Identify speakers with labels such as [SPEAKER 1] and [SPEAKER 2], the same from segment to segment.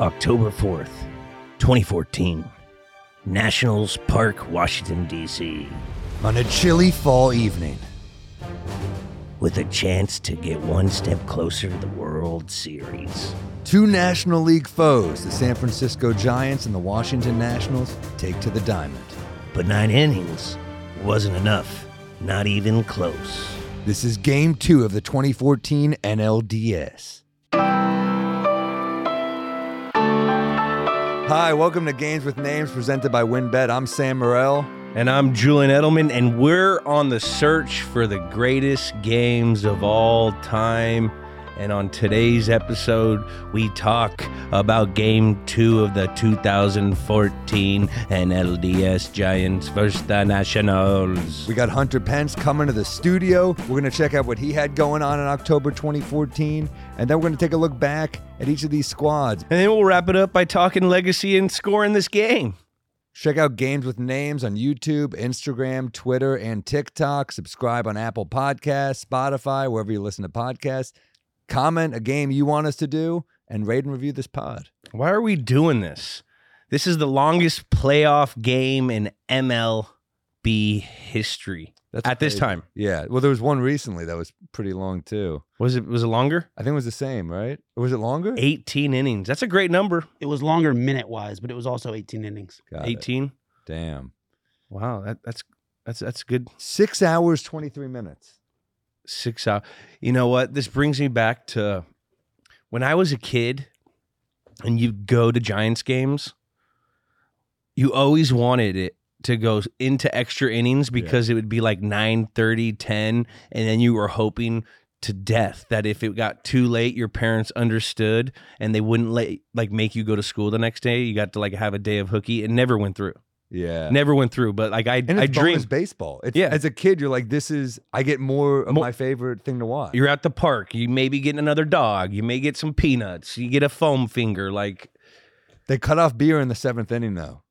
[SPEAKER 1] October 4th, 2014, Nationals Park, Washington, D.C.,
[SPEAKER 2] On a chilly fall evening,
[SPEAKER 1] with a chance to get one step closer to the World Series.
[SPEAKER 2] two National League foes, the San Francisco Giants and the Washington Nationals, take to the diamond.
[SPEAKER 1] But nine innings wasn't enough, not even close.
[SPEAKER 2] This is game two of the 2014 NLDS. Hi, welcome to Games with Names presented by WinBet. I'm Sam Morrell.
[SPEAKER 1] And I'm Julian Edelman, and we're on the search for the greatest games of all time. And on today's episode, we talk about game two of the 2014 NLDS Giants versus the Nationals.
[SPEAKER 2] We got Hunter Pence coming to the studio. We're going to check out what he had going on in October 2014, and then we're going to take a look back at each of these squads.
[SPEAKER 1] And then we'll wrap it up by talking legacy and scoring this game.
[SPEAKER 2] Check out Games with Names on YouTube, Instagram, Twitter, and TikTok. Subscribe on Apple Podcasts, Spotify, wherever you listen to podcasts. Comment a game you want us to do and rate and review this pod.
[SPEAKER 1] Why are we doing this? This is the longest playoff game in MLB history
[SPEAKER 2] That's
[SPEAKER 1] at this
[SPEAKER 2] crazy.
[SPEAKER 1] time.
[SPEAKER 2] Yeah. Well, there was one recently that was pretty long too.
[SPEAKER 1] Was it was it longer?
[SPEAKER 2] I think it was the same, right? Or was it longer?
[SPEAKER 1] 18 innings. That's a great number.
[SPEAKER 3] It was longer minute wise, but it was also 18 innings.
[SPEAKER 2] Got it.
[SPEAKER 1] 18.
[SPEAKER 2] Damn.
[SPEAKER 1] Wow, that, that's that's that's good.
[SPEAKER 2] Six hours, 23 minutes.
[SPEAKER 1] Six hours. You know what? This brings me back to when I was a kid, and you'd go to Giants games. You always wanted it to go into extra innings
[SPEAKER 2] Yeah.
[SPEAKER 1] because it would be like 9 30 10 and then you were hoping to death that if it got too late your parents understood and they wouldn't let like make you go to school the next day you got to like have a day of hooky it never went through
[SPEAKER 2] Yeah.
[SPEAKER 1] never went through but like i
[SPEAKER 2] And
[SPEAKER 1] i
[SPEAKER 2] it's bonus
[SPEAKER 1] dreamed
[SPEAKER 2] baseball. It's,
[SPEAKER 1] Yeah.
[SPEAKER 2] As a kid, you're like, this is, I get more of
[SPEAKER 1] Mo-
[SPEAKER 2] my favorite thing to watch.
[SPEAKER 1] You're at the park. You may be getting another dog. You may get some peanuts. You get a foam finger. Like,
[SPEAKER 2] They cut off beer in the seventh inning, though.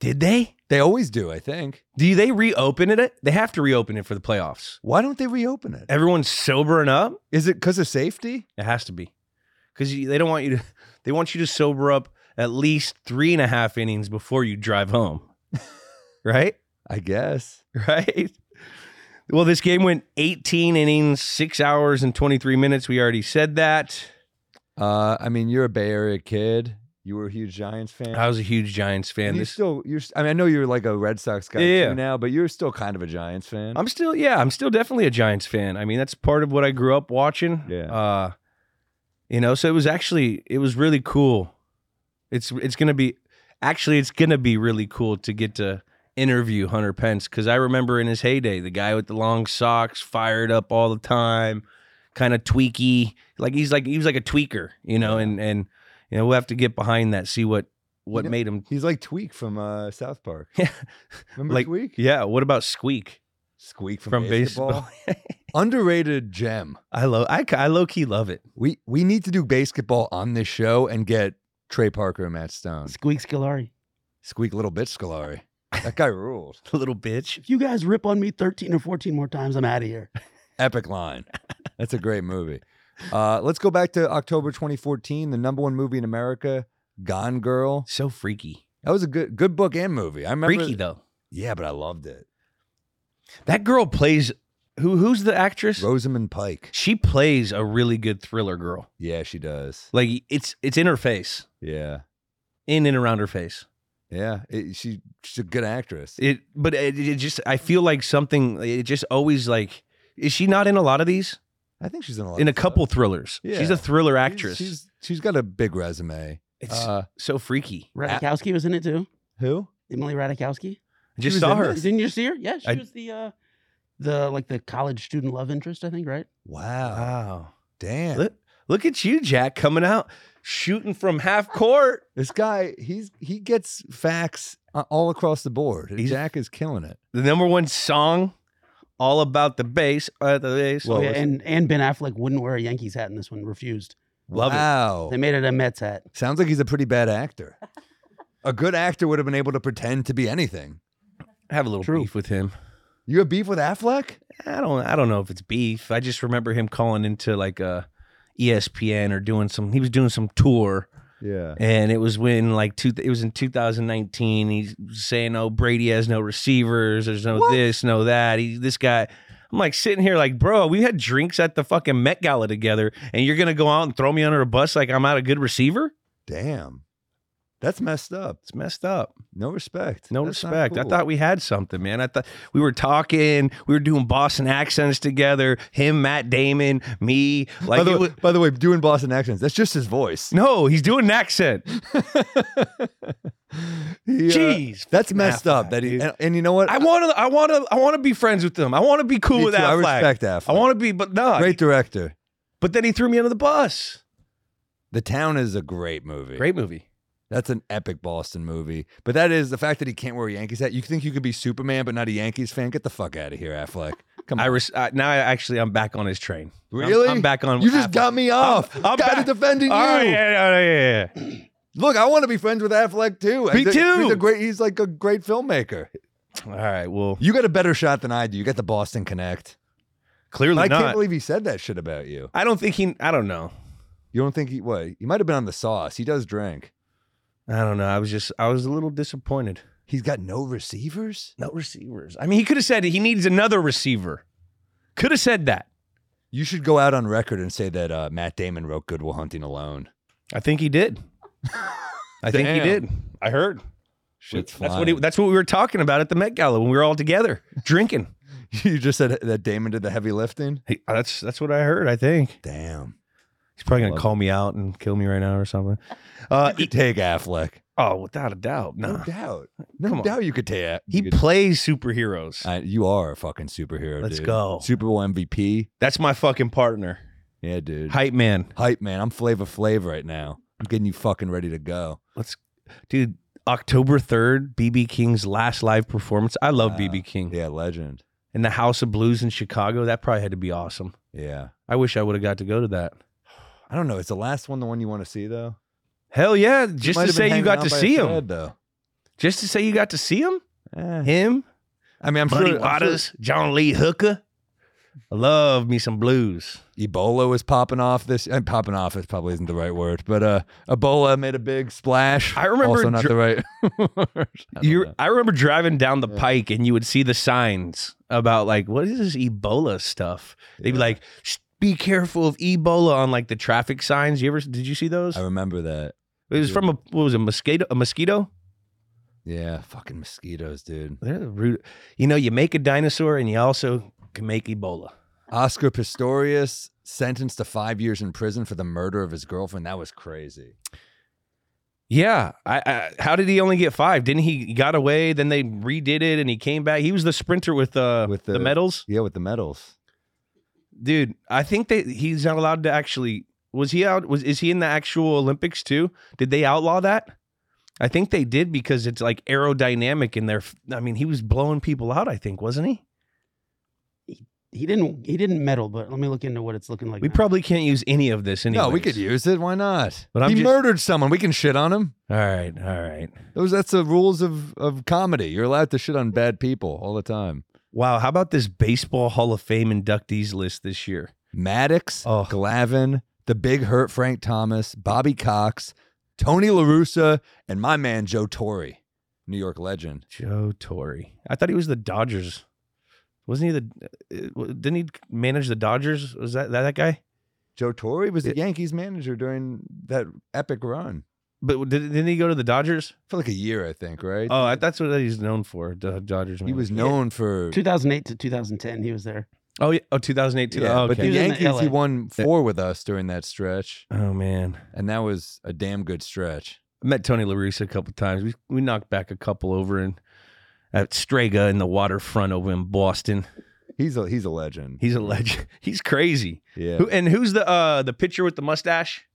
[SPEAKER 1] did they?
[SPEAKER 2] They always do, I think.
[SPEAKER 1] Do they reopen it? They have to reopen it for the playoffs.
[SPEAKER 2] Why don't they reopen it?
[SPEAKER 1] Everyone's sobering up.
[SPEAKER 2] Is it because of safety?
[SPEAKER 1] It has to be because they don't want you to. They want you to sober up at least three and a half innings before you drive home. right?
[SPEAKER 2] I guess.
[SPEAKER 1] Right. Well, this game went 18 innings, six hours and 23 minutes. We already said that.
[SPEAKER 2] Uh, I mean, you're a Bay Area kid. You were a huge Giants fan.
[SPEAKER 1] I was a huge Giants fan.
[SPEAKER 2] you
[SPEAKER 1] This
[SPEAKER 2] still, you're. s- I mean, I know you're like a Red Sox guy
[SPEAKER 1] Yeah.
[SPEAKER 2] too now, but you're still kind of a Giants fan.
[SPEAKER 1] I'm still, yeah, I'm still definitely a Giants fan. I mean, that's part of what I grew up watching.
[SPEAKER 2] Yeah.
[SPEAKER 1] Uh, you know, so it was actually, it was really cool. It's, it's gonna be, actually, it's gonna be really cool to get to interview Hunter Pence because I remember in his heyday, the guy with the long socks, fired up all the time, kind of tweaky, like he's like he was like a tweaker, you know, and and you know we'll have to get behind that, see what what
[SPEAKER 2] know-
[SPEAKER 1] made him.
[SPEAKER 2] He's like Tweak from uh, South Park.
[SPEAKER 1] Yeah.
[SPEAKER 2] Remember
[SPEAKER 1] Like-
[SPEAKER 2] Tweak?
[SPEAKER 1] Yeah, what about Squeak
[SPEAKER 2] Squeak from,
[SPEAKER 1] from,
[SPEAKER 2] baseball.
[SPEAKER 1] baseball?
[SPEAKER 2] Underrated gem.
[SPEAKER 1] I love, I, I low key love it.
[SPEAKER 2] We we need to do basketball on this show and get Trey Parker and Matt Stone.
[SPEAKER 3] Squeak Skillari.
[SPEAKER 2] Squeak little bitch Scolari. That guy rules.
[SPEAKER 1] little bitch.
[SPEAKER 3] If you guys rip on me 13 or 14 more times, I'm out of here.
[SPEAKER 2] Epic line. That's a great movie. Uh, let's go back to October 2014, the number one movie in America, Gone Girl.
[SPEAKER 1] So freaky.
[SPEAKER 2] That was a good good book and movie. I remember.
[SPEAKER 1] freaky though.
[SPEAKER 2] Yeah, but I loved it.
[SPEAKER 1] That girl plays who who's the actress?
[SPEAKER 2] Rosamund Pike.
[SPEAKER 1] She plays a really good thriller girl.
[SPEAKER 2] Yeah, she does.
[SPEAKER 1] Like it's it's in her face.
[SPEAKER 2] Yeah,
[SPEAKER 1] In and around her face.
[SPEAKER 2] yeah. It, she she's a good actress.
[SPEAKER 1] It but it, it just I feel like something it just always like is she not in a lot of these?
[SPEAKER 2] I think she's in a lot
[SPEAKER 1] In a
[SPEAKER 2] of
[SPEAKER 1] couple
[SPEAKER 2] stuff.
[SPEAKER 1] thrillers. She's
[SPEAKER 2] Yeah.
[SPEAKER 1] a thriller
[SPEAKER 2] She's-
[SPEAKER 1] actress.
[SPEAKER 2] She's, she's got a big resume.
[SPEAKER 1] it's
[SPEAKER 2] Uh,
[SPEAKER 1] so freaky.
[SPEAKER 3] Radikowski was in it too.
[SPEAKER 2] who?
[SPEAKER 3] Emily Radikowski.
[SPEAKER 1] I
[SPEAKER 2] was
[SPEAKER 1] just saw
[SPEAKER 2] in
[SPEAKER 1] her.
[SPEAKER 2] this?
[SPEAKER 3] Didn't you see her? Yeah, she
[SPEAKER 1] I-
[SPEAKER 3] was the uh the like the college student love interest, I think, right?
[SPEAKER 2] Wow.
[SPEAKER 1] Wow.
[SPEAKER 2] Damn.
[SPEAKER 1] Look, look at you, Jack, coming out shooting from half court.
[SPEAKER 2] This guy, he's he gets facts uh, all across the board.
[SPEAKER 1] He's-
[SPEAKER 2] Jack is killing it.
[SPEAKER 1] The number one song all about the bass, uh, the bass.
[SPEAKER 2] Well,
[SPEAKER 3] yeah,
[SPEAKER 2] listen.
[SPEAKER 3] and and Ben Affleck wouldn't wear a Yankees hat in this one, refused.
[SPEAKER 1] Love it.
[SPEAKER 2] wow.
[SPEAKER 3] They made it a Mets hat.
[SPEAKER 2] Sounds like he's a pretty bad actor. a good actor would have been able to pretend to be anything.
[SPEAKER 1] I have a little
[SPEAKER 3] True.
[SPEAKER 1] beef with him.
[SPEAKER 2] You have beef with Affleck?
[SPEAKER 1] I don't I don't know if it's beef. E I just remember him calling into like uh ESPN or doing some he was doing some tour
[SPEAKER 2] Yeah.
[SPEAKER 1] and it was when like two, it was in 2019. He's saying, "Oh, Brady has no receivers. There's no
[SPEAKER 2] What?
[SPEAKER 1] this, no that." He, this guy, I'm like sitting here, like, bro, we had drinks at the fucking Met Gala together, and you're gonna go out and throw me under a bus like I'm not a good receiver?
[SPEAKER 2] Damn. That's messed up.
[SPEAKER 1] It's messed up.
[SPEAKER 2] No respect.
[SPEAKER 1] No
[SPEAKER 2] That's not
[SPEAKER 1] respect. I
[SPEAKER 2] cool.
[SPEAKER 1] thought we had something, man. I thought we were talking. We were doing Boston accents together. Him, Matt Damon, me. Like,
[SPEAKER 2] by, the
[SPEAKER 1] it
[SPEAKER 2] way,
[SPEAKER 1] was,
[SPEAKER 2] by the way, doing Boston accents, that's just his voice.
[SPEAKER 1] no, he's doing an accent.
[SPEAKER 2] He, uh,
[SPEAKER 1] Jeez,
[SPEAKER 2] that's messed up. That he,
[SPEAKER 1] dude.
[SPEAKER 2] and, and you know what?
[SPEAKER 1] I want to. I want to. I want to be friends with him. I want to be cool
[SPEAKER 2] Me
[SPEAKER 1] with
[SPEAKER 2] too. I
[SPEAKER 1] Affleck.
[SPEAKER 2] respect Affleck.
[SPEAKER 1] I want to be, but no.
[SPEAKER 2] Great director.
[SPEAKER 1] But then he threw me under the bus.
[SPEAKER 2] The Town is a great movie.
[SPEAKER 1] Great movie.
[SPEAKER 2] That's an epic Boston movie. But that is the fact that he can't wear a Yankees hat. You think you could be Superman but not a Yankees fan? Get the fuck out of here, Affleck. Come
[SPEAKER 1] I
[SPEAKER 2] on.
[SPEAKER 1] res- uh, now I actually I'm back on his train. I'm-
[SPEAKER 2] really?
[SPEAKER 1] I'm, back on.
[SPEAKER 2] You just got me off.
[SPEAKER 1] I'm- I'm
[SPEAKER 2] got
[SPEAKER 1] back.
[SPEAKER 2] to defending
[SPEAKER 1] All
[SPEAKER 2] you.
[SPEAKER 1] right, yeah, yeah, yeah, yeah.
[SPEAKER 2] Look, I want to be friends with Affleck too.
[SPEAKER 1] Me
[SPEAKER 2] He's a-
[SPEAKER 1] too.
[SPEAKER 2] He's a great. He's like a great filmmaker.
[SPEAKER 1] All right. Well,
[SPEAKER 2] You got a better shot than I do. You got the Boston Connect.
[SPEAKER 1] clearly
[SPEAKER 2] But I
[SPEAKER 1] not.
[SPEAKER 2] can't believe he said that shit about you.
[SPEAKER 1] I don't think he. I don't know.
[SPEAKER 2] You don't think he what? He might have been on the sauce. He does drink.
[SPEAKER 1] I don't know. I was just. I was a little disappointed.
[SPEAKER 2] He's got no receivers.
[SPEAKER 1] No receivers. I mean, he could have said he needs another receiver. Could have said that.
[SPEAKER 2] You should go out on record and say that uh, Matt Damon wrote Goodwill Hunting alone.
[SPEAKER 1] I think he did. I think he
[SPEAKER 2] Damn.
[SPEAKER 1] did. I heard.
[SPEAKER 2] Shit's
[SPEAKER 1] that's
[SPEAKER 2] flying.
[SPEAKER 1] what he, that's what we were talking about at the Met Gala when we were all together drinking.
[SPEAKER 2] you just said that Damon did the heavy lifting.
[SPEAKER 1] He- uh, that's that's what I heard. I think
[SPEAKER 2] Damn.
[SPEAKER 1] he's probably gonna
[SPEAKER 2] Love
[SPEAKER 1] call me out and kill me right now or something. Uh,
[SPEAKER 2] You could take Affleck.
[SPEAKER 1] oh, without a doubt,
[SPEAKER 2] No
[SPEAKER 1] no.
[SPEAKER 2] doubt. No
[SPEAKER 1] Come on.
[SPEAKER 2] doubt you could take. Aff-
[SPEAKER 1] He
[SPEAKER 2] you could-
[SPEAKER 1] plays superheroes.
[SPEAKER 2] I- you are a fucking superhero.
[SPEAKER 1] Let's
[SPEAKER 2] dude.
[SPEAKER 1] go.
[SPEAKER 2] Super Bowl MVP.
[SPEAKER 1] That's my fucking partner,
[SPEAKER 2] Yeah, dude.
[SPEAKER 1] hype man.
[SPEAKER 2] Hype man, I'm flavor Flav right now. I'm getting you fucking ready to go.
[SPEAKER 1] Let's, dude. October third, BB King's last live performance. I love
[SPEAKER 2] Wow.
[SPEAKER 1] BB King.
[SPEAKER 2] Yeah, legend.
[SPEAKER 1] in the House of Blues in Chicago. That probably had to be awesome.
[SPEAKER 2] Yeah.
[SPEAKER 1] I wish I would have got to go to that.
[SPEAKER 2] I don't know. It's the last one, the one you want to see though.
[SPEAKER 1] Hell yeah! Just
[SPEAKER 2] Might
[SPEAKER 1] to
[SPEAKER 2] have been
[SPEAKER 1] say you
[SPEAKER 2] hanging
[SPEAKER 1] got
[SPEAKER 2] out
[SPEAKER 1] to
[SPEAKER 2] by a
[SPEAKER 1] see him.
[SPEAKER 2] thread, though.
[SPEAKER 1] Just to say you got to see him.
[SPEAKER 2] Eh.
[SPEAKER 1] Him,
[SPEAKER 2] I mean, I'm
[SPEAKER 1] Buddy
[SPEAKER 2] sure, I'm sure
[SPEAKER 1] Waters, John Lee Hooker. I love me some blues.
[SPEAKER 2] Ebola was popping off this. And popping off is probably isn't the right word, but uh, Ebola made a big splash.
[SPEAKER 1] I remember
[SPEAKER 2] also not
[SPEAKER 1] dr-
[SPEAKER 2] the right. word. I don't
[SPEAKER 1] You,
[SPEAKER 2] know.
[SPEAKER 1] I remember driving down the
[SPEAKER 2] Yeah.
[SPEAKER 1] pike and you would see the signs about like what is this Ebola stuff. They'd be
[SPEAKER 2] Yeah.
[SPEAKER 1] like, "Shh, "Be careful of Ebola" on like the traffic signs. You ever did you see those?
[SPEAKER 2] I remember that.
[SPEAKER 1] it was
[SPEAKER 2] do.
[SPEAKER 1] from a what was it, a mosquito? A mosquito?
[SPEAKER 2] Yeah, fucking mosquitoes, dude.
[SPEAKER 1] They're the root. You know, you make a dinosaur and you also can make Ebola.
[SPEAKER 2] Oscar Pistorius sentenced to five years in prison for the murder of his girlfriend. That was crazy.
[SPEAKER 1] Yeah, I, I how did he only get five? Didn't he he got away? Then they redid it, and he came back. He was the sprinter with uh
[SPEAKER 2] With
[SPEAKER 1] with the,
[SPEAKER 2] the-
[SPEAKER 1] medals,
[SPEAKER 2] Yeah, with the medals.
[SPEAKER 1] dude. I think that he's not allowed to actually. Was he out? Was is he in the actual Olympics too? Did they outlaw that? I think they did because it's like aerodynamic in there. I mean, he was blowing people out. I think wasn't he?
[SPEAKER 3] He didn't. He didn't medal, but let me look into what it's looking like.
[SPEAKER 1] We
[SPEAKER 3] now.
[SPEAKER 1] probably can't use any of this. Anyways.
[SPEAKER 2] No, we could use it. Why not?
[SPEAKER 1] But I'm
[SPEAKER 2] he
[SPEAKER 1] just-
[SPEAKER 2] murdered someone. We can shit on him.
[SPEAKER 1] All right, all right.
[SPEAKER 2] Those that's the rules of of comedy. You're allowed to shit on bad people all the time.
[SPEAKER 1] Wow, how about this baseball Hall of Fame inductees list this year?
[SPEAKER 2] Maddox,
[SPEAKER 1] Oh.
[SPEAKER 2] Glavin, the Big Hurt, Frank Thomas, Bobby Cox, Tony LaRussa, and my man Joe Torre, New York legend.
[SPEAKER 1] Joe Torre. I thought he was the Dodgers. Wasn't he the? uh, w- Didn't he manage the Dodgers? Was that that, that guy?
[SPEAKER 2] Joe Torre was the
[SPEAKER 1] Yeah.
[SPEAKER 2] Yankees manager during that epic run
[SPEAKER 1] But did, didn't he go to the Dodgers?
[SPEAKER 2] for like a year, I think. Right?
[SPEAKER 1] Oh, I, that's what he's known for. The Dodgers.
[SPEAKER 2] he
[SPEAKER 1] manager.
[SPEAKER 2] was known for.
[SPEAKER 3] 2008 to 2010, he was there.
[SPEAKER 1] Oh yeah. Oh, 2008. too.
[SPEAKER 2] Yeah,
[SPEAKER 1] oh,
[SPEAKER 2] But
[SPEAKER 1] okay.
[SPEAKER 2] the
[SPEAKER 3] He was in the
[SPEAKER 2] Yankees, he
[SPEAKER 3] LA.
[SPEAKER 2] won four with us during that stretch,
[SPEAKER 1] oh man,
[SPEAKER 2] and that was a damn good stretch.
[SPEAKER 1] I met Tony La Russa a couple times. We we knocked back a couple over in at Strega in the waterfront over in Boston.
[SPEAKER 2] He's a he's a legend.
[SPEAKER 1] He's a legend. He's crazy.
[SPEAKER 2] yeah.
[SPEAKER 1] Who and who's the uh the pitcher with the mustache?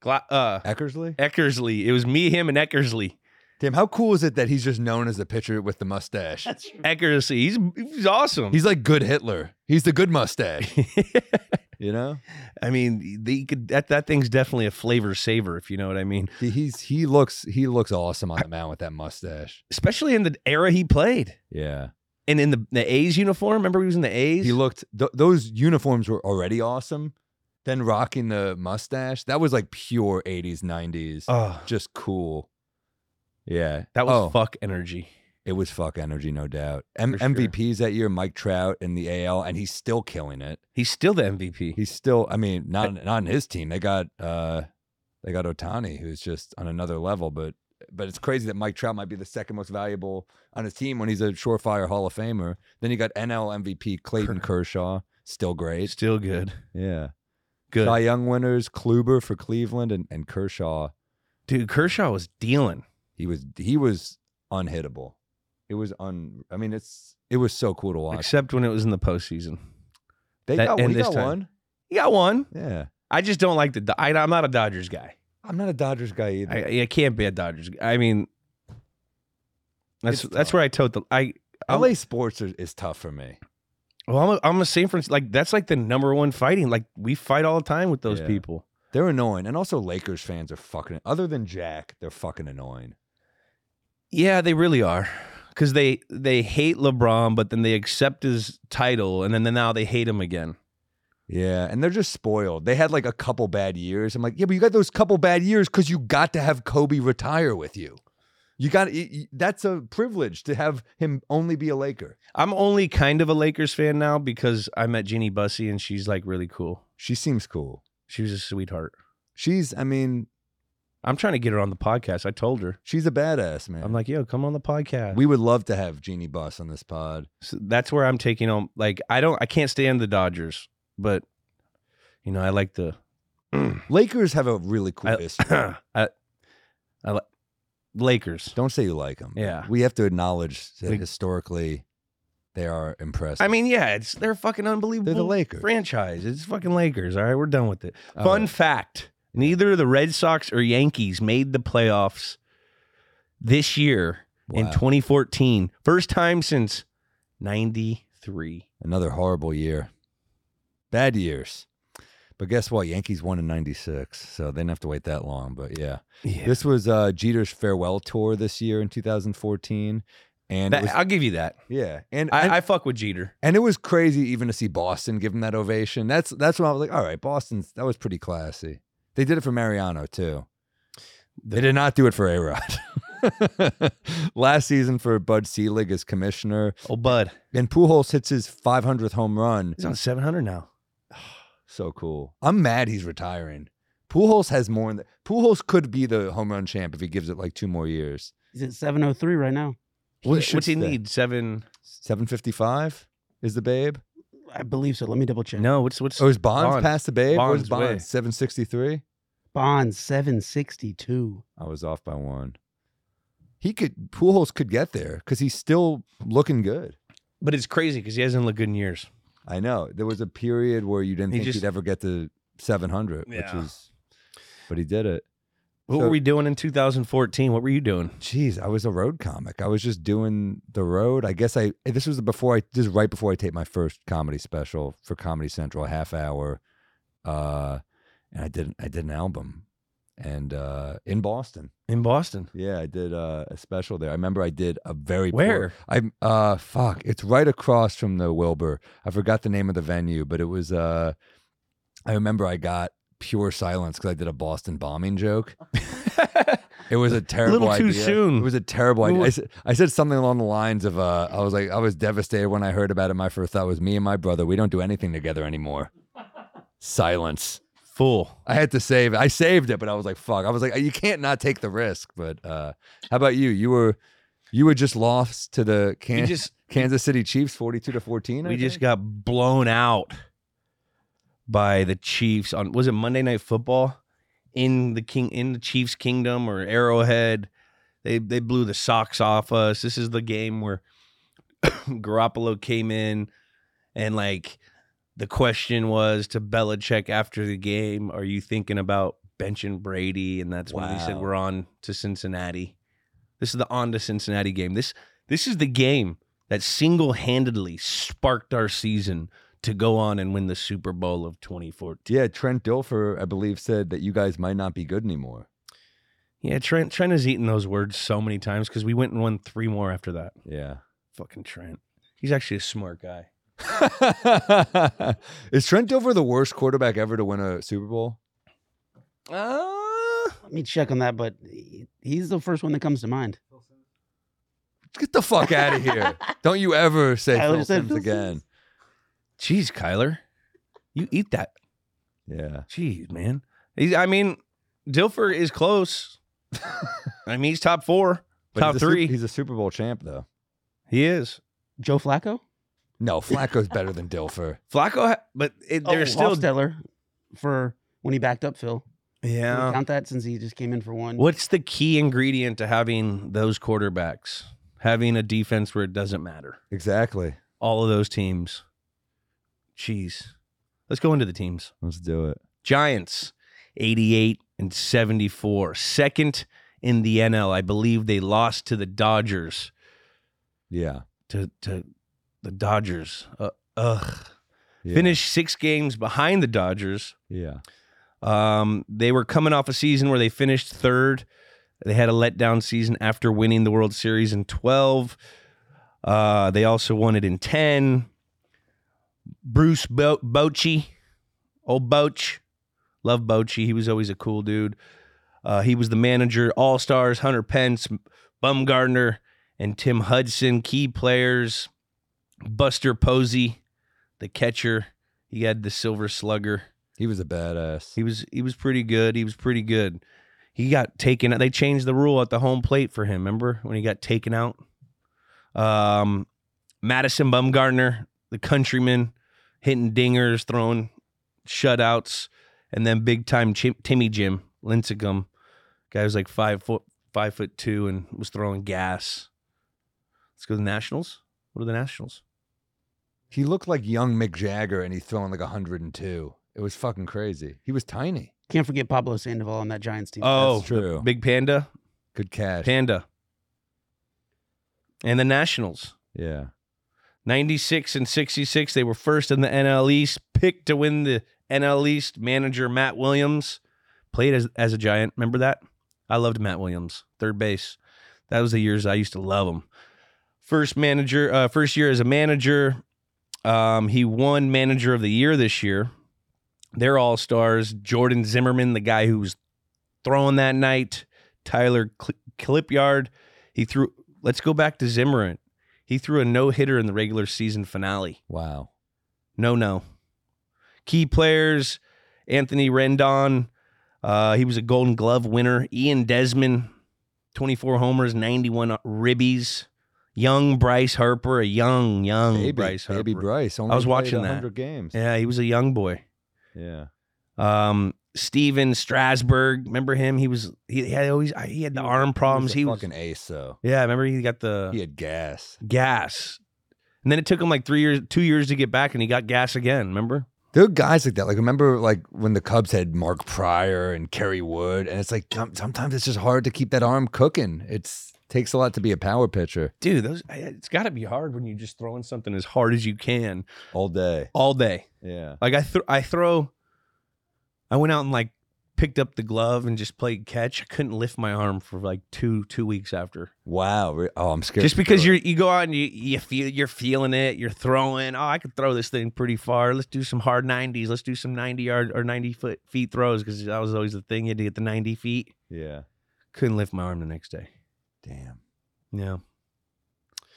[SPEAKER 1] Gla- uh,
[SPEAKER 2] Eckersley.
[SPEAKER 1] Eckersley. It was me, him, and Eckersley.
[SPEAKER 2] Damn, how cool is it that he's just known as the pitcher with the mustache?
[SPEAKER 3] That's true.
[SPEAKER 1] Eckersley. He's he's awesome.
[SPEAKER 2] He's like good Hitler. He's the good mustache, you know?
[SPEAKER 1] I mean, the, you could, that that thing's definitely a flavor saver, if you know what I mean.
[SPEAKER 2] He- He's he looks he looks awesome on the mound with that mustache.
[SPEAKER 1] Especially in the era he played,
[SPEAKER 2] Yeah.
[SPEAKER 1] and in the the A's uniform. Remember, he was in the A's.
[SPEAKER 2] He looked th- those uniforms were already awesome. Then rocking the mustache. That was like pure 80s, 90s.
[SPEAKER 1] Oh,
[SPEAKER 2] Just cool. Yeah.
[SPEAKER 1] that was
[SPEAKER 2] Oh,
[SPEAKER 1] fuck energy.
[SPEAKER 2] It was fuck energy, no doubt. M-
[SPEAKER 1] For sure.
[SPEAKER 2] MVPs that year, Mike Trout in the AL, and he's still killing it.
[SPEAKER 1] He's still the MVP.
[SPEAKER 2] He's still, I mean, not not in his team. They got uh they got Otani, who's just on another level, but but it's crazy that Mike Trout might be the second most valuable on his team when he's a surefire Hall of Famer. Then you got NL MVP Clayton Kershaw, still great.
[SPEAKER 1] still good.
[SPEAKER 2] Yeah.
[SPEAKER 1] Good.
[SPEAKER 2] Cy Young winners, Kluber for Cleveland and, and Kershaw.
[SPEAKER 1] Dude, Kershaw was dealing.
[SPEAKER 2] He was he was unhittable. It was un I mean it's it was so cool to watch.
[SPEAKER 1] Except when it was in the postseason.
[SPEAKER 2] they
[SPEAKER 1] that-
[SPEAKER 2] got,
[SPEAKER 1] and
[SPEAKER 2] we
[SPEAKER 1] this
[SPEAKER 2] got
[SPEAKER 1] time.
[SPEAKER 2] one.
[SPEAKER 1] He got one.
[SPEAKER 2] Yeah.
[SPEAKER 1] I just don't like the. Do- I, I'm not a Dodgers guy.
[SPEAKER 2] I'm not a Dodgers guy either.
[SPEAKER 1] I, I can't be a Dodgers. guy. I mean, that's
[SPEAKER 2] It's
[SPEAKER 1] that's
[SPEAKER 2] tough.
[SPEAKER 1] where I told the. I I'm-
[SPEAKER 2] LA sports are, is tough for me.
[SPEAKER 1] well, I'm a, I'm a San Francisco. Like that's like the number one fighting. Like we fight all the time with those
[SPEAKER 2] Yeah.
[SPEAKER 1] people.
[SPEAKER 2] They're annoying. And also Lakers fans are fucking other than Jack, they're fucking annoying.
[SPEAKER 1] Yeah, they really are. Because they they hate LeBron, but then they accept his title, and then now they hate him again.
[SPEAKER 2] Yeah, and they're just spoiled. They had like a couple bad years. I'm like, yeah, but you got those couple bad years because you got to have Kobe retire with you. You got y- y- that's a privilege to have him only be a Laker.
[SPEAKER 1] I'm only kind of a Lakers fan now because I met Jeannie Bussey, and she's like really cool.
[SPEAKER 2] She seems cool.
[SPEAKER 1] She was a sweetheart.
[SPEAKER 2] She's, I mean,
[SPEAKER 1] I'm trying to get her on the podcast. I told her.
[SPEAKER 2] she's a badass man.
[SPEAKER 1] I'm like, yo, come on the podcast.
[SPEAKER 2] we would love to have Jeannie Buss on this pod.
[SPEAKER 1] So that's where I'm taking on. Like, I don't, I can't stand the Dodgers, but you know, I like the.
[SPEAKER 2] Lakers have a really cool history.
[SPEAKER 1] I, I, like Lakers.
[SPEAKER 2] Don't say you like them.
[SPEAKER 1] Yeah.
[SPEAKER 2] we have to acknowledge that
[SPEAKER 1] We-
[SPEAKER 2] historically they are impressive.
[SPEAKER 1] I mean, yeah, it's they're a fucking unbelievable.
[SPEAKER 2] Lakers. Oh,
[SPEAKER 1] franchise. It's fucking Lakers. All right, we're done with it.
[SPEAKER 2] All
[SPEAKER 1] Fun
[SPEAKER 2] right.
[SPEAKER 1] fact: neither the Red Sox or Yankees made the playoffs this year in
[SPEAKER 2] Wow.
[SPEAKER 1] 2014. First time since '93.
[SPEAKER 2] Another horrible year. Bad years. But guess what? Yankees won in 96, so they didn't have to wait that long. But yeah.
[SPEAKER 1] Yeah,
[SPEAKER 2] This was uh, Jeter's farewell tour this year in 2014. And it
[SPEAKER 1] That-
[SPEAKER 2] was,
[SPEAKER 1] I'll give you that.
[SPEAKER 2] yeah. And, and,
[SPEAKER 1] I, I fuck with Jeter.
[SPEAKER 2] and it was crazy even to see Boston give him that ovation. That's that's when I was like, all right, Boston's that was pretty classy. They did it for Mariano too. They did not do it for A-Rod. Last season for Bud Selig as commissioner.
[SPEAKER 1] Oh, bud,
[SPEAKER 2] And Pujols hits his 500th home run.
[SPEAKER 1] he's on 700 now.
[SPEAKER 2] So cool. I'm mad he's retiring. Pujols has more. In the, Pujols could be the home run champ if he gives it like two more years.
[SPEAKER 3] He's at 703 right now.
[SPEAKER 1] What, what's he
[SPEAKER 2] stay.
[SPEAKER 1] need? Seven?
[SPEAKER 2] Seven fifty-five is the babe.
[SPEAKER 3] I believe so. Let me double check.
[SPEAKER 1] No, what's what's?
[SPEAKER 2] Oh, is Bonds,
[SPEAKER 1] Bonds.
[SPEAKER 2] past the babe? Where's
[SPEAKER 1] Bonds way.
[SPEAKER 2] Bonds? Seven sixty-three.
[SPEAKER 3] Bonds 762.
[SPEAKER 2] I was off by one. He could. Pujols could get there because he's still looking good.
[SPEAKER 1] But it's crazy because he hasn't looked good in years.
[SPEAKER 2] I know there was a period where you didn't
[SPEAKER 1] He
[SPEAKER 2] think
[SPEAKER 1] just-
[SPEAKER 2] he'd ever get to seven hundred,
[SPEAKER 1] Yeah.
[SPEAKER 2] which is. But he did it.
[SPEAKER 1] What
[SPEAKER 2] So-
[SPEAKER 1] were we doing in 2014? What were you doing?
[SPEAKER 2] Jeez, I was a road comic. I was just doing the road. I guess I this was before I this is right before I taped my first comedy special for Comedy Central, a half hour. Uh and I did I did an album and uh in Boston.
[SPEAKER 1] In Boston.
[SPEAKER 2] Yeah, I did uh, a special there. I remember I did a very poor-
[SPEAKER 1] Where?
[SPEAKER 2] I'm uh fuck. It's right across from the Wilbur. I forgot the name of the venue, but it was uh I remember I got pure silence because I did a Boston bombing joke. It was a terrible
[SPEAKER 1] little too
[SPEAKER 2] idea.
[SPEAKER 1] soon.
[SPEAKER 2] It was a terrible idea.
[SPEAKER 1] Well-
[SPEAKER 2] I said, I said something along the lines of uh, I was like I was devastated when I heard about it. My first thought was me and my brother, we don't do anything together anymore. Silence.
[SPEAKER 1] Full.
[SPEAKER 2] I had to save it. I saved it, but I was like, fuck. I was like, you can't not take the risk. But uh, how about you? You were you were just lost to the
[SPEAKER 1] We
[SPEAKER 2] Can-
[SPEAKER 1] just
[SPEAKER 2] Kansas City Chiefs 42 to 14. I
[SPEAKER 1] we just
[SPEAKER 2] think?
[SPEAKER 1] got blown out by the Chiefs on was it Monday Night Football in the king in the Chiefs Kingdom or Arrowhead. They they blew the socks off us. This is the game where Garoppolo came in and like the question was to Belichick after the game, are you thinking about benching Brady? And that's when he said
[SPEAKER 2] Wow.
[SPEAKER 1] we're on to Cincinnati. This is the on to Cincinnati game. This this is the game that single handedly sparked our season to go on and win the Super Bowl of 2014.
[SPEAKER 2] Yeah, Trent Dilfer, I believe, said that you guys might not be good anymore.
[SPEAKER 1] Yeah, Trent Trent has eaten those words so many times because we went and won three more after that.
[SPEAKER 2] Yeah.
[SPEAKER 1] Fucking Trent. He's actually a smart guy.
[SPEAKER 2] Is Trent Dilfer the worst quarterback ever to win a Super Bowl?
[SPEAKER 1] Uh,
[SPEAKER 3] Let me check on that, but he- he's the first one that comes to mind.
[SPEAKER 2] Get the fuck out of here. Don't you ever say
[SPEAKER 3] I
[SPEAKER 2] Phil
[SPEAKER 3] would've said
[SPEAKER 2] Sims
[SPEAKER 3] Phil
[SPEAKER 2] again.
[SPEAKER 1] Jeez, Kyler, you eat that.
[SPEAKER 2] Yeah.
[SPEAKER 1] Jeez, man. He's, I mean, Dilfer is close. I mean, he's top four.
[SPEAKER 2] But
[SPEAKER 1] Top
[SPEAKER 2] he's a Sup-
[SPEAKER 1] three.
[SPEAKER 2] he's a Super Bowl champ, though.
[SPEAKER 1] He is.
[SPEAKER 3] Joe Flacco?
[SPEAKER 2] No, Flacco's better than Dilfer.
[SPEAKER 1] Flacco, ha- but it,
[SPEAKER 3] Oh,
[SPEAKER 1] they're still.
[SPEAKER 3] Hofstetter for when he backed up Phil. Can we
[SPEAKER 1] yeah.
[SPEAKER 3] Count that since he just came in for one.
[SPEAKER 1] What's the key ingredient to having those quarterbacks? Having a defense where it doesn't matter.
[SPEAKER 2] Exactly.
[SPEAKER 1] All of those teams. Jeez. Let's go into the teams.
[SPEAKER 2] Let's do it.
[SPEAKER 1] Giants, 88 and 74. Second in the NL. I believe they lost to the Dodgers.
[SPEAKER 2] Yeah.
[SPEAKER 1] To, to the Dodgers. Uh, ugh.
[SPEAKER 2] yeah.
[SPEAKER 1] Finished six games behind the Dodgers.
[SPEAKER 2] Yeah.
[SPEAKER 1] Um, they were coming off a season where they finished third. They had a letdown season after winning the World Series in 12. Uh, they also won it in 10. Bruce Bo- Bochy, old Boch, love Bochy. He was always a cool dude. Uh, he was the manager, All Stars, Hunter Pence, Bumgardner, and Tim Hudson, key players. Buster Posey, the catcher. He had the silver slugger.
[SPEAKER 2] He was a badass.
[SPEAKER 1] He was he was pretty good. He was pretty good. He got taken. They changed the rule at the home plate for him. Remember when he got taken out? Um, Madison Bumgarner, the countryman, hitting dingers, throwing shutouts, and then big time Chim- Timmy Jim Lincecum, guy was like five foot five foot two and was throwing gas. Let's go to the Nationals. What are the Nationals?
[SPEAKER 2] He looked like young Mick Jagger and he's throwing like 102. It was fucking crazy. He was tiny.
[SPEAKER 3] Can't forget Pablo Sandoval on that Giants team.
[SPEAKER 1] Oh,
[SPEAKER 2] That's true.
[SPEAKER 1] Big Panda,
[SPEAKER 2] Good catch.
[SPEAKER 1] Panda, and the Nationals.
[SPEAKER 2] yeah.
[SPEAKER 1] 96 and 66. They were first in the NL East, picked to win the NL East. Manager Matt Williams played as, as a Giant. Remember that? I loved Matt Williams, third base. That was the years I used to love him. First manager, uh, first year as a manager. Um, he won Manager of the Year this year. They're all stars. Jordan Zimmerman, the guy who was throwing that night. Tyler Cl- Clipyard. He threw. Let's go back to Zimmerman. He threw a no hitter in the regular season finale.
[SPEAKER 2] Wow.
[SPEAKER 1] No, no. Key players Anthony Rendon. Uh, he was a Golden Glove winner. Ian Desmond, 24 homers, 91 ribbies. Young Bryce Harper, a young, young
[SPEAKER 2] Baby,
[SPEAKER 1] Oh, Bryce Harper.
[SPEAKER 2] baby Bryce. Only
[SPEAKER 1] was
[SPEAKER 2] played
[SPEAKER 1] watching that.
[SPEAKER 2] 100 games.
[SPEAKER 1] Yeah, he was a young boy.
[SPEAKER 2] Yeah.
[SPEAKER 1] Um, Steven Strasburg, remember him? He was he had always he had the arm problems.
[SPEAKER 2] He
[SPEAKER 1] He
[SPEAKER 2] was
[SPEAKER 1] was,
[SPEAKER 2] a fucking ace, though.
[SPEAKER 1] yeah, remember he got the
[SPEAKER 2] He had gas.
[SPEAKER 1] gas. And then it took him like three years, two years to get back, and he got gas again. Remember?
[SPEAKER 2] There are guys like that. Like remember, like when the Cubs had Mark Pryor and Kerry Wood, and it's like some- sometimes it's just hard to keep that arm cooking. It's takes a lot to be a power pitcher
[SPEAKER 1] Dude, those I- it's got to be hard when you're just throwing something as hard as you can
[SPEAKER 2] all day.
[SPEAKER 1] all day.
[SPEAKER 2] Yeah,
[SPEAKER 1] Like I throw, I throw. I went out and like picked up the glove and just played catch. I couldn't lift my arm for like two two weeks after.
[SPEAKER 2] wow. Re- Oh, I'm scared.
[SPEAKER 1] just
[SPEAKER 2] to
[SPEAKER 1] because
[SPEAKER 2] do
[SPEAKER 1] you you go out and you you feel you're feeling it, you're throwing. Oh, I could throw this thing pretty far. Let's do some hard nineties. Let's do some ninety yard or ninety foot feet throws because that was always the thing. You had to get the ninety feet.
[SPEAKER 2] it. yeah,
[SPEAKER 1] Couldn't lift my arm the next day.
[SPEAKER 2] damn.
[SPEAKER 1] Yeah.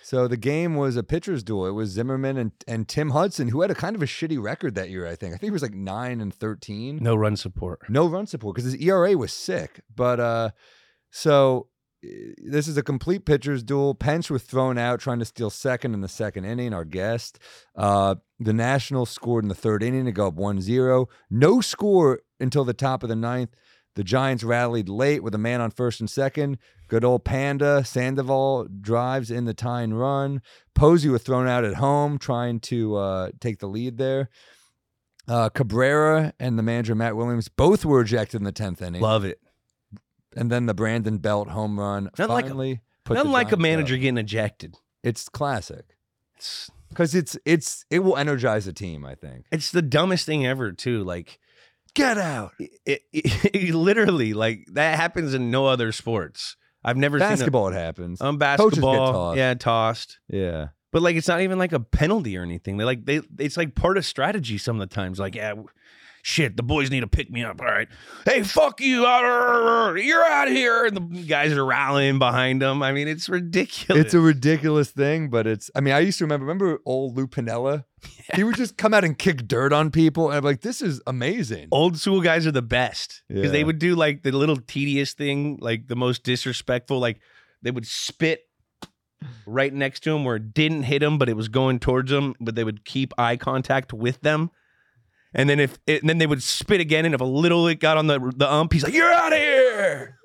[SPEAKER 2] So the game was a pitcher's duel. It was Zimmerman and, and Tim Hudson, who had a kind of a shitty record that year. I think. I think it was like nine and thirteen.
[SPEAKER 1] No run support.
[SPEAKER 2] no run support because his ERA was sick. But uh, so uh, this is a complete pitcher's duel. Pence was thrown out trying to steal second in the second inning, our guest. Uh, the Nationals scored in the third inning to go up 1 0. No score until the top of the ninth. The Giants rallied late with a man on first and second. Good old Panda Sandoval drives in the tying run. Posey was thrown out at home trying to uh, take the lead there. Uh, Cabrera and the manager Matt Williams both were ejected in the tenth inning,
[SPEAKER 1] Love it.
[SPEAKER 2] and then the Brandon Belt home run
[SPEAKER 1] Nothing like a-
[SPEAKER 2] finally. Like put
[SPEAKER 1] Nothing
[SPEAKER 2] the
[SPEAKER 1] like a
[SPEAKER 2] Giants
[SPEAKER 1] manager
[SPEAKER 2] up.
[SPEAKER 1] getting ejected.
[SPEAKER 2] It's classic
[SPEAKER 1] It's
[SPEAKER 2] because it's it's it will energize a team. I think.
[SPEAKER 1] it's the dumbest thing ever too. Like
[SPEAKER 2] Get out
[SPEAKER 1] it, it, it- literally like that happens in no other sports. I've never
[SPEAKER 2] basketball. It happens.
[SPEAKER 1] seen a, um
[SPEAKER 2] Coaches get
[SPEAKER 1] basketball.
[SPEAKER 2] tossed.
[SPEAKER 1] Yeah, tossed.
[SPEAKER 2] yeah,
[SPEAKER 1] But like it's not even like a penalty or anything. They like they it's like part of strategy some of the times. Like, yeah, w- shit, the boys need to pick me up. All right. Hey, fuck you. Arr, You're out of here. And the guys are rallying behind them. I mean, it's ridiculous.
[SPEAKER 2] It's a ridiculous thing, but it's. I mean, I used to remember. Remember old Lou Pinella? He would just come out and kick dirt on people, and I'm like, "This is amazing."
[SPEAKER 1] old school guys are the best because they
[SPEAKER 2] Yeah.
[SPEAKER 1] would do like the little tedious thing, like the most disrespectful. Like they would spit right next to him where it didn't hit him, but it was going towards him. But they would keep eye contact with them, and then if it, and then they would spit again, and if a little it got on the the ump, he's like, "You're out of here."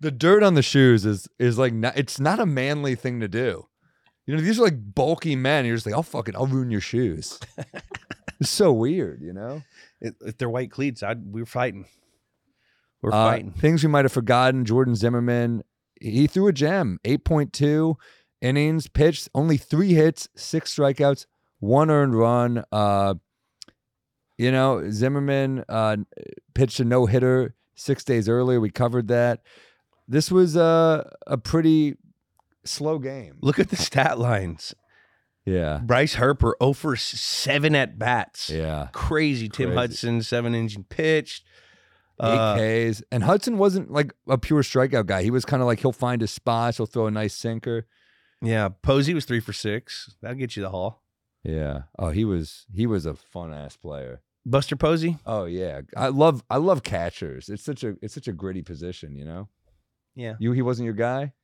[SPEAKER 2] The dirt on the shoes is is like not, it's not a manly thing to do. You know, these are like bulky men. You're just like, "I'll fucking, I'll ruin your shoes." it's so weird, you know.
[SPEAKER 1] If- If they're white cleats, I'd, we're fighting. We're
[SPEAKER 2] Uh,
[SPEAKER 1] fighting.
[SPEAKER 2] Things we might have forgotten. Jordan Zimmerman, he threw a gem. 8.2 innings pitched, only three hits, six strikeouts, one earned run. Uh, you know, Zimmerman uh, pitched a no hitter six days earlier. We covered that. This was a, a pretty slow game.
[SPEAKER 1] Look at the stat lines.
[SPEAKER 2] Yeah.
[SPEAKER 1] Bryce Harper over seven at bats.
[SPEAKER 2] Yeah.
[SPEAKER 1] crazy. Tim
[SPEAKER 2] Crazy.
[SPEAKER 1] Hudson, seven inch and pitched. Uh,
[SPEAKER 2] Eight Ks. And Hudson wasn't like a pure strikeout guy. He was kind of like he'll find his spots, he'll throw a nice sinker.
[SPEAKER 1] yeah, Posey was three for six. That'll get you the haul.
[SPEAKER 2] Yeah. Oh, he was he was a fun ass player.
[SPEAKER 1] Buster Posey.
[SPEAKER 2] Oh yeah. I love I love catchers. It's such a it's such a gritty position, you know.
[SPEAKER 1] Yeah.
[SPEAKER 2] You he wasn't your guy.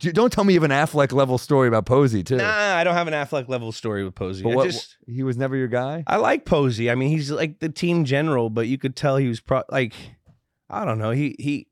[SPEAKER 2] Do, don't tell me you have an Affleck level story about Posey too.
[SPEAKER 1] Nah, I don't have an Affleck level story with Posey.
[SPEAKER 2] but
[SPEAKER 1] I
[SPEAKER 2] what,
[SPEAKER 1] just
[SPEAKER 2] he was never your guy.
[SPEAKER 1] I like Posey. I mean, he's like the team general, but you could tell he was pro- like I don't know. He he.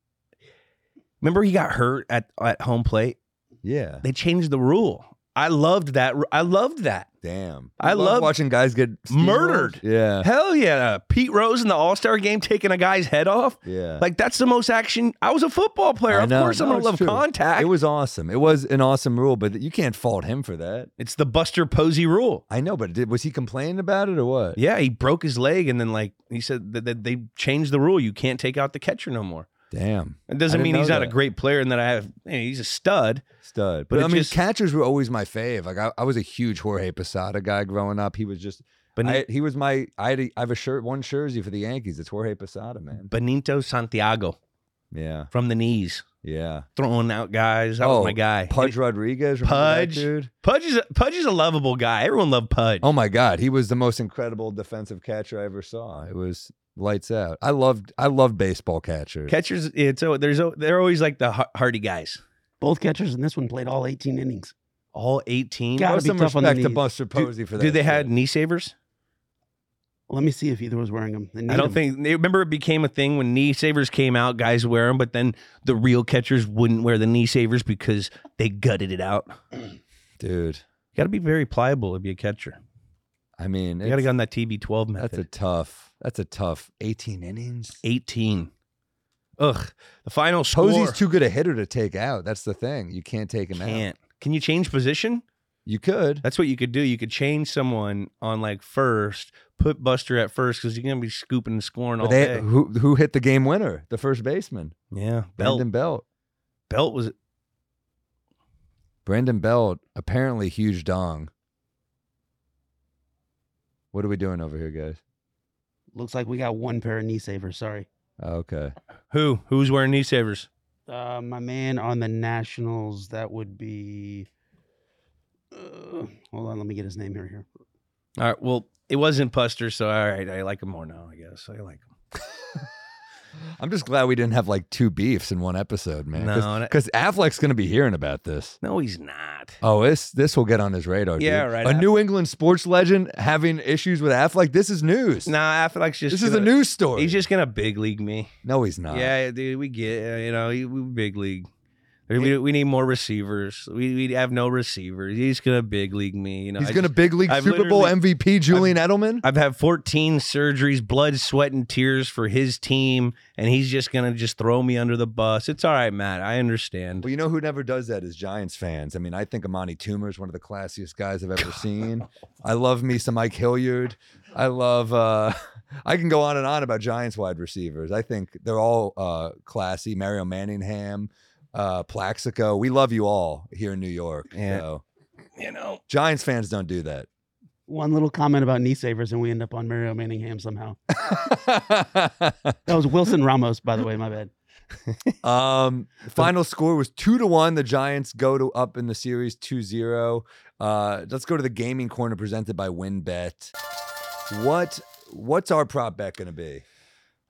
[SPEAKER 1] Remember he got hurt at at home plate.
[SPEAKER 2] Yeah.
[SPEAKER 1] They changed the rule. I loved that. ru- I loved that.
[SPEAKER 2] Damn.
[SPEAKER 1] I
[SPEAKER 2] You
[SPEAKER 1] love-
[SPEAKER 2] watching guys get steamrolled?
[SPEAKER 1] Murdered.
[SPEAKER 2] Yeah.
[SPEAKER 1] Hell yeah! Pete Rose in the All Star game taking a guy's head off.
[SPEAKER 2] Yeah.
[SPEAKER 1] Like that's the most action. I was a football player.
[SPEAKER 2] I
[SPEAKER 1] Of
[SPEAKER 2] know.
[SPEAKER 1] course, I'm
[SPEAKER 2] No,
[SPEAKER 1] gonna
[SPEAKER 2] it's
[SPEAKER 1] love
[SPEAKER 2] true.
[SPEAKER 1] contact.
[SPEAKER 2] it was awesome. It was an awesome rule, but you can't fault him for that.
[SPEAKER 1] It's the Buster Posey rule.
[SPEAKER 2] I know, but did, was he complaining about it or what?
[SPEAKER 1] Yeah, he broke his leg, and then like he said that, that they changed the rule. You can't take out the catcher no more.
[SPEAKER 2] Damn.
[SPEAKER 1] It
[SPEAKER 2] I
[SPEAKER 1] doesn't
[SPEAKER 2] didn't
[SPEAKER 1] mean he's
[SPEAKER 2] know
[SPEAKER 1] not a
[SPEAKER 2] that.
[SPEAKER 1] great player, and that I have. you know, he's a stud.
[SPEAKER 2] stud.
[SPEAKER 1] But
[SPEAKER 2] But, I
[SPEAKER 1] it
[SPEAKER 2] mean,
[SPEAKER 1] just-
[SPEAKER 2] catchers were always my fave. Like I, I was a huge Jorge Posada guy growing up. He was just,
[SPEAKER 1] Beni-
[SPEAKER 2] I, he was my. I had a, I have a shirt, one jersey for the Yankees. It's Jorge Posada, man.
[SPEAKER 1] Benito Santiago
[SPEAKER 2] Yeah,
[SPEAKER 1] from the knees,
[SPEAKER 2] yeah.
[SPEAKER 1] throwing out guys. That
[SPEAKER 2] Oh,
[SPEAKER 1] was my guy.
[SPEAKER 2] Pudge Rodriguez, remember that
[SPEAKER 1] Pudge.
[SPEAKER 2] dude.
[SPEAKER 1] Pudge is a, Pudge is a lovable guy. Everyone loved Pudge.
[SPEAKER 2] Oh my God, he was the most incredible defensive catcher I ever saw. It was lights out. I loved, I loved baseball catchers.
[SPEAKER 1] Catchers, it's oh, there's oh, they're always like the har- hardy guys.
[SPEAKER 3] Both catchers in this one played all 18 innings.
[SPEAKER 1] All eighteen.
[SPEAKER 3] Gotta
[SPEAKER 2] Have
[SPEAKER 3] be
[SPEAKER 2] some
[SPEAKER 3] tough on the
[SPEAKER 2] respect to
[SPEAKER 3] knees.
[SPEAKER 2] Buster Posey for that.
[SPEAKER 1] Do they
[SPEAKER 2] shit.
[SPEAKER 1] had knee savers?
[SPEAKER 3] Let me see if either was wearing them. They
[SPEAKER 1] I
[SPEAKER 3] need
[SPEAKER 1] don't
[SPEAKER 3] 'em.
[SPEAKER 1] think. They, remember, it became a thing when knee savers came out. Guys wear them, but then the real catchers wouldn't wear the knee savers because they gutted it out.
[SPEAKER 2] dude?
[SPEAKER 1] You got to be very pliable to be a catcher.
[SPEAKER 2] I mean,
[SPEAKER 1] You got to
[SPEAKER 2] it's-
[SPEAKER 1] get on that TB12
[SPEAKER 2] that's a
[SPEAKER 1] method.
[SPEAKER 2] tough. That's a tough. Eighteen innings.
[SPEAKER 1] 18. Ugh. The final score.
[SPEAKER 2] Posey's too good a hitter to take out. That's the thing. You can't take him out.
[SPEAKER 1] can't. Can you change position?
[SPEAKER 2] You could.
[SPEAKER 1] That's what you could do. You could change someone on like first, put Buster at first because you're gonna be scooping and scoring all
[SPEAKER 2] But they,
[SPEAKER 1] day.
[SPEAKER 2] who who hit the game winner? The first baseman,
[SPEAKER 1] Yeah, Belt.
[SPEAKER 2] Brandon Belt.
[SPEAKER 1] Belt was
[SPEAKER 2] Brandon Belt, apparently huge dong. What are we doing over here, guys?
[SPEAKER 3] Looks like we got one pair of knee savers. Sorry.
[SPEAKER 2] Oh, okay,
[SPEAKER 1] who? Who's wearing knee savers?
[SPEAKER 3] Uh, my man on the Nationals, that would be. Uh, hold on, let me get his name here. Here,
[SPEAKER 1] All right. Well, it wasn't Buster, so all right. I like him more now. I guess I like him.
[SPEAKER 2] I'm just glad we didn't have like two beefs in one episode, man.
[SPEAKER 1] No, that-
[SPEAKER 2] because Affleck's gonna be hearing about this.
[SPEAKER 1] No, he's not.
[SPEAKER 2] Oh, this this will get on his radar. dude.
[SPEAKER 1] Yeah, right.
[SPEAKER 2] A New England sports legend having issues with Affleck. This is news.
[SPEAKER 1] Nah, Affleck's just.
[SPEAKER 2] this is a
[SPEAKER 1] gonna-
[SPEAKER 2] news story.
[SPEAKER 1] He's just gonna big league me.
[SPEAKER 2] no, he's not.
[SPEAKER 1] Yeah, dude, we get uh, you know we- we big league. We, we need more receivers. We we have no receivers. He's gonna big league me. You know,
[SPEAKER 2] he's
[SPEAKER 1] I
[SPEAKER 2] gonna
[SPEAKER 1] just-
[SPEAKER 2] big league
[SPEAKER 1] I've
[SPEAKER 2] Super Bowl
[SPEAKER 1] literally-
[SPEAKER 2] MVP Julian Edelman.
[SPEAKER 1] I've had 14 surgeries, blood, sweat, and tears for his team, and he's just gonna just throw me under the bus. It's all right, Matt. I understand.
[SPEAKER 2] Well, you know who never does that is Giants fans. I mean, I think Amani Toomer is one of the classiest guys I've ever seen. I love me some Mike Hilliard. I love. uh I can go on and on about Giants wide receivers. I think they're all uh classy. Mario Manningham, uh Plaxico. We love you all here in New York.
[SPEAKER 1] Yeah.
[SPEAKER 2] So
[SPEAKER 1] you know.
[SPEAKER 2] Giants fans don't do that.
[SPEAKER 3] One little comment about knee savers, and we end up on Mario Manningham somehow. That was Wilson Ramos, by the way. My bad.
[SPEAKER 2] um, final score was two to one. The Giants go to up in the series 2-0. Uh, let's go to the gaming corner presented by WinBet. What what's our prop bet gonna be?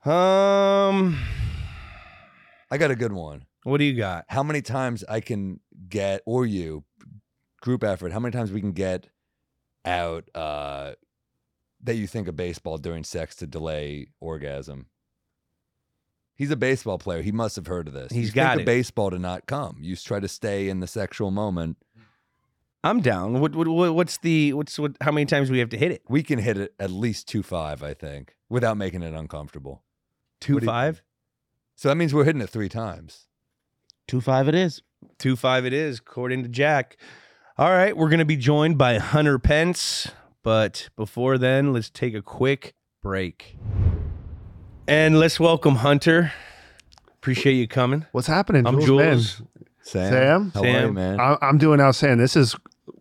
[SPEAKER 1] Um,
[SPEAKER 2] I got a good one.
[SPEAKER 1] what do you got?
[SPEAKER 2] How many times I can get or you group effort? How many times we can get out uh, that you think of baseball during sex to delay orgasm? He's a baseball player. He must have heard of this.
[SPEAKER 1] He's
[SPEAKER 2] you
[SPEAKER 1] got
[SPEAKER 2] think
[SPEAKER 1] it.
[SPEAKER 2] Of baseball to not come. You try to stay in the sexual moment.
[SPEAKER 1] I'm down. What, what what what's the what's what? How many times do we have to hit it?
[SPEAKER 2] We can hit it at least two five, I think, without making it uncomfortable.
[SPEAKER 1] Two
[SPEAKER 2] What do you
[SPEAKER 1] five?
[SPEAKER 2] So that means we're hitting it three times.
[SPEAKER 3] Two five it is.
[SPEAKER 1] Two five it is, according to Jack. All right, we're gonna be joined by Hunter Pence, but before then, let's take a quick break. And let's welcome Hunter. Appreciate you coming.
[SPEAKER 4] What's happening?
[SPEAKER 1] I'm
[SPEAKER 4] Mann.
[SPEAKER 1] Jules.
[SPEAKER 2] Sam,
[SPEAKER 4] Sam?
[SPEAKER 2] how are you,
[SPEAKER 1] Sam.
[SPEAKER 2] man?
[SPEAKER 4] I- I'm doing outstanding. This is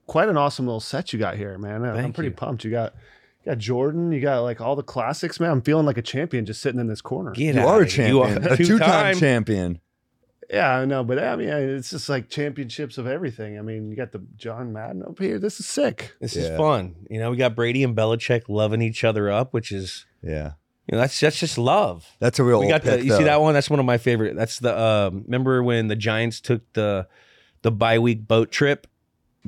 [SPEAKER 4] quite an awesome little set you got here, man. I'm
[SPEAKER 1] Thank
[SPEAKER 4] pretty
[SPEAKER 1] you.
[SPEAKER 4] pumped. You got you got Jordan. You got like all the classics, man. I'm feeling like a champion just sitting in this corner. Yeah,
[SPEAKER 1] Get
[SPEAKER 2] you
[SPEAKER 1] outta
[SPEAKER 2] are a
[SPEAKER 1] here. You are
[SPEAKER 2] champion, a two-time champion.
[SPEAKER 4] I know, but I mean, it's just like championships of everything. I mean, you got the John Madden up here. This is sick.
[SPEAKER 1] This
[SPEAKER 2] Yeah.
[SPEAKER 1] is fun. You know, we got Brady and Belichick loving each other up, which is
[SPEAKER 2] Yeah,
[SPEAKER 1] you know that's that's just love.
[SPEAKER 2] that's a real.
[SPEAKER 1] we
[SPEAKER 2] old
[SPEAKER 1] got the
[SPEAKER 2] pick,
[SPEAKER 1] you see
[SPEAKER 2] though.
[SPEAKER 1] that one that's one of my favorite that's the um remember when the giants took the the bye week boat trip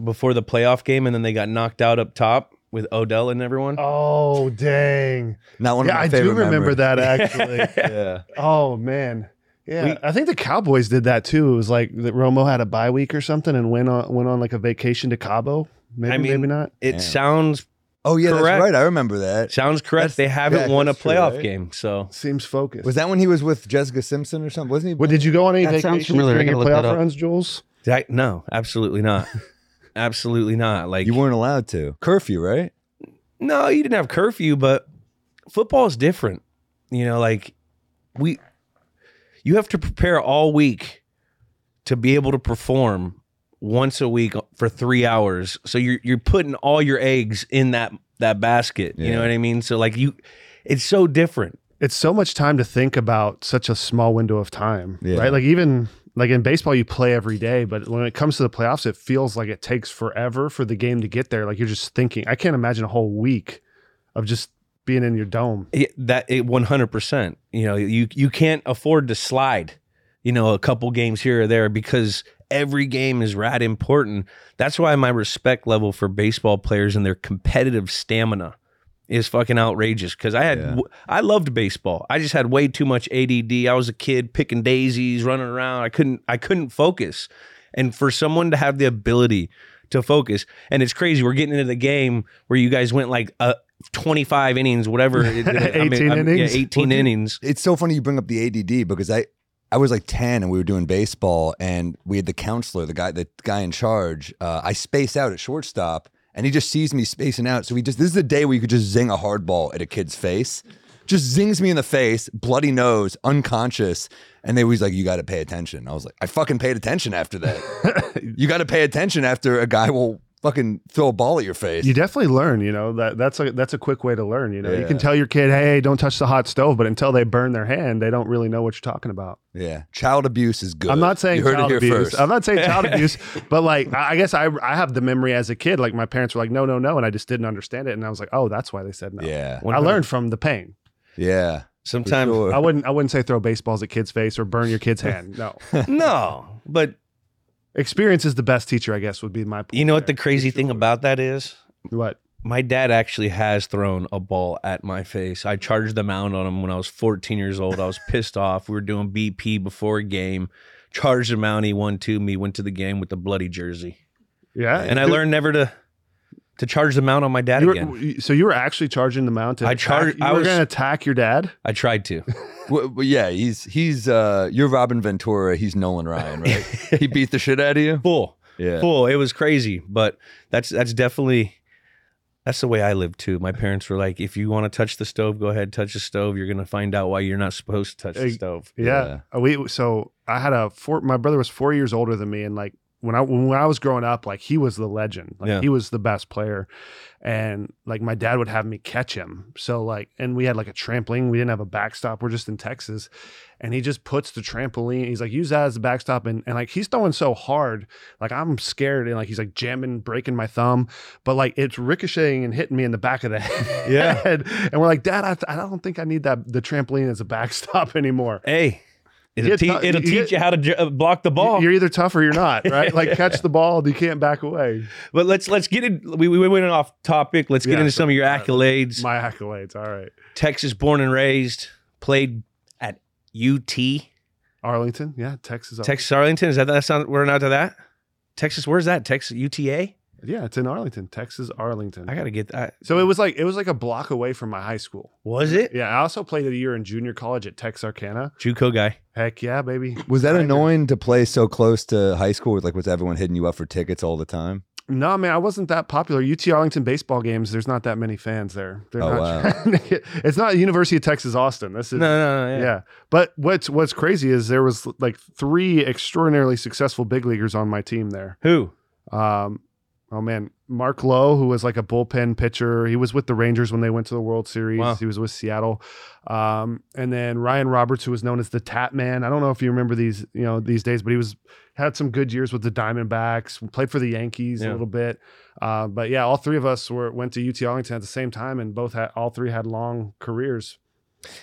[SPEAKER 1] before the playoff game and then they got knocked out up top with odell and everyone
[SPEAKER 4] Oh dang!
[SPEAKER 2] Not one
[SPEAKER 4] yeah,
[SPEAKER 2] of my
[SPEAKER 4] I do
[SPEAKER 2] favorite
[SPEAKER 4] remember
[SPEAKER 2] memories.
[SPEAKER 4] that actually.
[SPEAKER 2] Yeah.
[SPEAKER 4] oh man. Yeah,
[SPEAKER 1] We-
[SPEAKER 4] I think the Cowboys did that too. It was like that Romo had a bye week or something and went on went on like a vacation to Cabo. Maybe
[SPEAKER 1] mean,
[SPEAKER 4] maybe not.
[SPEAKER 1] it
[SPEAKER 2] Damn.
[SPEAKER 1] sounds
[SPEAKER 2] Oh yeah,
[SPEAKER 1] Correct.
[SPEAKER 2] that's right. I remember that.
[SPEAKER 1] sounds correct
[SPEAKER 2] That's-
[SPEAKER 1] they haven't
[SPEAKER 2] yeah,
[SPEAKER 1] won a
[SPEAKER 2] that's true,
[SPEAKER 1] playoff
[SPEAKER 2] right?
[SPEAKER 1] game so
[SPEAKER 4] Seems focused.
[SPEAKER 2] Was that when he was with Jessica Simpson or something? Wasn't he?
[SPEAKER 4] What did you go on any
[SPEAKER 3] That sounds
[SPEAKER 4] vacations
[SPEAKER 3] familiar. I
[SPEAKER 4] during
[SPEAKER 3] gotta
[SPEAKER 4] your
[SPEAKER 3] look that
[SPEAKER 4] playoff
[SPEAKER 3] up.
[SPEAKER 4] runs, Jules?
[SPEAKER 1] that, no absolutely not absolutely not like
[SPEAKER 2] You weren't allowed to curfew, right?
[SPEAKER 1] No, you didn't have curfew, but football is different. You know, like we, you have to prepare all week to be able to perform once a week for three hours. So you're you're putting all your eggs in that that basket. You
[SPEAKER 2] Yeah.
[SPEAKER 1] know what I mean? So like you, it's so different.
[SPEAKER 4] It's so much time to think about such a small window of time,
[SPEAKER 2] Yeah.
[SPEAKER 4] right? Like even like in baseball, you play every day, but when it comes to the playoffs, it feels like it takes forever for the game to get there. Like you're just thinking. I can't imagine a whole week of just being in your dome.
[SPEAKER 1] It- that it one hundred percent. You know, you you can't afford to slide. You know, a couple games here or there because every game is rat important. That's why my respect level for baseball players and their competitive stamina is fucking outrageous. Because I had
[SPEAKER 2] Yeah.
[SPEAKER 1] w- I loved baseball. I just had way too much ADD. I was a kid picking daisies, running around. I couldn't I couldn't focus. And for someone to have the ability to focus, and it's crazy. We're getting into the game where you guys went like uh, 25 innings, whatever. I mean,
[SPEAKER 4] 18
[SPEAKER 1] I'm-
[SPEAKER 4] innings?
[SPEAKER 1] Yeah, 18
[SPEAKER 4] Would you-
[SPEAKER 1] innings.
[SPEAKER 2] It's so funny you bring up the ADD because I I was like 10 and we were doing baseball and we had the counselor, the guy the guy in charge. Uh, I space out at shortstop and he just sees me spacing out. So he just this is the day where you could just zing a hard ball at a kid's face. Just zings me in the face, bloody nose, unconscious, and they was like, "You got to pay attention." I was like, "I fucking paid attention after that." you got to pay attention after a guy will fucking throw a ball at your face.
[SPEAKER 4] You definitely learn, you know that that's a that's a quick way to learn. You know, you
[SPEAKER 2] Yeah.
[SPEAKER 4] can tell your kid, "Hey, don't touch the hot stove," but until they burn their hand, they don't really know what you're talking about.
[SPEAKER 2] yeah, child abuse is good.
[SPEAKER 4] I'm not saying
[SPEAKER 2] you heard
[SPEAKER 4] child
[SPEAKER 2] it here
[SPEAKER 4] abuse.
[SPEAKER 2] first.
[SPEAKER 4] I'm not saying child abuse, but like I I guess I I have the memory as a kid. Like my parents were like, no, no, no, and I just didn't understand it, and I was like, oh, that's why they said no.
[SPEAKER 2] yeah,
[SPEAKER 4] I learned from the pain.
[SPEAKER 2] yeah. for
[SPEAKER 1] sometimes.
[SPEAKER 2] sure.
[SPEAKER 4] I wouldn't I wouldn't say throw baseballs at kids' face or burn your kid's hand. No,
[SPEAKER 1] No, but
[SPEAKER 4] experience is the best teacher. I guess would be my. Point
[SPEAKER 1] you know what the
[SPEAKER 4] there.
[SPEAKER 1] crazy thing about that is?
[SPEAKER 4] what?
[SPEAKER 1] My dad actually has thrown a ball at my face. I charged the mound on him when I was 14 years old. I was pissed off. We were doing BP before a game. Charged the mound. He won two me. Went to the game with the bloody jersey.
[SPEAKER 4] Yeah,
[SPEAKER 1] And I
[SPEAKER 4] Dude,
[SPEAKER 1] learned never to to charge the mound on my dad
[SPEAKER 4] you
[SPEAKER 1] again.
[SPEAKER 4] were, you- so you were actually charging the mountain.
[SPEAKER 1] I charge-
[SPEAKER 4] You
[SPEAKER 1] I
[SPEAKER 4] were
[SPEAKER 1] was-
[SPEAKER 4] going to attack your dad.
[SPEAKER 1] I tried to.
[SPEAKER 2] Well, well, yeah, he's he's uh you're Robin Ventura, he's Nolan Ryan, right? he beat the shit out of you.
[SPEAKER 1] Full,
[SPEAKER 2] Yeah.
[SPEAKER 1] full. It was crazy, but that's that's definitely that's the way I lived too. My parents were like, if you want to touch the stove, go ahead, touch the stove. You're gonna find out why you're not supposed to touch
[SPEAKER 4] Hey,
[SPEAKER 1] the stove.
[SPEAKER 4] Uh, Yeah. We so I had a four. My brother was four years older than me, and like when I when I was growing up, like he was the legend. Like
[SPEAKER 1] Yeah.
[SPEAKER 4] he was the best player. And like my dad would have me catch him. So like and we had like a trampoline. We didn't have a backstop. We're just in Texas. And he just puts the trampoline. He's like, use that as the backstop. And and like he's throwing so hard. Like I'm scared. And like he's like jamming, breaking my thumb. But like it's ricocheting and hitting me in the back of the head.
[SPEAKER 1] Yeah.
[SPEAKER 4] And we're like, Dad, I, I don't think I need that the trampoline as a backstop anymore.
[SPEAKER 1] Hey,
[SPEAKER 4] Yeah,
[SPEAKER 1] it'll, te-
[SPEAKER 4] no,
[SPEAKER 1] it'll
[SPEAKER 4] you-
[SPEAKER 1] teach you how to ju- uh, block the ball.
[SPEAKER 4] You're either tough or you're not, right? Like catch the ball, you can't back away.
[SPEAKER 1] But let's let's get it. We, we went off topic. Let's get
[SPEAKER 4] Yeah,
[SPEAKER 1] into
[SPEAKER 4] sure.
[SPEAKER 1] some of your
[SPEAKER 4] Yeah.
[SPEAKER 1] accolades.
[SPEAKER 4] My accolades. All right.
[SPEAKER 1] Texas born and raised, played at UT,
[SPEAKER 4] Arlington, yeah, Texas.
[SPEAKER 1] Texas Arlington. Is that that sound? We're not to that. Texas, where's that? Texas UTA.
[SPEAKER 4] yeah, it's in Arlington, Texas, Arlington.
[SPEAKER 1] I gotta get that.
[SPEAKER 4] so it was like it was like a block away from my high school.
[SPEAKER 1] Was it
[SPEAKER 4] Yeah, I also played a year in junior college at Texarkana.
[SPEAKER 1] JUCO guy?
[SPEAKER 4] Heck yeah, baby.
[SPEAKER 2] Was that
[SPEAKER 4] Tiger.
[SPEAKER 2] annoying to play so close to high school? With like, was everyone hitting you up for tickets all the time?
[SPEAKER 4] No, man, I wasn't that popular. UT Arlington baseball games, there's not that many fans there. They're
[SPEAKER 2] Oh,
[SPEAKER 4] not
[SPEAKER 2] wow.
[SPEAKER 4] trying to get- it's not University of Texas Austin. This
[SPEAKER 1] No,
[SPEAKER 4] is
[SPEAKER 1] no, no.
[SPEAKER 4] yeah.
[SPEAKER 1] Yeah.
[SPEAKER 4] But what's what's crazy is there was like three extraordinarily successful big leaguers on my team there.
[SPEAKER 1] Who?
[SPEAKER 4] Um, oh man, Mark Lowe, who was like a bullpen pitcher. He was with the Rangers when they went to the World Series.
[SPEAKER 1] Wow.
[SPEAKER 4] He was with Seattle. Um, and then Ryan Roberts, who was known as the Tap Man. I don't know if you remember these, you know, these days, but he was had some good years with the Diamondbacks. Played for the Yankees a
[SPEAKER 1] Yeah.
[SPEAKER 4] little bit. Uh, but yeah, all three of us were went to UT Arlington at the same time, and both had all three had long careers.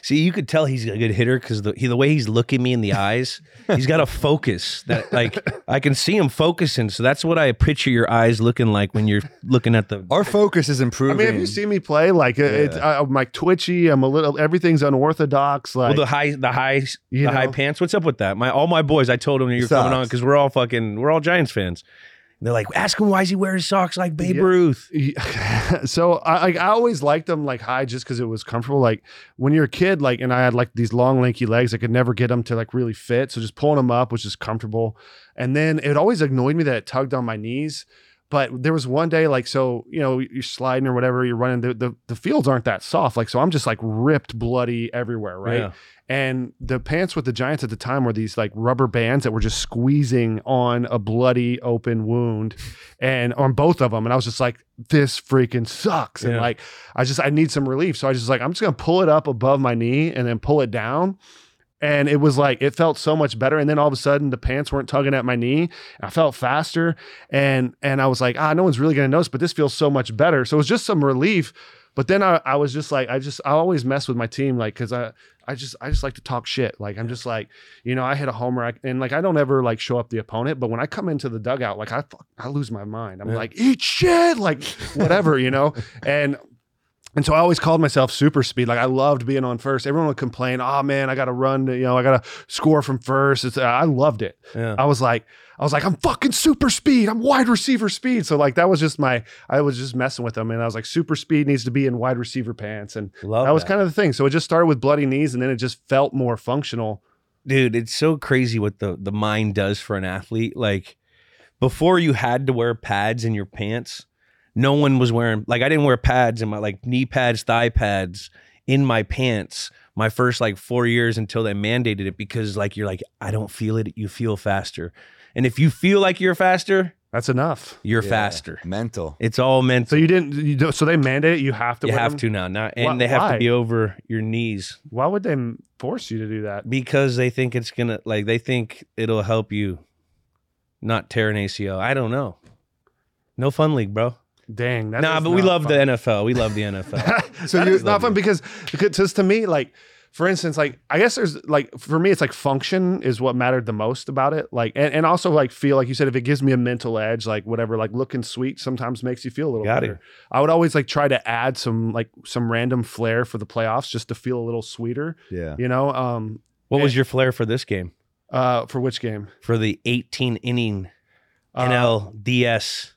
[SPEAKER 1] See, you could tell he's a good hitter because the he, the way he's looking me in the eyes, he's got a focus that like I can see him focusing. So that's what I picture your eyes looking like when you're looking at the.
[SPEAKER 2] Our focus is improving.
[SPEAKER 4] I mean, have you seen me play? Like, it's, I, I'm like twitchy. I'm a little. Everything's unorthodox. Like,
[SPEAKER 1] Well, the high, the high,
[SPEAKER 4] you
[SPEAKER 1] the high
[SPEAKER 4] know.
[SPEAKER 1] pants. What's up with that? My all my boys. I told them you're coming on
[SPEAKER 2] Socks.
[SPEAKER 1] because we're all fucking, we're all Giants fans. And they're like, ask him why does he wear his socks like Babe
[SPEAKER 4] Yeah.
[SPEAKER 1] Ruth?
[SPEAKER 4] Yeah. so I like I always liked them like high just because it was comfortable. Like when you're a kid, like and I had like these long lanky legs, I could never get them to like really fit. So just pulling them up was just comfortable. And then it always annoyed me that it tugged on my knees. But there was one day like so you know you're sliding or whatever you're running the the, the fields aren't that soft like so I'm just like ripped bloody everywhere right
[SPEAKER 1] Yeah.
[SPEAKER 4] and the pants with the Giants at the time were these like rubber bands that were just squeezing on a bloody open wound and on both of them. And I was just like, this freaking sucks. And
[SPEAKER 1] Yeah.
[SPEAKER 4] like, I just, I need some relief. So I was just like, I'm just going to pull it up above my knee and then pull it down. And it was like, it felt so much better. And then all of a sudden the pants weren't tugging at my knee. I felt faster. And, and I was like, ah, no one's really going to notice, but this feels so much better. So it was just some relief. But then I, I was just like, I just, I always mess with my team. Like, cause I, I just I just like to talk shit. Like I'm just like, you know, I hit a homer I, and like I don't ever like show up the opponent, but when I come into the dugout, like I fuck- I lose my mind. I'm
[SPEAKER 1] Yeah.
[SPEAKER 4] like, eat shit, like whatever, you know? And and so I always called myself super speed. Like I loved being on first. Everyone would complain, "Oh man, I got to run, you know, I got to score from first. It's, I loved it.
[SPEAKER 1] Yeah.
[SPEAKER 4] I was like, I was like, I'm fucking super speed. I'm wide receiver speed. So like that was just my, I was just messing with them, and I was like, super speed needs to be in wide receiver pants, and
[SPEAKER 1] Love
[SPEAKER 4] that was kind of the thing. So it just started with bloody knees, and then it just felt more functional.
[SPEAKER 1] dude it's so crazy what the the mind does for an athlete like before you had to wear pads in your pants no one was wearing like i didn't wear pads in my like knee pads thigh pads in my pants my first like four years until they mandated it because like you're like i don't feel it you feel faster and if you feel like you're faster
[SPEAKER 4] That's enough.
[SPEAKER 1] you're
[SPEAKER 2] Yeah.
[SPEAKER 1] faster
[SPEAKER 2] mental?
[SPEAKER 1] it's all meant
[SPEAKER 4] So you didn't. You don't, so they mandate it. You have to.
[SPEAKER 1] you
[SPEAKER 4] wear
[SPEAKER 1] have
[SPEAKER 4] them?
[SPEAKER 1] to now not and
[SPEAKER 4] Why-
[SPEAKER 1] they have
[SPEAKER 4] why?
[SPEAKER 1] to be over your knees
[SPEAKER 4] Why would they m- force you to do that?
[SPEAKER 1] because they think it's gonna like they think it'll help you not tear an ACL. I don't know. No fun league, bro.
[SPEAKER 4] Dang. That
[SPEAKER 1] nah,
[SPEAKER 4] is
[SPEAKER 1] but we
[SPEAKER 4] not
[SPEAKER 1] love
[SPEAKER 4] fun.
[SPEAKER 1] the NFL. We love the NFL.
[SPEAKER 4] so
[SPEAKER 1] That
[SPEAKER 4] you,
[SPEAKER 1] is
[SPEAKER 4] it's not fun
[SPEAKER 1] lovely.
[SPEAKER 4] because because to me like for instance like i guess there's like for me it's like function is what mattered the most about it like and, and also like feel like you said if it gives me a mental edge like whatever like looking sweet sometimes makes you feel a little
[SPEAKER 1] Got it.
[SPEAKER 4] better i would always like try to add some like some random flair for the playoffs just to feel a little sweeter
[SPEAKER 2] Yeah.
[SPEAKER 4] you know um
[SPEAKER 1] what was your flair for this game?
[SPEAKER 4] uh for which game
[SPEAKER 1] For the 18 inning
[SPEAKER 4] Uh,
[SPEAKER 1] NLDS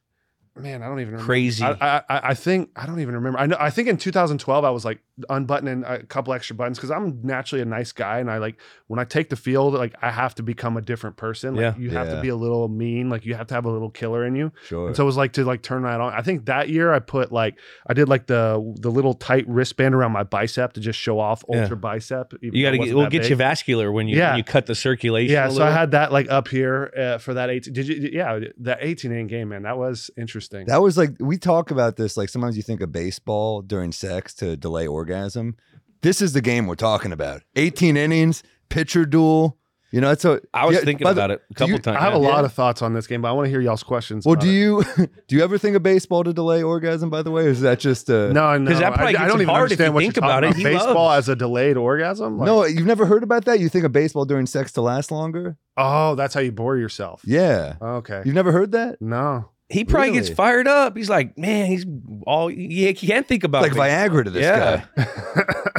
[SPEAKER 4] man, I don't even remember.
[SPEAKER 1] Crazy.
[SPEAKER 4] I, I I- I think I don't even remember. I know I think in 2012 I was like unbuttoning a couple extra buttons because I'm naturally a nice guy and I like when I take the field like I have to become a different person. Like
[SPEAKER 1] Yeah.
[SPEAKER 4] you have
[SPEAKER 2] Yeah.
[SPEAKER 4] to be a little mean. Like you have to have a little killer in you.
[SPEAKER 2] Sure.
[SPEAKER 4] And so it was like to like turn that on. I think that year I put like I did like the the little tight wristband around my bicep to just show off
[SPEAKER 1] Yeah.
[SPEAKER 4] ultra bicep. even
[SPEAKER 1] you
[SPEAKER 4] though
[SPEAKER 1] gotta
[SPEAKER 4] it
[SPEAKER 1] get
[SPEAKER 4] wasn't
[SPEAKER 1] we'll
[SPEAKER 4] that
[SPEAKER 1] get
[SPEAKER 4] big.
[SPEAKER 1] you vascular when you
[SPEAKER 4] Yeah.
[SPEAKER 1] when you cut the circulation.
[SPEAKER 4] Yeah,
[SPEAKER 1] a
[SPEAKER 4] so I
[SPEAKER 1] little.
[SPEAKER 4] had that like up here uh, for that 18. Did you? Yeah, that 18 in game, man. That was interesting.
[SPEAKER 2] That was like we talk about this. Like sometimes you think of baseball during sex to delay orgasm. This is the game we're talking about. 18 innings, pitcher duel. You know, that's a.
[SPEAKER 1] I was thinking about it a couple
[SPEAKER 2] you-
[SPEAKER 1] times.
[SPEAKER 4] I have a
[SPEAKER 1] yeah.
[SPEAKER 4] lot of thoughts on this game, but I want to hear y'all's questions.
[SPEAKER 2] Well,
[SPEAKER 4] about
[SPEAKER 2] do
[SPEAKER 4] it.
[SPEAKER 2] you do you ever think of baseball to delay orgasm? By the way, or is that just a
[SPEAKER 4] No, no.
[SPEAKER 1] 'Cause that probably
[SPEAKER 4] I, I
[SPEAKER 1] gets
[SPEAKER 4] don't
[SPEAKER 1] him
[SPEAKER 4] even
[SPEAKER 1] hard if
[SPEAKER 4] understand
[SPEAKER 1] you
[SPEAKER 4] what
[SPEAKER 1] think
[SPEAKER 4] you're talking
[SPEAKER 1] about it. He
[SPEAKER 4] Baseball
[SPEAKER 1] loves-
[SPEAKER 4] as a delayed orgasm. Like,
[SPEAKER 2] no? You've never heard about that. You think of baseball during sex to last longer?
[SPEAKER 4] Oh, that's how you bore yourself.
[SPEAKER 2] Yeah,
[SPEAKER 4] Okay.
[SPEAKER 2] you've never heard that.
[SPEAKER 4] No.
[SPEAKER 1] He probably gets
[SPEAKER 2] Really?
[SPEAKER 1] fired up. He's like, man, he's all he, he can't think about
[SPEAKER 2] It's like
[SPEAKER 1] me."
[SPEAKER 2] Viagra to this
[SPEAKER 1] Yeah.
[SPEAKER 2] guy.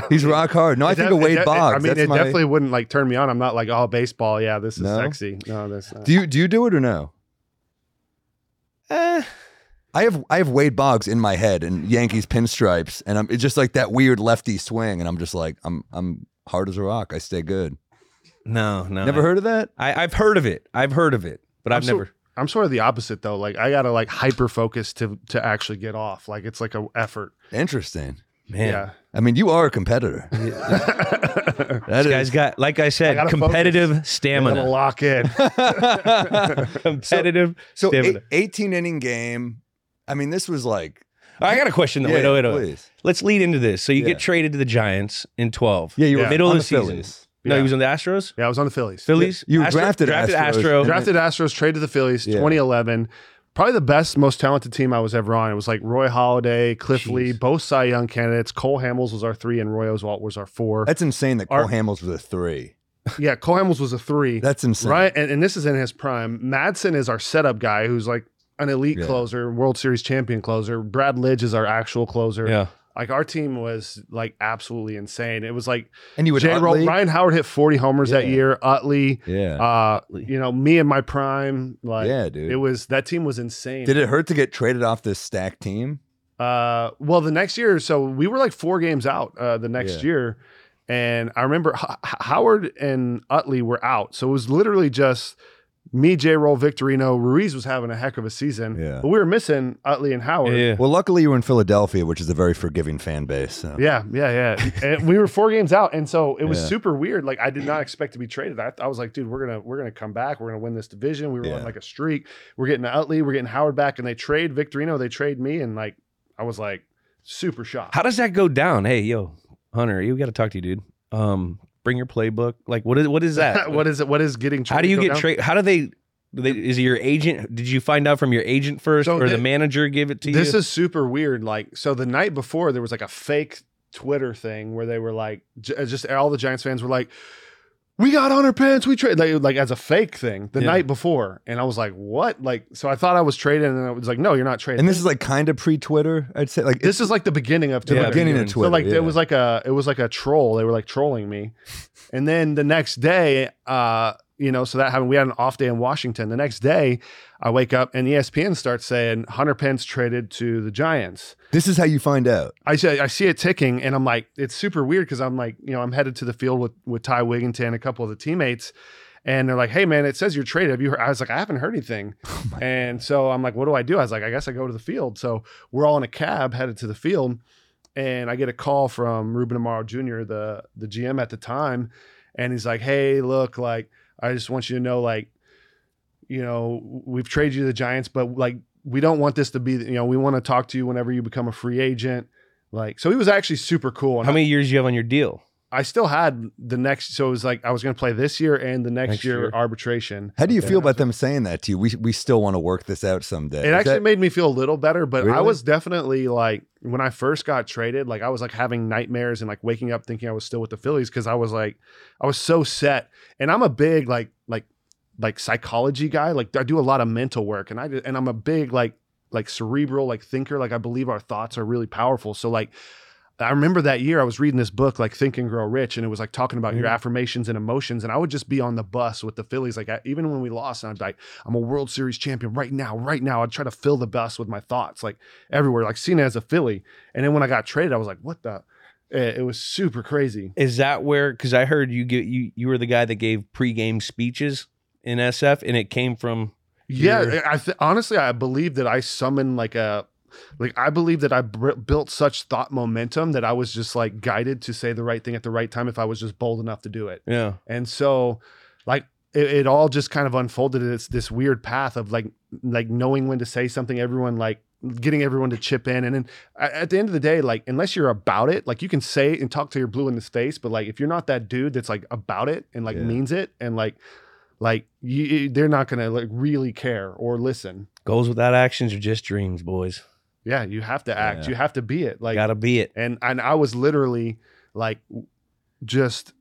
[SPEAKER 2] He's rock hard. No, I
[SPEAKER 4] It
[SPEAKER 2] think
[SPEAKER 4] de-
[SPEAKER 2] of
[SPEAKER 4] it
[SPEAKER 2] Wade
[SPEAKER 4] de- it-
[SPEAKER 2] Boggs.
[SPEAKER 4] I mean,
[SPEAKER 2] That's
[SPEAKER 4] it
[SPEAKER 2] my-
[SPEAKER 4] definitely wouldn't like turn me on. I'm not like, oh, baseball. Yeah, this is
[SPEAKER 2] No?
[SPEAKER 4] sexy. No, that's not.
[SPEAKER 2] Do you do you do it or no?
[SPEAKER 1] Eh,
[SPEAKER 2] I have I have Wade Boggs in my head and Yankees pinstripes, and I'm it's just like that weird lefty swing, and I'm just like I'm I'm hard as a rock. I stay good.
[SPEAKER 1] no, no.
[SPEAKER 2] Never heard of that.
[SPEAKER 1] I, I've heard of it. I've heard of it, but I've
[SPEAKER 4] I'm so-
[SPEAKER 1] never.
[SPEAKER 4] I'm sort of the opposite though. Like I gotta like hyper focus to to actually get off. Like it's like a effort.
[SPEAKER 2] Interesting.
[SPEAKER 1] Man,
[SPEAKER 4] Yeah.
[SPEAKER 2] I mean, you are a competitor. That
[SPEAKER 1] this
[SPEAKER 2] is-
[SPEAKER 1] guy's got, like I
[SPEAKER 4] I
[SPEAKER 1] said,
[SPEAKER 4] gotta
[SPEAKER 1] competitive
[SPEAKER 4] Gotta
[SPEAKER 1] stamina.
[SPEAKER 4] lock in.
[SPEAKER 1] competitive.
[SPEAKER 2] so eight-
[SPEAKER 1] Stamina.
[SPEAKER 2] 18 inning game. I mean, this was like
[SPEAKER 1] I got a question though. wait,
[SPEAKER 2] Yeah,
[SPEAKER 1] wait, wait, wait.
[SPEAKER 2] please.
[SPEAKER 1] Let's lead into this. So you
[SPEAKER 2] Yeah.
[SPEAKER 1] get traded to the Giants in twelve.
[SPEAKER 2] Yeah, you were
[SPEAKER 4] Yeah.
[SPEAKER 1] middle
[SPEAKER 2] on
[SPEAKER 1] of the
[SPEAKER 2] the
[SPEAKER 1] season.
[SPEAKER 2] Phillies.
[SPEAKER 1] No,
[SPEAKER 4] Yeah.
[SPEAKER 1] he was on the Astros.
[SPEAKER 4] Yeah, I was on the Phillies.
[SPEAKER 1] Phillies.
[SPEAKER 2] You were drafted
[SPEAKER 1] drafted
[SPEAKER 2] Astros.
[SPEAKER 1] Astro.
[SPEAKER 2] Dra-
[SPEAKER 4] Drafted Astros, traded to the Phillies,
[SPEAKER 2] Yeah.
[SPEAKER 4] 2011. Probably the best, most talented team I was ever on. It was like Roy Holiday, Cliff
[SPEAKER 1] Jeez.
[SPEAKER 4] Lee, both Cy Young candidates. Cole Hamels was our three, and Roy Oswalt was our four.
[SPEAKER 2] That's insane that Cole
[SPEAKER 4] Our-
[SPEAKER 2] Hamels was a three.
[SPEAKER 4] yeah, Cole Hamels was a three.
[SPEAKER 2] That's insane.
[SPEAKER 4] Right, and, and this is in his prime. Madsen is our setup guy, who's like an elite
[SPEAKER 2] Yeah.
[SPEAKER 4] closer, World Series champion closer. Brad Lidge is our actual closer.
[SPEAKER 1] yeah.
[SPEAKER 4] Like our team was like absolutely insane. It was like
[SPEAKER 2] And you would
[SPEAKER 4] J. Roll,
[SPEAKER 2] Utley?
[SPEAKER 4] Ryan Howard hit 40 homers that
[SPEAKER 2] Yeah.
[SPEAKER 4] year. Utley,
[SPEAKER 2] Yeah.
[SPEAKER 4] uh, you know, me and my prime. Like
[SPEAKER 2] yeah, dude.
[SPEAKER 4] Uh, it was that team was insane.
[SPEAKER 2] Did it hurt to get traded off this stack team?
[SPEAKER 4] Uh, well, the next year, so we were like four games out uh, the next
[SPEAKER 2] Yeah.
[SPEAKER 4] year, and I remember H- H- Howard and Utley were out, so it was literally just me, J. Roll, Victorino, Ruiz was having a heck of a season,
[SPEAKER 2] Yeah.
[SPEAKER 4] but we were missing Utley and Howard.
[SPEAKER 1] Yeah.
[SPEAKER 2] Well, luckily you were in Philadelphia, which is a very forgiving fan base. So.
[SPEAKER 4] Yeah, yeah, yeah. and we were four games out, and so it was
[SPEAKER 2] Yeah.
[SPEAKER 4] super weird. Like I did not expect to be traded. I, I was like, dude, we're gonna we're gonna come back. We're gonna win this division. We were
[SPEAKER 2] Yeah.
[SPEAKER 4] on like a streak. We're getting Utley. We're getting Howard back, and they trade Victorino. They trade me, and like I was like super shocked.
[SPEAKER 1] How does that go down? Hey, yo, Hunter, you got to talk to you, dude. Um, bring your playbook. Like, what is what is that?
[SPEAKER 4] what is it? What is getting?
[SPEAKER 1] How do
[SPEAKER 4] traded
[SPEAKER 1] you
[SPEAKER 4] go
[SPEAKER 1] get
[SPEAKER 4] down?
[SPEAKER 1] trade? How do they? do they is it your agent? Did you find out from your agent first,
[SPEAKER 4] So
[SPEAKER 1] or the
[SPEAKER 4] thi-
[SPEAKER 1] manager give it to you?
[SPEAKER 4] This is super weird. Like, so the night before, there was like a fake Twitter thing where they were like, j- uh, just all the Giants fans were like, "We got on our pants. We trade like, like as a fake thing the
[SPEAKER 1] Yeah.
[SPEAKER 4] night before." And I was like, "What?" Like, so I thought I was trading, and I was like, "No, you're not trading."
[SPEAKER 2] And this is like kind of pre-Twitter, I'd say. Like
[SPEAKER 4] this is like the beginning of
[SPEAKER 2] the
[SPEAKER 1] Yeah,
[SPEAKER 4] Twitter.
[SPEAKER 2] beginning of
[SPEAKER 1] beginning.
[SPEAKER 2] Twitter.
[SPEAKER 4] so like
[SPEAKER 2] yeah.
[SPEAKER 4] it was like a it was like a troll. They were like trolling me, and then the next day, uh, you know, so that happened. We had an off day in Washington. The next day, I wake up and E ESPN starts saying Hunter Pence traded to the Giants.
[SPEAKER 2] this is how you find out.
[SPEAKER 4] I see, I see it ticking, and I'm like, it's super weird because I'm like, you know, I'm headed to the field with with Ty Wigginton, a couple of the teammates, and they're like, "Hey, man, it says you're traded. Have you?" Heard? I was like, "I haven't heard anything," and so I'm like, "What do I do?" I was like, "I guess I go to the field." So we're all in a cab headed to the field, and I get a call from Ruben Amaro Jr., the the GM at the time, and he's like, "Hey, look, like, I just want you to know, like, you know, we've traded you to the Giants, but like." We don't want this to be, you know, we want to talk to you whenever you become a free agent. Like, so he was actually super cool. And
[SPEAKER 1] How many years you have on your deal?
[SPEAKER 4] I still had the next, so it was like I was going to play this year and the next,
[SPEAKER 1] Next
[SPEAKER 4] year,
[SPEAKER 1] year.
[SPEAKER 4] arbitration.
[SPEAKER 2] How do you
[SPEAKER 4] Okay.
[SPEAKER 2] feel about them saying that to you? We we still want to work this out someday.
[SPEAKER 4] It
[SPEAKER 2] Is
[SPEAKER 4] actually
[SPEAKER 2] that-
[SPEAKER 4] made me feel a little better, but I
[SPEAKER 2] Really?
[SPEAKER 4] was definitely like, when I first got traded, like I was like having nightmares and like waking up thinking I was still with the Phillies because I was like, I was so set. And I'm a big like, like, like psychology guy. Like I do a lot of mental work and I, do- and I'm a big like, like cerebral, like thinker. Like I believe our thoughts are really powerful. So like, I remember that year I was reading this book, like Think and Grow Rich, and it was like talking about
[SPEAKER 2] Mm-hmm.
[SPEAKER 4] your
[SPEAKER 1] Mhm.
[SPEAKER 4] affirmations and emotions. And I would just be on the bus with the Phillies, like I, even when we lost, and I'd be like, I'm a World Series champion right now, right now. I'd try to fill the bus with my thoughts, like everywhere, like seen as a Philly. And then when I got traded, I was like, what the? Eh, It it was super crazy.
[SPEAKER 1] Is that where? Because I heard you get you you were the guy that gave pregame speeches in SF, and it came from
[SPEAKER 4] Yeah,
[SPEAKER 1] You're-
[SPEAKER 4] I th- honestly, I believe that I summoned like a, like I believe that I br- built such thought momentum that I was just like guided to say the right thing at the right time if I was just bold enough to do it.
[SPEAKER 1] yeah.
[SPEAKER 4] And so, like it, it all just kind of unfolded. It's this weird path of like like knowing when to say something. Everyone like getting everyone to chip in, and then a- at the end of the day, like unless you're about it, like you can say it and talk to your blue in the face, but like if you're not that dude that's like about it and like
[SPEAKER 2] Yeah.
[SPEAKER 4] means it and like like you, you- they're not gonna like really care or listen.
[SPEAKER 1] Goals without actions are just dreams, boys.
[SPEAKER 4] Yeah, you have to act.
[SPEAKER 2] Yeah.
[SPEAKER 4] You have to be it. Like
[SPEAKER 1] Gotta be it.
[SPEAKER 4] and and I was literally like w- just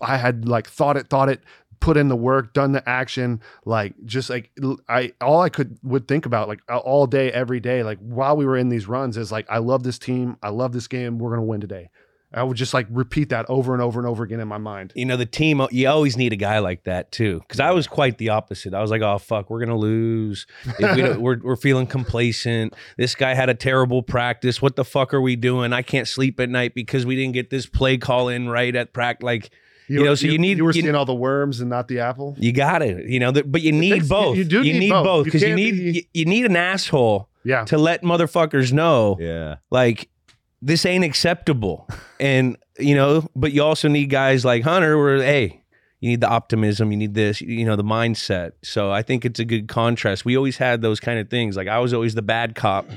[SPEAKER 4] I had like thought it thought it put in the work done the action like just like l- I all I could would think about like a- all day every day like while we were in these runs is like I love this team I love this game we're going to win today I would just like repeat that over and over and over again in my mind
[SPEAKER 1] you know the team uh, you always need a guy like that too because i was quite the opposite i was like oh fuck we're gonna lose if we don't, we're, we're feeling complacent this guy had a terrible practice what the fuck are we doing i can't sleep at night because we didn't get this play call in right at practice like You know, so you need-
[SPEAKER 4] you were
[SPEAKER 1] you-
[SPEAKER 4] seeing all the worms and not the apple
[SPEAKER 1] you got it you know that- but you need
[SPEAKER 4] takes- you-
[SPEAKER 1] both
[SPEAKER 4] you do need
[SPEAKER 1] need
[SPEAKER 4] both.
[SPEAKER 1] both
[SPEAKER 4] You
[SPEAKER 1] because you,
[SPEAKER 4] can't
[SPEAKER 1] need
[SPEAKER 4] be-
[SPEAKER 1] you, you need an asshole
[SPEAKER 4] yeah
[SPEAKER 1] to let motherfuckers know
[SPEAKER 2] Yeah.
[SPEAKER 1] like this ain't acceptable and you know but you also need guys like hunter where hey you need the optimism you need this you know the mindset so i think it's a good contrast we always had those kind of things like i was always the bad cop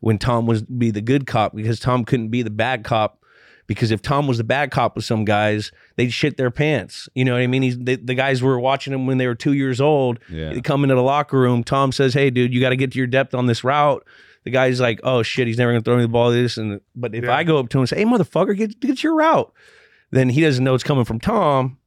[SPEAKER 1] when tom was be the good cop because tom couldn't be the bad cop because if Tom was the bad cop with some guys, they'd shit their pants. You know what I mean? He's, the the guys were watching him when they were two years old,
[SPEAKER 2] Yeah.
[SPEAKER 1] they come into the locker room. Tom says, "Hey, dude, you got to get to your depth on this route." The guy's like, "Oh shit, he's never gonna throw me the ball." This and but if
[SPEAKER 4] Yeah.
[SPEAKER 1] I go up to him and say, "Hey, motherfucker, get get your route," then he doesn't know it's coming from Tom,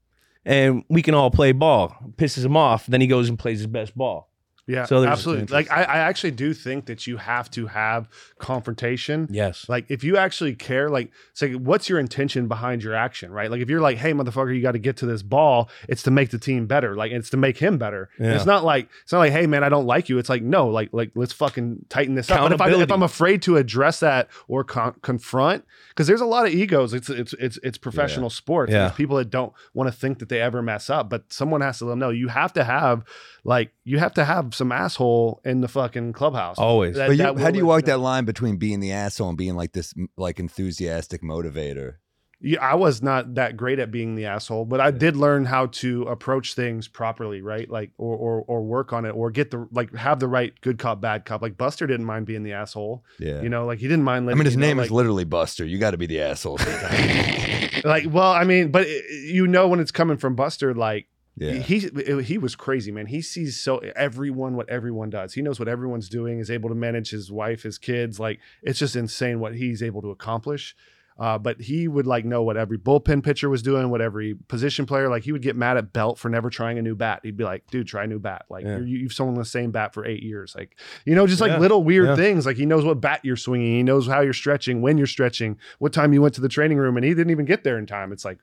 [SPEAKER 1] and we can all play ball. Pisses him off. Then he goes and plays his best ball.
[SPEAKER 4] yeah
[SPEAKER 1] So there's-
[SPEAKER 4] absolutely like I, I actually do think that you have to have confrontation
[SPEAKER 1] Yes.
[SPEAKER 4] Like if you actually care, like say what's your intention behind your action, right? Like if you're like, hey motherfucker, you got to get to this ball, it's to make the team better. Like it's to make him better. And It's
[SPEAKER 1] Yeah.
[SPEAKER 4] not like it's not like, hey man, I don't like you. It's like, no, like like let's fucking tighten this up. But if, I, if
[SPEAKER 1] Accountability.
[SPEAKER 4] I'm afraid to address that or con- confront, because there's a lot of egos. It's it's it's it's professional sports.
[SPEAKER 1] Yeah.
[SPEAKER 4] There's people that don't want to think that they ever mess up, but someone has to let them know. You have to have like you have to have some asshole in the fucking clubhouse.
[SPEAKER 1] Always.
[SPEAKER 4] That-
[SPEAKER 2] But you,
[SPEAKER 4] that will
[SPEAKER 2] how do you
[SPEAKER 4] let
[SPEAKER 2] walk
[SPEAKER 4] know.
[SPEAKER 2] that line between being the asshole and being like this, m- like enthusiastic motivator?
[SPEAKER 4] yeah, I was not that great at being the asshole, but I did learn how to approach things properly, right? Like, or or or work on it, or get the like have the right good cop, bad cop. Like Buster didn't mind being the asshole,
[SPEAKER 2] Yeah.
[SPEAKER 4] you know. Like he didn't mind.
[SPEAKER 2] I
[SPEAKER 4] Letting,
[SPEAKER 2] mean, his
[SPEAKER 4] you know,
[SPEAKER 2] name
[SPEAKER 4] like,
[SPEAKER 2] is literally Buster. You got to be the asshole. sometimes.
[SPEAKER 4] like well, I mean, but it, you know when it's coming from Buster, like
[SPEAKER 2] yeah.
[SPEAKER 4] he eh, he was crazy, man. He sees so everyone what everyone does. He knows what everyone's doing. Is able to manage his wife, his kids. Like it's just insane what he's able to accomplish. Uh, but he would like know what every bullpen pitcher was doing, what every position player. Like he would get mad at Belt for never trying a new bat. He'd be like, "Dude, try a new bat. Like
[SPEAKER 1] Yeah.
[SPEAKER 4] you're, you've thrown the same bat for eight years. Like you know, just like
[SPEAKER 1] Yeah.
[SPEAKER 4] little weird
[SPEAKER 1] Yeah.
[SPEAKER 4] things. Like he knows what bat you're swinging. He knows how you're stretching, when you're stretching, what time you went to the training room, and he didn't even get there in time. It's like,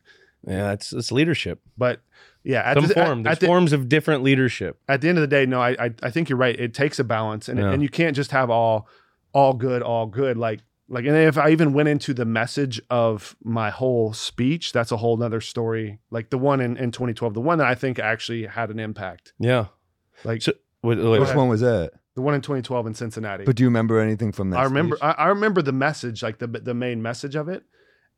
[SPEAKER 1] Yeah. That's that's leadership.
[SPEAKER 4] but yeah, at
[SPEAKER 1] Some
[SPEAKER 4] the- at-
[SPEAKER 1] form. There's
[SPEAKER 4] at the-
[SPEAKER 1] forms of different leadership.
[SPEAKER 4] at the end of the day, no, I I, I think you're right. It takes a balance, and
[SPEAKER 1] Yeah.
[SPEAKER 4] and you can't just have all all good, all good. Like like, and if I even went into the message of my whole speech, that's a whole nother story. Like the one in, in 2012, the one that I think actually had an impact,
[SPEAKER 1] Yeah.
[SPEAKER 4] Like-
[SPEAKER 1] So- wait, wait,
[SPEAKER 2] Which
[SPEAKER 4] ahead.
[SPEAKER 2] one was that?
[SPEAKER 4] the one in 2012 in Cincinnati.
[SPEAKER 2] But do you remember anything from that?
[SPEAKER 4] I remember
[SPEAKER 2] speech?
[SPEAKER 4] I, I remember the message, like the the main message of it,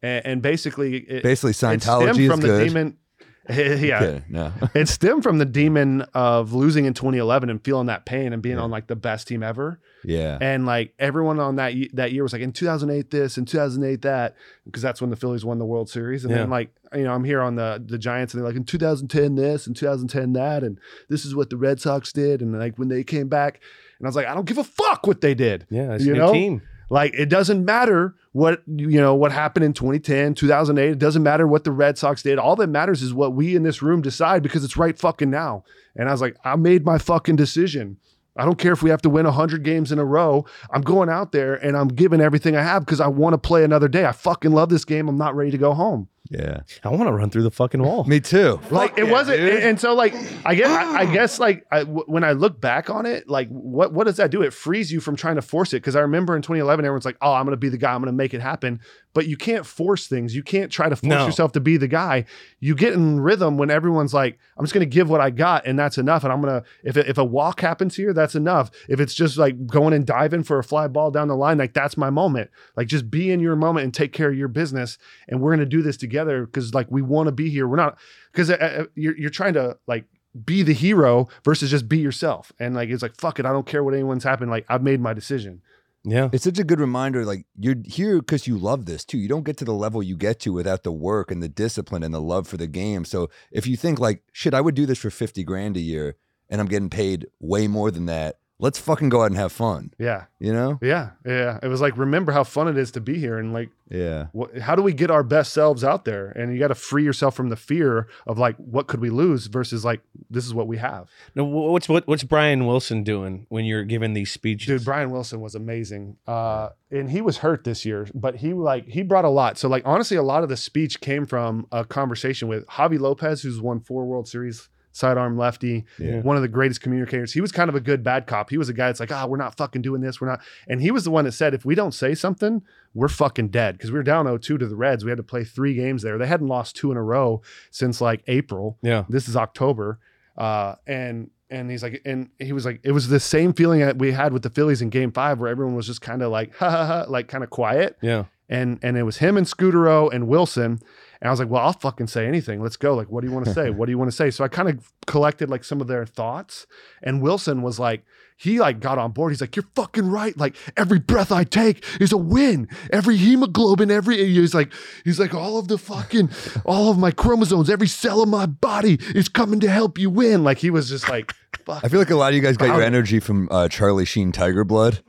[SPEAKER 4] and, and basically it,
[SPEAKER 2] Basically,
[SPEAKER 4] it stemmed
[SPEAKER 2] Scientology
[SPEAKER 4] from
[SPEAKER 2] is
[SPEAKER 4] the
[SPEAKER 2] good.
[SPEAKER 4] demon. Yeah,
[SPEAKER 2] Okay, no.
[SPEAKER 4] it stemmed from the demon of losing in 2011 and feeling that pain and being on like the best team ever.
[SPEAKER 2] yeah.
[SPEAKER 4] And like everyone on that ye- that year was like in 2008 this and 2008 that because that's when the Phillies won the World Series. And then
[SPEAKER 1] Yeah.
[SPEAKER 4] like you know I'm here on the the Giants and they're like in 2010 this and 2010 that and this is what the Red Sox did and like when they came back and I was like I don't give a fuck what they did.
[SPEAKER 1] Yeah. It's
[SPEAKER 4] You
[SPEAKER 1] a new
[SPEAKER 4] know?
[SPEAKER 1] team.
[SPEAKER 4] Like it doesn't matter what you know what happened in 2010, 2008. It doesn't matter what the Red Sox did. All that matters is what we in this room decide because it's right fucking now. And I was like I made my fucking decision. I don't care if we have to win 100 games in a row. I'm going out there and I'm giving everything I have because I want to play another day. I fucking love this game. I'm not ready to go home.
[SPEAKER 2] Yeah.
[SPEAKER 1] I want to run through the fucking wall.
[SPEAKER 2] Me too.
[SPEAKER 4] Like it
[SPEAKER 2] yeah,
[SPEAKER 4] wasn't,
[SPEAKER 2] dude.
[SPEAKER 4] and, and so like I guess I, I guess like I, w- when I look back on it, like what what does that do? It frees you from trying to force it because I remember in 2011 everyone's like, oh, I'm gonna be the guy, I'm gonna make it happen, but you can't force things. You can't try to force
[SPEAKER 1] No.
[SPEAKER 4] yourself to be the guy. You get in rhythm when everyone's like, I'm just gonna give what I got and that's enough. And I'm gonna if a, if a walk happens here, that's enough. If it's just like going and diving for a fly ball down the line, like that's my moment. Like just be in your moment and take care of your business. And we're gonna do this together because like we want to be here. We're not because uh, uh, you're you're trying to like be the hero versus just be yourself. And like it's like fuck it, I don't care what anyone's happened. Like I've made my decision.
[SPEAKER 1] Yeah.
[SPEAKER 2] It's such a good reminder. Like you're here because you love this too. You don't get to the level you get to without the work and the discipline and the love for the game. So if you think like, shit, I would do this for fifty grand a year, and I'm getting paid way more than that. Let's fucking go out and have fun.
[SPEAKER 4] Yeah,
[SPEAKER 2] You know?
[SPEAKER 4] yeah, yeah. It was like remember how fun it is to be here and like
[SPEAKER 2] Yeah.
[SPEAKER 4] what, how do we get our best selves out there? And you got to free yourself from the fear of like what could we lose versus like this is what we have.
[SPEAKER 1] Now, wh- what's what, what's Brian Wilson doing when you're giving these speeches?
[SPEAKER 4] Dude, Brian Wilson was amazing. Uh, and he was hurt this year, but he like he brought a lot. So like honestly, a lot of the speech came from a conversation with Javi Lopez, who's won four World Series sidearm lefty,
[SPEAKER 2] Yeah.
[SPEAKER 4] one of the greatest communicators. He was kind of a good bad cop. He was a guy that's like, ah, we're not fucking doing this. We're not. And he was the one that said, if we don't say something, we're fucking dead. Because we were down 0-2 to the Reds. We had to play three games there. They hadn't lost two in a row since like April
[SPEAKER 1] yeah.
[SPEAKER 4] this is October. Uh, and and he's like, and he was like, it was the same feeling that we had with the Phillies in game five, where everyone was just kind of like, ha ha ha, like kind of quiet.
[SPEAKER 1] Yeah.
[SPEAKER 4] And and it was him and Scudero and Wilson. And I was like, well, I'll fucking say anything. Let's go. Like, what do you want to say? What do you want to say? So I kind of collected like some of their thoughts. And Wilson was like, he like got on board. He's like, you're fucking right. Like every breath I take is a win. Every hemoglobin, every he's like, he's like all of the fucking, all of my chromosomes, every cell of my body is coming to help you win. Like he was just like, fuck.
[SPEAKER 2] I feel like a lot of you guys got your
[SPEAKER 4] Proud.
[SPEAKER 2] energy from uh, Charlie Sheen Tiger Blood.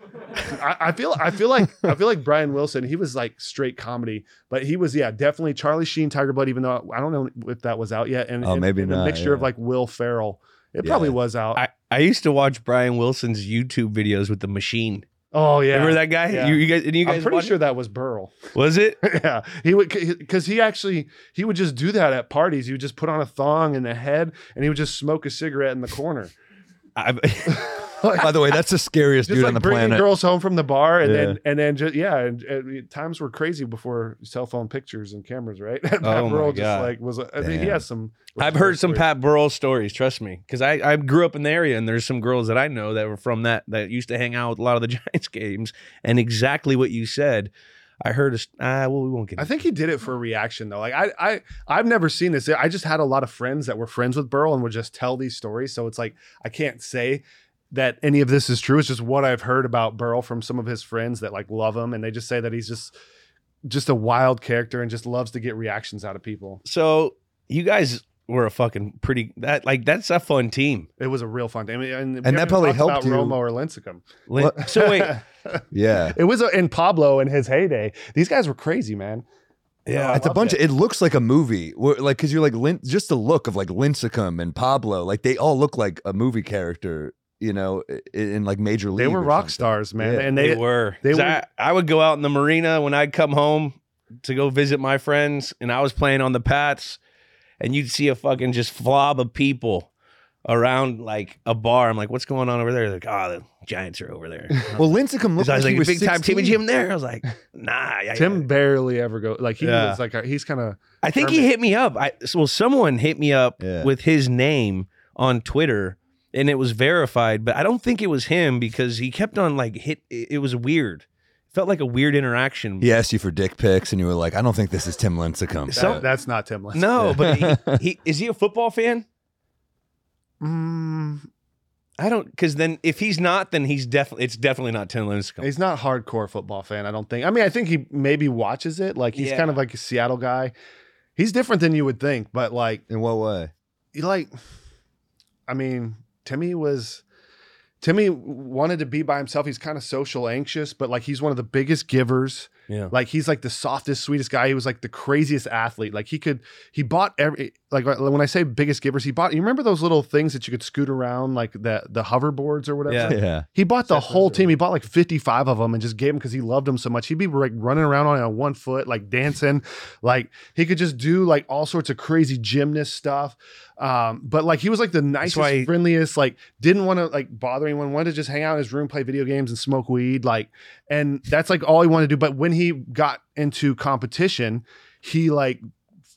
[SPEAKER 4] I, I feel I feel like I feel like Brian Wilson. He was like straight comedy, but he was yeah definitely Charlie Sheen, Tiger Blood. Even though I don't know if that was out yet, and,
[SPEAKER 2] Oh,
[SPEAKER 4] and-
[SPEAKER 2] maybe
[SPEAKER 4] and
[SPEAKER 2] not,
[SPEAKER 4] a mixture of
[SPEAKER 2] yeah.
[SPEAKER 4] like Will Ferrell. It
[SPEAKER 2] Yeah.
[SPEAKER 4] probably was out.
[SPEAKER 1] I, I used to watch Brian Wilson's YouTube videos with the machine.
[SPEAKER 4] oh yeah,
[SPEAKER 1] Remember that guy?
[SPEAKER 4] Yeah.
[SPEAKER 1] You, you guys and you guys
[SPEAKER 4] I'm pretty
[SPEAKER 1] watched-
[SPEAKER 4] sure that was Burl.
[SPEAKER 1] was it?
[SPEAKER 4] yeah, he would because he actually he would just do that at parties. He would just put on a thong and a head, and he would just smoke a cigarette in the corner.
[SPEAKER 1] I,
[SPEAKER 2] By the way, that's the scariest
[SPEAKER 4] Just
[SPEAKER 2] dude
[SPEAKER 4] like
[SPEAKER 2] on the
[SPEAKER 4] bringing
[SPEAKER 2] planet.
[SPEAKER 4] girls home from the bar, and
[SPEAKER 2] Yeah.
[SPEAKER 4] then and then just yeah, and, and uh, times were crazy before cell phone pictures and cameras, right? Pat
[SPEAKER 1] Oh my
[SPEAKER 4] Burrell just
[SPEAKER 1] God.
[SPEAKER 4] like was. I mean, he
[SPEAKER 2] Damn.
[SPEAKER 4] has some.
[SPEAKER 1] I've heard some
[SPEAKER 4] stories.
[SPEAKER 1] Pat Burrell stories. Trust me, because I, I grew up in the area, and there's some girls that I know that were from that that used to hang out with a lot of the Giants games. And exactly what you said, I heard. A, st- ah, well, we won't get.
[SPEAKER 4] I think he did it for a reaction though. Like I, I, I've never seen this. I just had a lot of friends that were friends with Burl and would just tell these stories. So it's like I can't say that any of this is true. It's just what I've heard about Burl from some of his friends that like love him, and they just say that he's just, just a wild character and just loves to get reactions out of people.
[SPEAKER 1] so. You guys were a fucking pretty that like that's a fun team.
[SPEAKER 4] It was a real fun time. I mean, and, we
[SPEAKER 2] that
[SPEAKER 4] haven't
[SPEAKER 2] probably
[SPEAKER 4] talked
[SPEAKER 2] helped
[SPEAKER 4] about
[SPEAKER 2] you.
[SPEAKER 4] Romo or Lincecum.
[SPEAKER 1] Lin- So wait,
[SPEAKER 2] Yeah.
[SPEAKER 4] it was a, in Pablo in his heyday. These guys were crazy, man.
[SPEAKER 1] Yeah.
[SPEAKER 4] I
[SPEAKER 2] it's a
[SPEAKER 4] loved
[SPEAKER 2] bunch.
[SPEAKER 4] it.
[SPEAKER 2] Of, it looks like a movie, where, like because you're like Lin, just the look of like Lincecum and Pablo, like they all look like a movie character, you know, i- in, like Major League.
[SPEAKER 4] They were
[SPEAKER 2] or
[SPEAKER 4] rock
[SPEAKER 2] something.
[SPEAKER 4] stars, man,
[SPEAKER 2] Yeah.
[SPEAKER 4] and
[SPEAKER 1] they,
[SPEAKER 4] they,
[SPEAKER 1] were.
[SPEAKER 4] they
[SPEAKER 1] 'Cause
[SPEAKER 4] were-
[SPEAKER 1] I, I would go out in the marina when I'd come home to go visit my friends, and I was playing on the Pats, and you'd see a fucking just flob of people around like a bar. I'm like, what's going on over there? They're like, oh, the Giants are over there.
[SPEAKER 2] Well, Lincecum looked
[SPEAKER 1] So I was
[SPEAKER 2] like, he
[SPEAKER 1] like,
[SPEAKER 2] was
[SPEAKER 1] big time team
[SPEAKER 2] 16.
[SPEAKER 1] in gym there. I was like, nah. Yeah,
[SPEAKER 4] Tim
[SPEAKER 1] yeah.
[SPEAKER 4] barely ever go like he
[SPEAKER 1] Yeah.
[SPEAKER 4] was like a, he's kind of
[SPEAKER 1] I think he
[SPEAKER 4] Kermit.
[SPEAKER 1] hit me up. I well, someone hit me up
[SPEAKER 2] Yeah.
[SPEAKER 1] with his name on Twitter, and it was verified. But I don't think it was him because he kept on like hit. It it was weird. felt like a weird interaction.
[SPEAKER 2] He asked you for dick pics, and you were like, "I don't think this is Tim Lincecum." Uh,
[SPEAKER 1] So-
[SPEAKER 2] Yeah.
[SPEAKER 4] that's not Tim Lincecum.
[SPEAKER 1] No, but he, he is he a football fan?
[SPEAKER 4] Mm,
[SPEAKER 1] I don't because then if he's not, then he's definitely it's definitely not Tim Lincecum.
[SPEAKER 4] he's not a hardcore football fan. I don't think. I mean, I think he maybe watches it. Like he's
[SPEAKER 1] Yeah.
[SPEAKER 4] kind of like a Seattle guy. He's different than you would think, but like
[SPEAKER 2] in what way?
[SPEAKER 4] he like, I mean, Timmy was. Timmy wanted to be by himself. He's kind of social anxious, but like he's one of the biggest givers.
[SPEAKER 1] Yeah.
[SPEAKER 4] Like he's like the softest, sweetest guy. He was like the craziest athlete. Like he could, he bought every like when I say biggest givers, he bought. You remember those little things that you could scoot around, like the the hoverboards or whatever.
[SPEAKER 1] Yeah.
[SPEAKER 2] Yeah.
[SPEAKER 4] He bought the
[SPEAKER 1] That's
[SPEAKER 4] whole
[SPEAKER 1] what it
[SPEAKER 4] team. He bought like 55 of them and just gave them because he loved them so much. He'd be like running around on a one foot, like dancing. Like he could just do like all sorts of crazy gymnast stuff. Um, but like he was like the nicest,
[SPEAKER 1] why he-
[SPEAKER 4] friendliest, like didn't want to like bother anyone, wanted to just hang out in his room, play video games and smoke weed. Like, and that's like all he wanted to do. But when he got into competition, he like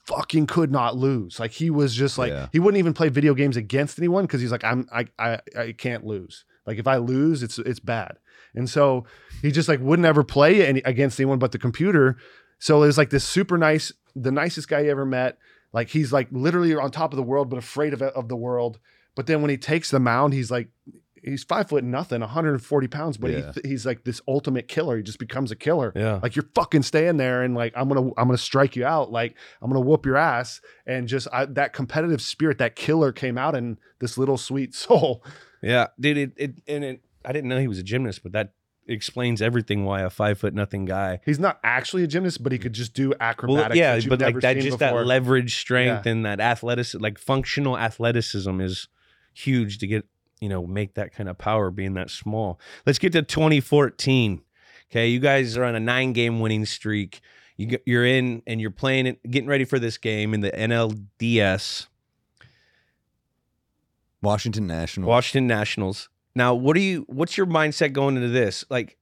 [SPEAKER 4] fucking could not lose. Like he was just like
[SPEAKER 2] Yeah.
[SPEAKER 4] he wouldn't even play video games against anyone because he's like I'm I, I I can't lose. Like if I lose, it's it's bad. And so he just like wouldn't ever play any, against anyone but the computer. So it was like this super nice, the nicest guy you ever met. Like he's like literally on top of the world, but afraid of of the world. But then when he takes the mound, he's like he's five foot nothing, 140 pounds, but
[SPEAKER 2] Yeah.
[SPEAKER 4] he, he's like this ultimate killer. He just becomes a killer
[SPEAKER 1] Yeah.
[SPEAKER 4] like you're fucking staying there and like i'm gonna i'm gonna strike you out like i'm gonna whoop your ass and just I, that competitive spirit that killer came out in this little sweet soul
[SPEAKER 1] Yeah. Dude, it, it and it I didn't know he was a gymnast, but that explains everything why a five foot nothing guy.
[SPEAKER 4] he's not actually a gymnast but he could just do acrobatics
[SPEAKER 1] Well, yeah,
[SPEAKER 4] that you've
[SPEAKER 1] but
[SPEAKER 4] never
[SPEAKER 1] like that
[SPEAKER 4] seen
[SPEAKER 1] just
[SPEAKER 4] before.
[SPEAKER 1] that leverage strength and that athleticism, like functional athleticism is huge to get, you know, make that kind of power being that small. Let's get to 2014. Okay, you guys are on a nine game winning streak. You, get- you're in and you're playing it, getting ready for this game in the NLDS.
[SPEAKER 2] Washington National.
[SPEAKER 1] Washington Nationals. Now, what are you? What's your mindset going into this? Like,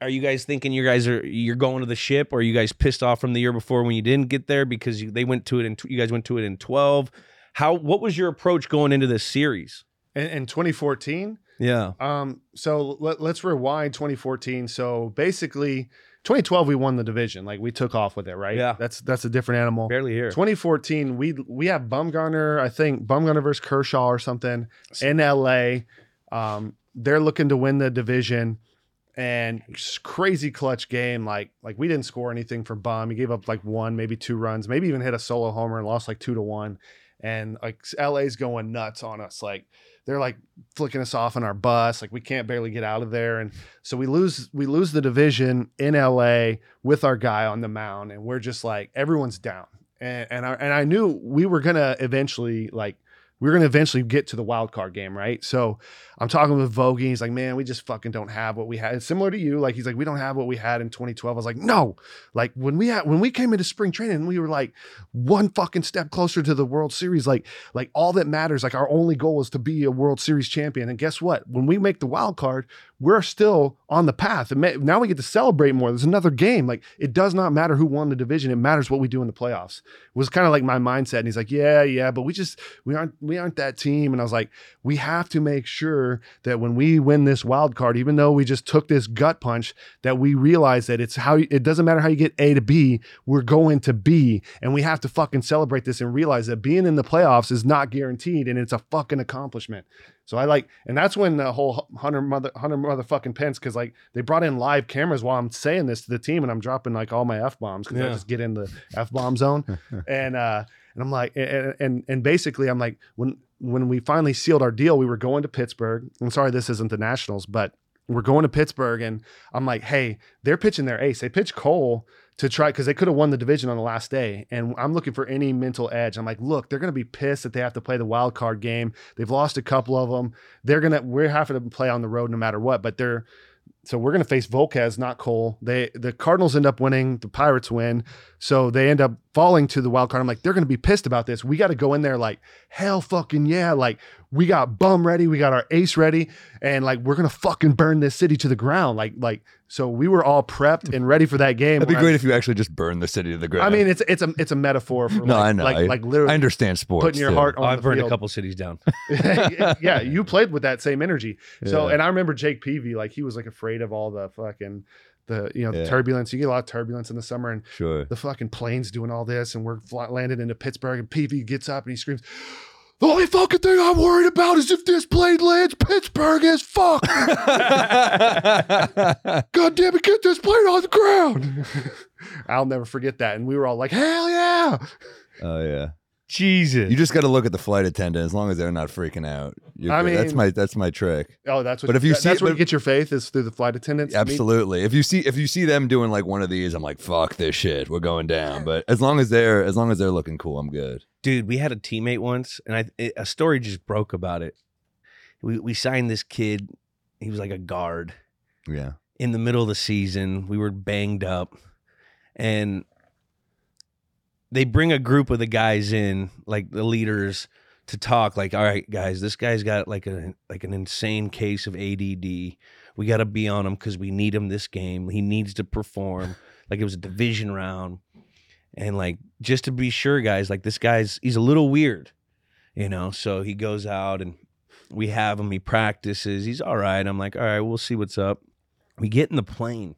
[SPEAKER 1] are you guys thinking you guys are you're going to the ship, or are you guys pissed off from the year before when you didn't get there because you, they went to it and you guys went to it in twelve? How? What was your approach going into this series?
[SPEAKER 4] in, in 2014
[SPEAKER 1] Yeah,
[SPEAKER 4] um so let, let's rewind 2014 so basically 2012 we won the division like we took off with it right
[SPEAKER 1] Yeah.
[SPEAKER 4] that's that's a different animal
[SPEAKER 1] barely here.
[SPEAKER 4] 2014, we we have Bumgarner, I think Bumgarner versus Kershaw or something in LA. Um, they're looking to win the division, and just crazy clutch game. Like like we didn't score anything for Bum. He gave up like one, maybe two runs, maybe even hit a solo homer and lost like two to one. And like LA's going nuts on us. Like they're like flicking us off in our bus. Like we can't barely get out of there. And so we lose we lose the division in LA with our guy on the mound, and we're just like everyone's down. And and I and I knew we were gonna eventually like we were gonna eventually get to the wild card game, right? So I'm talking with Vogie. He's like, man, we just fucking don't have what we had. It's similar to you. Like he's like, we don't have what we had in 2012. I was like, no. Like when we had when we came into spring training, we were like one fucking step closer to the World Series. Like like all that matters. Like our only goal is to be a World Series champion. And guess what? When we make the wild card, we're still on the path. And ma- now we get to celebrate more. There's another game. Like it does not matter who won the division. It matters what we do in the playoffs. Was kind of like my mindset. And he's like, yeah, yeah, but we just we aren't we aren't that team. And I was like, we have to make sure that when we win this wild card, even though we just took this gut punch, that we realize that it's how it doesn't matter how you get A to B. We're going to B, and we have to fucking celebrate this and realize that being in the playoffs is not guaranteed, and it's a fucking accomplishment. So I like, and that's when the whole hunter mother hunter motherfucking Pence, because like they brought in live cameras while I'm saying this to the team, and I'm dropping like all my f bombs because I
[SPEAKER 1] Yeah.
[SPEAKER 4] just get in the f bomb zone, and uh, and I'm like, and and and basically I'm like, when when we finally sealed our deal, we were going to Pittsburgh. I'm sorry, this isn't the Nationals, but we're going to Pittsburgh, and I'm like, hey, they're pitching their ace. They pitch Cole to try because they could have won the division on the last day. And I'm looking for any mental edge. I'm like, look, they're going to be pissed that they have to play the wild card game. They've lost a couple of them. They're gonna we're having to play on the road no matter what. But they're so we're gonna face Volquez, not Cole. They the Cardinals end up winning. The Pirates win. So they end up falling to the wild card. I'm like, they're gonna be pissed about this. We got to go in there like hell, fucking yeah. Like we got bum ready. We got our ace ready, and like we're gonna fucking burn this city to the ground. Like like so we were all prepped and ready for that game.
[SPEAKER 2] That'd be
[SPEAKER 4] When I-
[SPEAKER 2] great if you actually just burned the city to the ground.
[SPEAKER 4] I mean, it's it's a it's a metaphor for
[SPEAKER 2] No,
[SPEAKER 4] like,
[SPEAKER 2] I know.
[SPEAKER 4] like like literally
[SPEAKER 2] I understand sports.
[SPEAKER 4] putting your
[SPEAKER 2] too.
[SPEAKER 4] heart on
[SPEAKER 1] I've
[SPEAKER 4] the
[SPEAKER 1] burned
[SPEAKER 4] field.
[SPEAKER 1] a couple cities down.
[SPEAKER 4] yeah, you played with that same energy. So,
[SPEAKER 2] Yeah.
[SPEAKER 4] and I remember Jake Peavy, like he was like afraid of all the fucking the you know the
[SPEAKER 2] Yeah.
[SPEAKER 4] turbulence. You get a lot of turbulence in the summer, and
[SPEAKER 2] Sure.
[SPEAKER 4] the fucking plane's doing all this, and we're fly- landed into Pittsburgh, and Peavy gets up and he screams. The only fucking thing I'm worried about is if this plane lands Pittsburgh as fuck.
[SPEAKER 2] Oh,
[SPEAKER 4] God damn it, get this plane on the ground. I'll never forget that. And we were all like, hell yeah.
[SPEAKER 2] oh yeah.
[SPEAKER 1] Jesus.
[SPEAKER 2] You just got to look at the flight attendant. As long as they're not freaking out, you're
[SPEAKER 4] I
[SPEAKER 2] good. that's
[SPEAKER 4] mean-
[SPEAKER 2] my that's my trick.
[SPEAKER 4] Oh, that's what.
[SPEAKER 2] But if you
[SPEAKER 4] that-
[SPEAKER 2] see
[SPEAKER 4] that's
[SPEAKER 2] it-
[SPEAKER 4] where
[SPEAKER 2] but-
[SPEAKER 4] you get your faith is through the flight attendants. Me-
[SPEAKER 2] Absolutely. If you see if you see them doing like one of these, I'm like, fuck this shit. We're going down. But as long as they're as long as they're looking cool, I'm good.
[SPEAKER 1] dude we had a teammate once and i it, a story just broke about it we, we signed this kid he was like a guard
[SPEAKER 2] Yeah.
[SPEAKER 1] in the middle of the season we were banged up and they bring a group of the guys in like the leaders to talk like all right guys this guy's got like a like an insane case of add we got to be on him because we need him this game he needs to perform like it was a division round and like just to be sure guys like this guy's he's a little weird you know so he goes out and we have him he practices he's all right i'm like all right we'll see what's up we get in the plane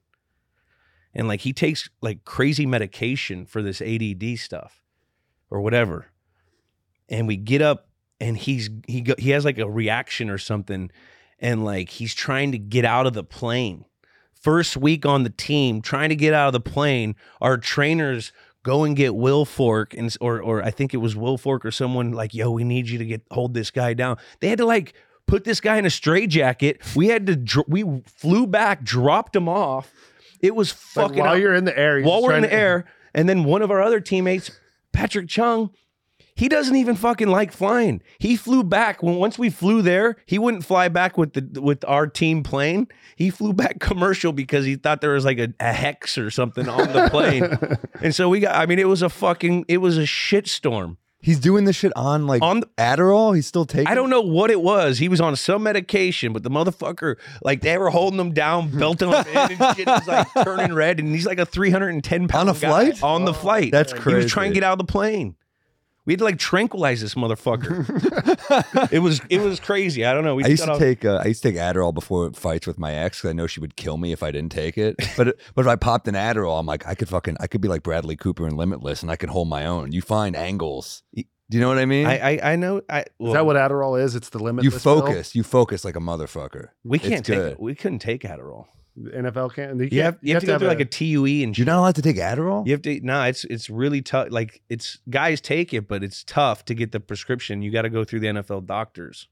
[SPEAKER 1] and like he takes like crazy medication for this ADD stuff or whatever. And we get up and he's he go, he has like a reaction or something and like he's trying to get out of the plane. First week on the team, trying to get out of the plane, our trainers go and get Will Fork and or or I think it was Will Fork or someone like, "Yo, we need you to get hold this guy down." They had to like put this guy in a straitjacket. We had to dr- we flew back, dropped him off. It was
[SPEAKER 4] Like,
[SPEAKER 1] fucking
[SPEAKER 4] while
[SPEAKER 1] out-
[SPEAKER 4] you're in the air, you're
[SPEAKER 1] while
[SPEAKER 4] just
[SPEAKER 1] we're in
[SPEAKER 4] trying
[SPEAKER 1] the
[SPEAKER 4] to-
[SPEAKER 1] air. And then one of our other teammates, Patrick Chung, he doesn't even fucking like flying. He flew back when once we flew there, he wouldn't fly back with the with our team plane. He flew back commercial because he thought there was like a, a hex or something on the plane. and so we got I mean, it was a fucking it was a shit storm.
[SPEAKER 2] He's doing this shit on like
[SPEAKER 1] On the-
[SPEAKER 2] Adderall. He's still taking.
[SPEAKER 1] I don't know what it was. He was on some medication, but the motherfucker, like they were holding him down, belting him in and shit was like turning red. And he's like a 310 pound
[SPEAKER 2] On a
[SPEAKER 1] guy
[SPEAKER 2] flight?
[SPEAKER 1] On the flight.
[SPEAKER 2] That's
[SPEAKER 1] He
[SPEAKER 2] crazy.
[SPEAKER 1] was trying to get out of the plane. We had to like tranquilize this motherfucker. it was it was crazy. I don't know. We
[SPEAKER 2] I used
[SPEAKER 1] got
[SPEAKER 2] to
[SPEAKER 1] off-
[SPEAKER 2] take uh, I used to take Adderall before fights with my ex because I know she would kill me if I didn't take it. But but if I popped an Adderall, I'm like I could fucking I could be like Bradley Cooper in Limitless and I could hold my own. You find angles. Do you know what I mean?
[SPEAKER 1] I, I I know. I well,
[SPEAKER 4] Is that what Adderall is? It's the limit.
[SPEAKER 2] you focus. You focus like a motherfucker.
[SPEAKER 1] we
[SPEAKER 2] It's
[SPEAKER 1] can't take.
[SPEAKER 2] good.
[SPEAKER 1] We couldn't take Adderall.
[SPEAKER 4] NFL can't.
[SPEAKER 1] You have you, have, to go through like a TUE and
[SPEAKER 2] You're not allowed to take Adderall.
[SPEAKER 1] You have to no, it's it's really tough. Like it's guys take it, but it's tough to get the prescription. You got to go through the NFL doctors.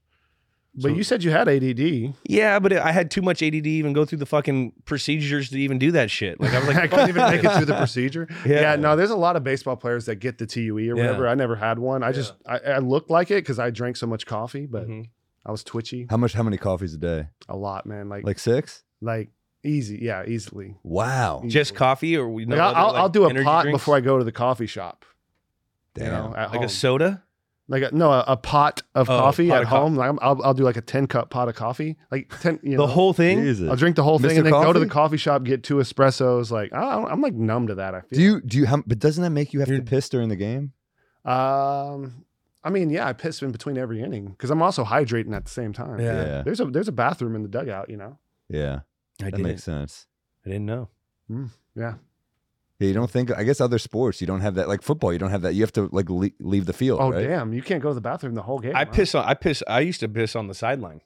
[SPEAKER 4] But you said you had ADD.
[SPEAKER 1] Yeah, but I had too much ADD to even go through the fucking procedures to even do that shit. Like I was like,
[SPEAKER 4] I
[SPEAKER 1] fuck
[SPEAKER 4] couldn't even
[SPEAKER 1] this.
[SPEAKER 4] make it through the procedure.
[SPEAKER 1] Yeah.
[SPEAKER 4] Yeah. no, there's a lot of baseball players that get the TUE or whatever. I never had one. I just I, I looked like it because I drank so much coffee, but
[SPEAKER 1] Mhm.
[SPEAKER 4] I was twitchy
[SPEAKER 2] How much? How many coffees a day?
[SPEAKER 4] a lot, man. Like like,
[SPEAKER 2] Like six?
[SPEAKER 4] easy, yeah, easily.
[SPEAKER 2] Wow.
[SPEAKER 1] Just coffee, or we know
[SPEAKER 4] Like, I'll, I'll, I'll do a pot before I go to the coffee shop.
[SPEAKER 2] Damn.
[SPEAKER 4] You know, at
[SPEAKER 1] like
[SPEAKER 4] home.
[SPEAKER 1] a soda.
[SPEAKER 4] like a, no, a, a pot of
[SPEAKER 1] Oh,
[SPEAKER 4] coffee
[SPEAKER 1] pot
[SPEAKER 4] at
[SPEAKER 1] of co-
[SPEAKER 4] home. Like, I'm- I'll, I'll do like a ten cup pot of coffee, like ten. You
[SPEAKER 1] The
[SPEAKER 4] know,
[SPEAKER 1] whole thing.
[SPEAKER 2] Jesus.
[SPEAKER 4] I'll drink the whole thing
[SPEAKER 2] Mr.
[SPEAKER 4] and then go to the
[SPEAKER 2] Coffee?
[SPEAKER 4] coffee shop, get two espressos. Like I don't, I'm like numb to that. I feel.
[SPEAKER 2] Do you do you? How, but doesn't that make you have
[SPEAKER 1] You're-
[SPEAKER 2] to piss during the game?
[SPEAKER 4] Um, I mean, yeah, I piss in between every inning because I'm also hydrating at the same time.
[SPEAKER 1] Yeah.
[SPEAKER 2] Yeah.
[SPEAKER 4] There's a there's a bathroom in the dugout, you know.
[SPEAKER 2] Yeah.
[SPEAKER 1] I
[SPEAKER 2] That
[SPEAKER 1] didn't.
[SPEAKER 2] makes sense.
[SPEAKER 1] I didn't know.
[SPEAKER 4] Yeah.
[SPEAKER 2] Yeah, you don't think. I guess other sports, you don't have that. Like football, you don't have that. You have to like le- leave the field.
[SPEAKER 4] Oh
[SPEAKER 2] right?
[SPEAKER 4] damn, you can't go to the bathroom the whole game.
[SPEAKER 1] I
[SPEAKER 4] huh?
[SPEAKER 1] piss on. I piss. I used to piss on the sideline.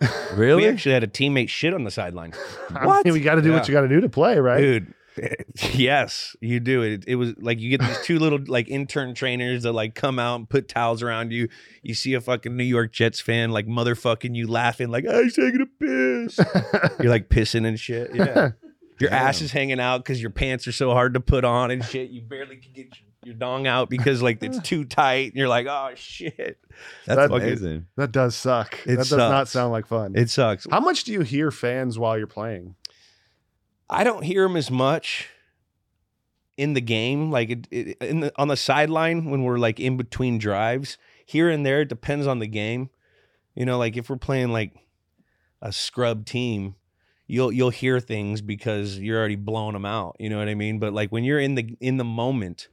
[SPEAKER 1] We
[SPEAKER 2] Really?
[SPEAKER 1] actually had a teammate shit on the sideline.
[SPEAKER 4] I mean, we got to do what
[SPEAKER 1] Yeah.
[SPEAKER 4] you got to do to play, right?
[SPEAKER 1] Dude, yes, you do. It, it was like you get these two little like intern trainers that like come out and put towels around you. You see a fucking New York Jets fan like motherfucking you laughing like I he's taking a piss. You're like pissing and shit. Yeah, your ass
[SPEAKER 2] Damn.
[SPEAKER 1] is hanging out because your pants are so hard to put on and shit. You barely can get your, your dong out because like it's too tight. And you're like, oh shit,
[SPEAKER 2] That's
[SPEAKER 4] That-
[SPEAKER 2] amazing.
[SPEAKER 4] that does suck.
[SPEAKER 1] It
[SPEAKER 4] that does not
[SPEAKER 1] sucks.
[SPEAKER 4] sound like fun.
[SPEAKER 1] it sucks.
[SPEAKER 4] How much do you hear fans while you're playing?
[SPEAKER 1] I don't hear him as much in the game, like it, it, in the, on the sideline when we're like in between drives. Here and there, it depends on the game. You know, like if we're playing like a scrub team, you'll you'll hear things because you're already blowing them out. You know what I mean? But like when you're in the in the moment,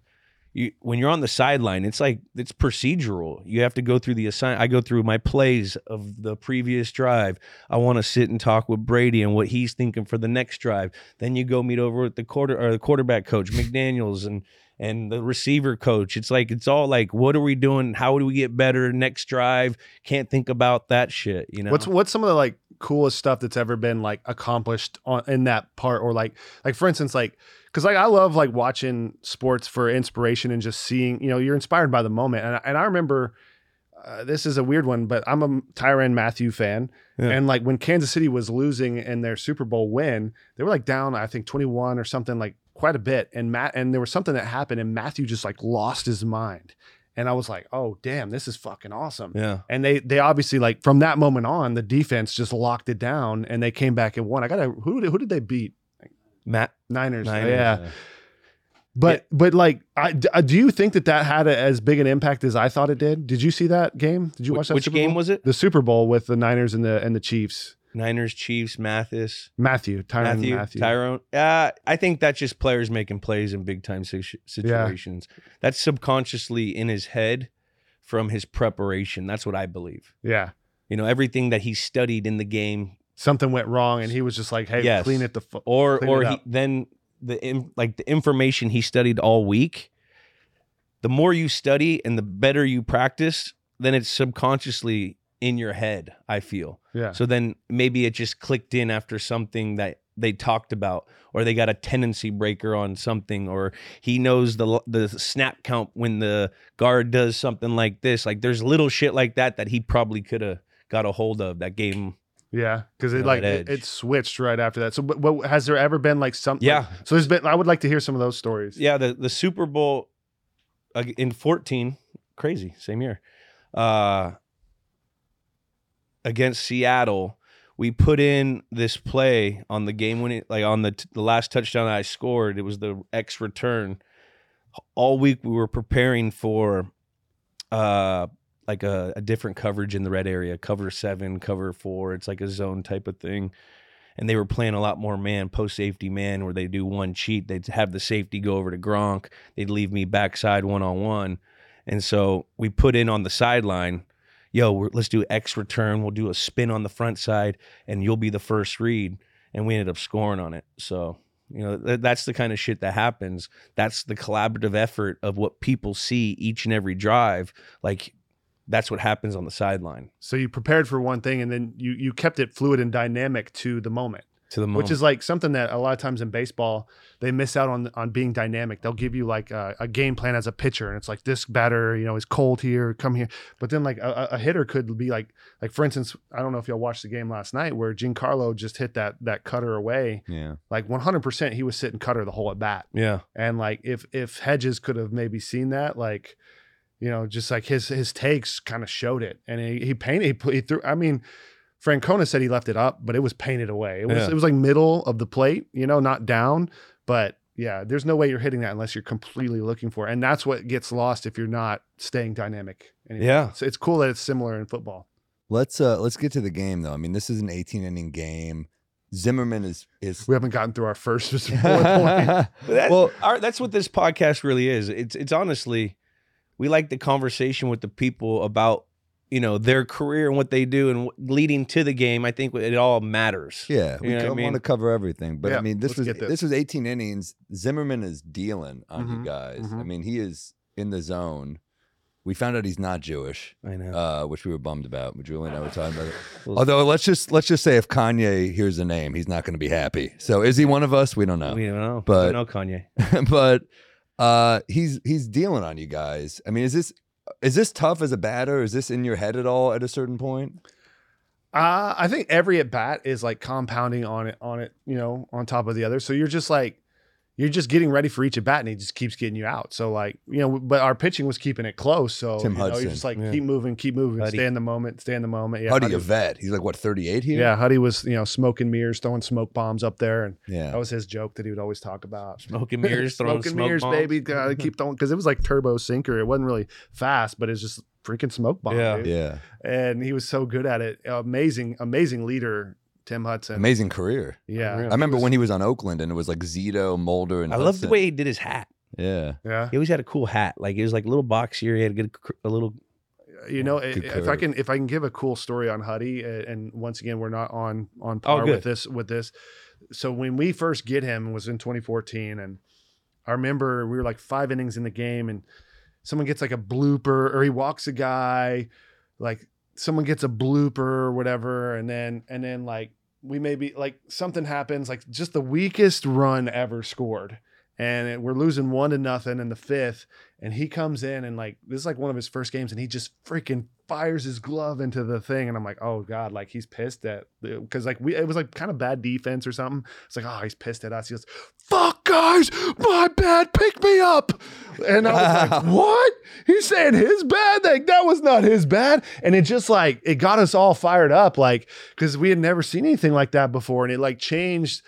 [SPEAKER 1] you when you're on the sideline, it's like it's procedural. You have to go through the assign. I go through my plays of the previous drive. I want to sit and talk with Brady and what he's thinking for the next drive. Then you go meet over with the quarter or the quarterback coach McDaniel's and and the receiver coach. It's like it's all like what are we doing? How do we get better next drive? Can't think about that shit. You know
[SPEAKER 4] What's what's some of the like coolest stuff that's ever been like accomplished on in that part or like like for instance like because like i love like watching sports for inspiration and just seeing you know you're inspired by the moment and, I- and i remember uh, this is a weird one but i'm a tyron matthew fan
[SPEAKER 1] Yeah.
[SPEAKER 4] and like when kansas city was losing in their super bowl win they were like down i think 21 or something like quite a bit and matt and there was something that happened and matthew just like lost his mind and i was like oh damn this is fucking awesome
[SPEAKER 1] Yeah.
[SPEAKER 4] and they they obviously like from that moment on the defense just locked it down and they came back and won. I got to who did- who did they beat?
[SPEAKER 1] Matt.
[SPEAKER 4] Niners. Oh,
[SPEAKER 1] Niners,
[SPEAKER 4] Yeah. But but like I, d- I- do you think that that had a, as big an impact as I thought it did? Did you see that game? Did you
[SPEAKER 1] Wh-
[SPEAKER 4] watch that
[SPEAKER 1] which
[SPEAKER 4] Super
[SPEAKER 1] game
[SPEAKER 4] Bowl?
[SPEAKER 1] was it?
[SPEAKER 4] The Super Bowl with the Niners and the and the Chiefs.
[SPEAKER 1] Niners, Chiefs, Mathis,
[SPEAKER 4] Matthew, Tyron
[SPEAKER 1] Matthew,
[SPEAKER 4] Matthew.
[SPEAKER 1] Tyrone. Uh, I think that's just players making plays in big time situ- situations. That's subconsciously in his head from his preparation. That's what I believe.
[SPEAKER 4] Yeah.
[SPEAKER 1] You know, everything that he studied in the game
[SPEAKER 4] Something went wrong and he was just like, "Hey,
[SPEAKER 1] Yes.
[SPEAKER 4] clean it the fu-
[SPEAKER 1] or
[SPEAKER 4] Clean
[SPEAKER 1] or
[SPEAKER 4] it
[SPEAKER 1] he,
[SPEAKER 4] up.
[SPEAKER 1] then the in, like the information he studied all week the more you study and the better you practice then it's subconsciously in your head i feel
[SPEAKER 4] Yeah.
[SPEAKER 1] so then maybe it just clicked in after something that they talked about or they got a tendency breaker on something or he knows the l- the snap count when the guard does something like this like there's little shit like that that he probably could have got a hold of that gave him
[SPEAKER 4] Yeah, because
[SPEAKER 1] Yeah,
[SPEAKER 4] it like
[SPEAKER 1] that
[SPEAKER 4] it,
[SPEAKER 1] edge.
[SPEAKER 4] it switched right after that. So, but, but has there ever been like something?
[SPEAKER 1] yeah
[SPEAKER 4] so there's been. I would like to hear some of those stories.
[SPEAKER 1] yeah the, the super bowl uh, in 14 crazy same year uh against seattle we put in this play on the game winning like on the, t- the last touchdown i scored it was the x return all week we were preparing for uh like a, a different coverage in the red area cover seven cover four it's like a zone type of thing and they were playing a lot more man post safety man where they do one cheat they'd have the safety go over to gronk they'd leave me backside one on one and so we put in on the sideline yo we're, let's do x return we'll do a spin on the front side and you'll be the first read and we ended up scoring on it so you know th- that's the kind of shit that happens that's the collaborative effort of what people see each and every drive like that's what happens on the sideline
[SPEAKER 4] So you prepared for one thing, and then you you kept it fluid and dynamic to the moment,
[SPEAKER 1] to the moment
[SPEAKER 4] which is like something that a lot of times in baseball they miss out on on being dynamic. They'll give you like a, a game plan as a pitcher, and it's like this batter, you know, is cold here, come here. But then like a, a a hitter could be like like for instance, I don't know if y'all watched the game last night where Giancarlo just hit that that cutter away.
[SPEAKER 2] Yeah.
[SPEAKER 4] Like 100, percent he was sitting cutter the whole at bat.
[SPEAKER 1] yeah
[SPEAKER 4] And like if if Hedges could have maybe seen that, like you know, just like his his takes kind of showed it, and he he painted he, put- he threw. I mean, Francona said he left it up, but it was painted away. It was
[SPEAKER 1] Yeah.
[SPEAKER 4] it was like middle of the plate, you know, not down, but. Yeah, there's no way you're hitting that unless you're completely looking for it. And that's what gets lost if you're not staying dynamic. Anyway,
[SPEAKER 1] Yeah.
[SPEAKER 4] It's, it's cool that it's similar in football.
[SPEAKER 2] Let's uh let's get to the game though. I mean, this is an 18 inning game. Zimmerman is is
[SPEAKER 4] We haven't gotten through our first Mr. Bullet point.
[SPEAKER 2] well,
[SPEAKER 1] But that's, our, that's what this podcast really is. It's it's honestly, we like the conversation with the people about you know their career and what they do and wh- leading to the game. I think it all matters.
[SPEAKER 2] yeah, we
[SPEAKER 1] You know what I
[SPEAKER 2] want
[SPEAKER 1] mean?
[SPEAKER 2] to cover everything, but I
[SPEAKER 4] Yeah,
[SPEAKER 2] mean, this
[SPEAKER 4] let's
[SPEAKER 2] was
[SPEAKER 4] get
[SPEAKER 2] this.
[SPEAKER 4] this.
[SPEAKER 2] was 18 innings. Zimmerman is dealing on you
[SPEAKER 4] Mhm,
[SPEAKER 2] guys. I
[SPEAKER 4] mhm.
[SPEAKER 2] mean, he is in the zone. We found out he's not Jewish,
[SPEAKER 1] I know.
[SPEAKER 2] uh, which we were bummed about. But Julie and I were talking about it.
[SPEAKER 1] Well,
[SPEAKER 2] Although let's just let's just say if Kanye hears the name, he's not going to be happy. So is he one of us? We don't know.
[SPEAKER 1] we don't know,
[SPEAKER 2] but-
[SPEAKER 1] we don't know Kanye.
[SPEAKER 2] but uh, he's he's dealing on you guys. I mean, is this is this tough as a batter? Is this in your head at all at a certain point?
[SPEAKER 4] Uh, I think every at bat is like compounding on it, on it, you know, on top of the other. So you're just like, you're just getting ready for each at bat, and he just keeps getting you out. So like, you know, but our pitching was keeping it close. So
[SPEAKER 2] Tim
[SPEAKER 4] you know,
[SPEAKER 2] Hudson.
[SPEAKER 4] you're just like
[SPEAKER 1] Yeah.
[SPEAKER 4] keep moving, keep moving,
[SPEAKER 1] Huddy.
[SPEAKER 4] stay in the moment, stay in the moment. Yeah,
[SPEAKER 2] How do
[SPEAKER 4] Huddy-
[SPEAKER 2] you vet? He's like what thirty eight here.
[SPEAKER 4] Yeah, Huddy was you know smoking mirrors, throwing smoke bombs up there, and
[SPEAKER 2] yeah.
[SPEAKER 4] that was his joke that he would always talk about.
[SPEAKER 1] Smoking mirrors, throwing
[SPEAKER 4] smoking
[SPEAKER 1] smoke
[SPEAKER 4] mirrors,
[SPEAKER 1] bombs.
[SPEAKER 4] baby. Gotta keep throwing because it was like turbo sinker. It wasn't really fast, but it's just freaking smoke bomb.
[SPEAKER 1] Yeah.
[SPEAKER 4] dude.
[SPEAKER 2] yeah.
[SPEAKER 4] and he was so good at it. Amazing, amazing leader, Tim Hudson.
[SPEAKER 2] Amazing career.
[SPEAKER 4] Yeah.
[SPEAKER 1] Unreal.
[SPEAKER 2] I remember when he was on Oakland and it was like Zito, Mulder, and
[SPEAKER 1] I love the
[SPEAKER 2] Hudson.
[SPEAKER 1] way he did his hat.
[SPEAKER 2] Yeah,
[SPEAKER 4] Yeah.
[SPEAKER 1] He always had a cool hat. Like it was like a little boxier. He had a good, cr- a little.
[SPEAKER 4] You know, i-
[SPEAKER 2] Good
[SPEAKER 4] if I
[SPEAKER 2] curve.
[SPEAKER 4] can if I can give a cool story on Huddy, uh, and once again, we're not on on
[SPEAKER 1] Oh,
[SPEAKER 4] par
[SPEAKER 1] good.
[SPEAKER 4] with this with this. So when we first get him was in 2014, and I remember we were like five innings in the game, and someone gets like a blooper, or he walks a guy, like someone gets a blooper or whatever, and then and then like we maybe like something happens, like just the weakest run ever scored. And it, we're losing one to nothing in the fifth. And he comes in and like this is like one of his first games, and he just freaking fires his glove into the thing. And I'm like, oh God, like he's pissed at because like we it was like kind of bad defense or something. It's like, oh, he's pissed at us. He goes, fuck guys, my bad, pick me up. And I was like,
[SPEAKER 2] Wow.
[SPEAKER 4] what? He's saying his bad? Like that was not his bad. And it just like it got us all fired up, like, because we had never seen anything like that before. And it like changed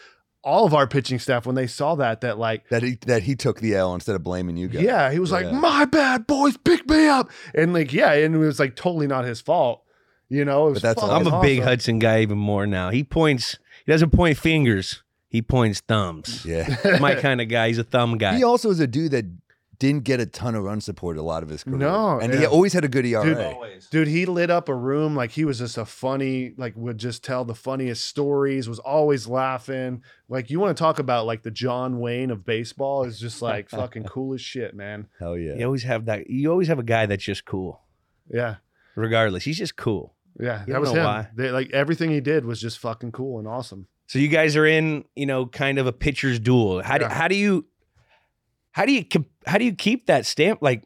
[SPEAKER 4] all of our pitching staff when they saw that, that like
[SPEAKER 2] That he that he took the L instead of blaming you guys.
[SPEAKER 4] yeah, he was like,
[SPEAKER 2] Yeah.
[SPEAKER 4] "My bad, boys, pick me up," and like, yeah, and it was like totally not his fault, you know. It was
[SPEAKER 2] that's
[SPEAKER 4] fucking
[SPEAKER 1] I'm a big
[SPEAKER 4] Oh, awesome.
[SPEAKER 1] Hudson guy even more now. He points. He doesn't point fingers. He points thumbs.
[SPEAKER 2] Yeah.
[SPEAKER 1] My kind of guy. He's a thumb guy.
[SPEAKER 2] He also is a dude that didn't get a ton of run support a lot of his career.
[SPEAKER 4] No,
[SPEAKER 2] and he
[SPEAKER 4] yeah.
[SPEAKER 2] always had a good ERA.
[SPEAKER 4] Dude, Dude, he lit up a room like he was just a funny, like would just tell the funniest stories, was always laughing. Like you want to talk about like the John Wayne of baseball is just like fucking cool as shit, man.
[SPEAKER 2] Hell yeah.
[SPEAKER 1] You always have that. You always have a guy that's just cool,
[SPEAKER 4] Yeah.
[SPEAKER 1] regardless. He's just cool.
[SPEAKER 4] Yeah.
[SPEAKER 1] You
[SPEAKER 4] That was
[SPEAKER 1] know
[SPEAKER 4] him.
[SPEAKER 1] why.
[SPEAKER 4] They, like everything he did was just fucking cool and awesome.
[SPEAKER 1] So you guys are in, you know, kind of a pitcher's duel. How do
[SPEAKER 4] Yeah.
[SPEAKER 1] how do you how do you com- how do you keep that stamp? Like,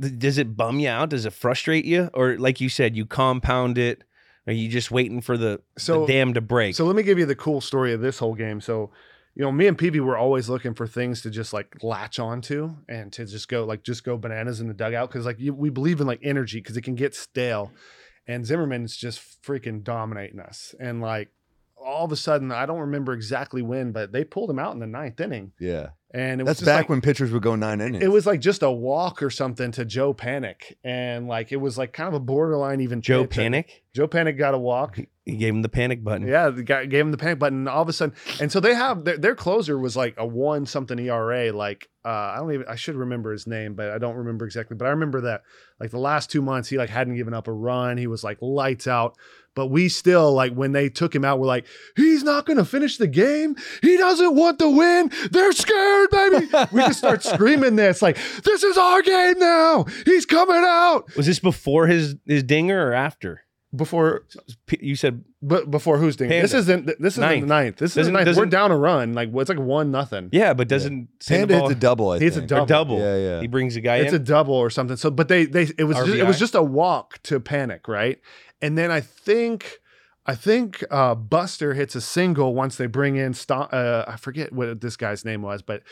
[SPEAKER 1] th- does it bum you out? Does it frustrate you? Or like you said, you compound it. Are you just waiting for the,
[SPEAKER 4] So
[SPEAKER 1] the dam to break?
[SPEAKER 4] So let me give you the cool story of this whole game. So, you know, me and Peavy were always looking for things to just like latch onto and to just go like just go bananas in the dugout because like you, we believe in like energy because it can get stale. And Zimmerman's just freaking dominating us. And like all of a sudden, I don't remember exactly when, but they pulled him out in the ninth inning.
[SPEAKER 2] Yeah.
[SPEAKER 4] And it
[SPEAKER 2] That's
[SPEAKER 4] was just
[SPEAKER 2] back
[SPEAKER 4] like,
[SPEAKER 2] when pitchers would go nine innings.
[SPEAKER 4] it was like just a walk or something to Joe Panic. And like it was like kind of a borderline even
[SPEAKER 1] Joe
[SPEAKER 4] pitch.
[SPEAKER 1] panic.
[SPEAKER 4] Joe Panic got a walk.
[SPEAKER 1] He gave him the panic button.
[SPEAKER 4] Yeah, the guy gave him the panic button. and All of a sudden, and so they have their, their closer was like a one something ERA. Like uh, I don't even I should remember his name, but I don't remember exactly. But I remember that like the last two months he like hadn't given up a run. He was like lights out. But we still like when they took him out, we're like, he's not gonna finish the game. He doesn't want the win. They're scared, baby. we just start screaming this like this is our game now. He's coming out
[SPEAKER 1] Was this before his his dinger or after?
[SPEAKER 4] before
[SPEAKER 1] P- You said
[SPEAKER 4] But before who's doing
[SPEAKER 1] Panda.
[SPEAKER 4] this isn't this isn't
[SPEAKER 1] Ninth.
[SPEAKER 4] the ninth. This is
[SPEAKER 1] Doesn't-
[SPEAKER 4] the ninth. We're
[SPEAKER 1] doesn't-
[SPEAKER 4] down a run. Like it's like one nothing.
[SPEAKER 1] yeah, but doesn't send the
[SPEAKER 2] Panda hits
[SPEAKER 1] ball-
[SPEAKER 2] a double. I
[SPEAKER 4] He's a
[SPEAKER 2] think.
[SPEAKER 1] or
[SPEAKER 4] double.
[SPEAKER 1] double.
[SPEAKER 2] Yeah, yeah.
[SPEAKER 1] He brings a guy
[SPEAKER 4] It's a
[SPEAKER 1] in.
[SPEAKER 4] double or something. So but they they it was just, it was
[SPEAKER 1] RBI.
[SPEAKER 4] just a walk to panic, right? And then I think I think uh, Buster hits a single once they bring in Sto- uh, I forget what this guy's name was, but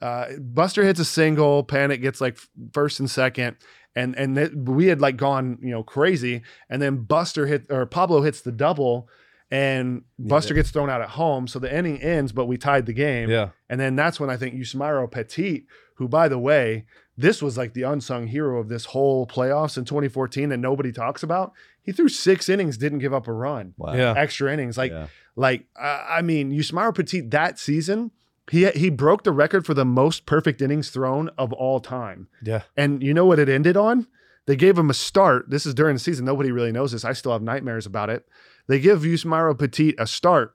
[SPEAKER 4] uh, Buster hits a single, Panic gets like f- first and second, and and th- we had like gone you know crazy, and then Buster hit or Pablo hits the double, and Buster gets thrown out at home, so the inning ends, but we tied the game,
[SPEAKER 1] yeah.
[SPEAKER 4] and then that's when I think Yusmairo Petit, who by the way, this was like the unsung hero of this whole playoffs in 2014 that nobody talks about. He threw six innings, didn't give up a run,
[SPEAKER 2] Wow.
[SPEAKER 1] Yeah.
[SPEAKER 4] extra innings, like
[SPEAKER 2] Yeah.
[SPEAKER 4] like I I mean, Yusmairo Petit that season, he he broke the record for the most perfect innings thrown of all time.
[SPEAKER 1] Yeah.
[SPEAKER 4] And you know what it ended on? They gave him a start. This is during the season. Nobody really knows this. I still have nightmares about it. They give Yusmairo Petit a start,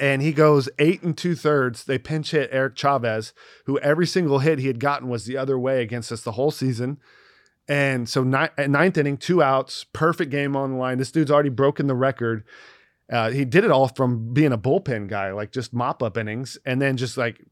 [SPEAKER 4] and he goes eight and two thirds. They pinch hit Eric Chavez, who every single hit he had gotten was the other way against us the whole season. And so ni- at ninth inning, two outs, perfect game on the line. This dude's already broken the record. Uh, he did it all from being a bullpen guy, like just mop up innings, and then just like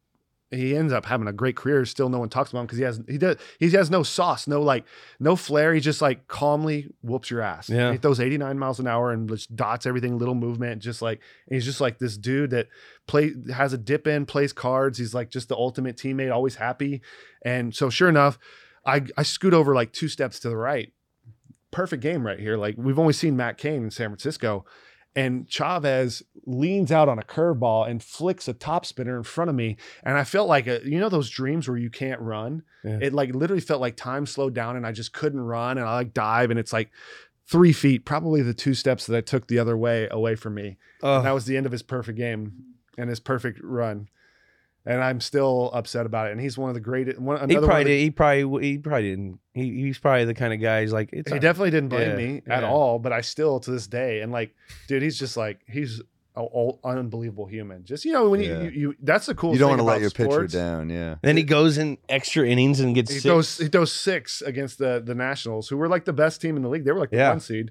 [SPEAKER 4] he ends up having a great career. Still, no one talks about him because he has he does he has no sauce, no like no flair. He just like calmly whoops your ass.
[SPEAKER 1] Yeah.
[SPEAKER 4] he throws 89 miles an hour and just dots everything, little movement, just like and he's just like this dude that play has a dip in, plays cards. He's like just the ultimate teammate, always happy. And so, sure enough, I I scoot over like two steps to the right. Perfect game right here. Like we've only seen Matt Cain in San Francisco, and Chavez leans out on a curveball and flicks a topspinner in front of me, and I felt like a you know those dreams where you can't run.
[SPEAKER 1] Yeah.
[SPEAKER 4] It like literally felt like time slowed down, and I just couldn't run, and I like dive, and it's like. Three feet, probably the two steps that I took the other way away from me.
[SPEAKER 1] Oh.
[SPEAKER 4] And that was the end of his perfect game and his perfect run. And I'm still upset about it. And he's one of the greatest. One, another
[SPEAKER 1] he
[SPEAKER 4] one
[SPEAKER 1] probably
[SPEAKER 4] of the-
[SPEAKER 1] did, he probably he probably didn't. He, he's probably the kind of guy. He's like it's
[SPEAKER 4] He
[SPEAKER 1] all-
[SPEAKER 4] definitely didn't blame
[SPEAKER 1] Yeah,
[SPEAKER 4] me at
[SPEAKER 1] yeah.
[SPEAKER 4] all, but I still to this day and like, dude, he's just like he's a, a- unbelievable human. Just you know when
[SPEAKER 2] Yeah.
[SPEAKER 4] you, you, you that's the coolest.
[SPEAKER 2] you don't
[SPEAKER 4] want to
[SPEAKER 2] let your
[SPEAKER 4] sports.
[SPEAKER 2] pitcher down. Yeah.
[SPEAKER 1] then he goes in extra innings and gets
[SPEAKER 4] He
[SPEAKER 1] six.
[SPEAKER 4] throws he throws six against the the Nationals, who were like the best team in the league. They were like the
[SPEAKER 1] Yeah.
[SPEAKER 4] one seed.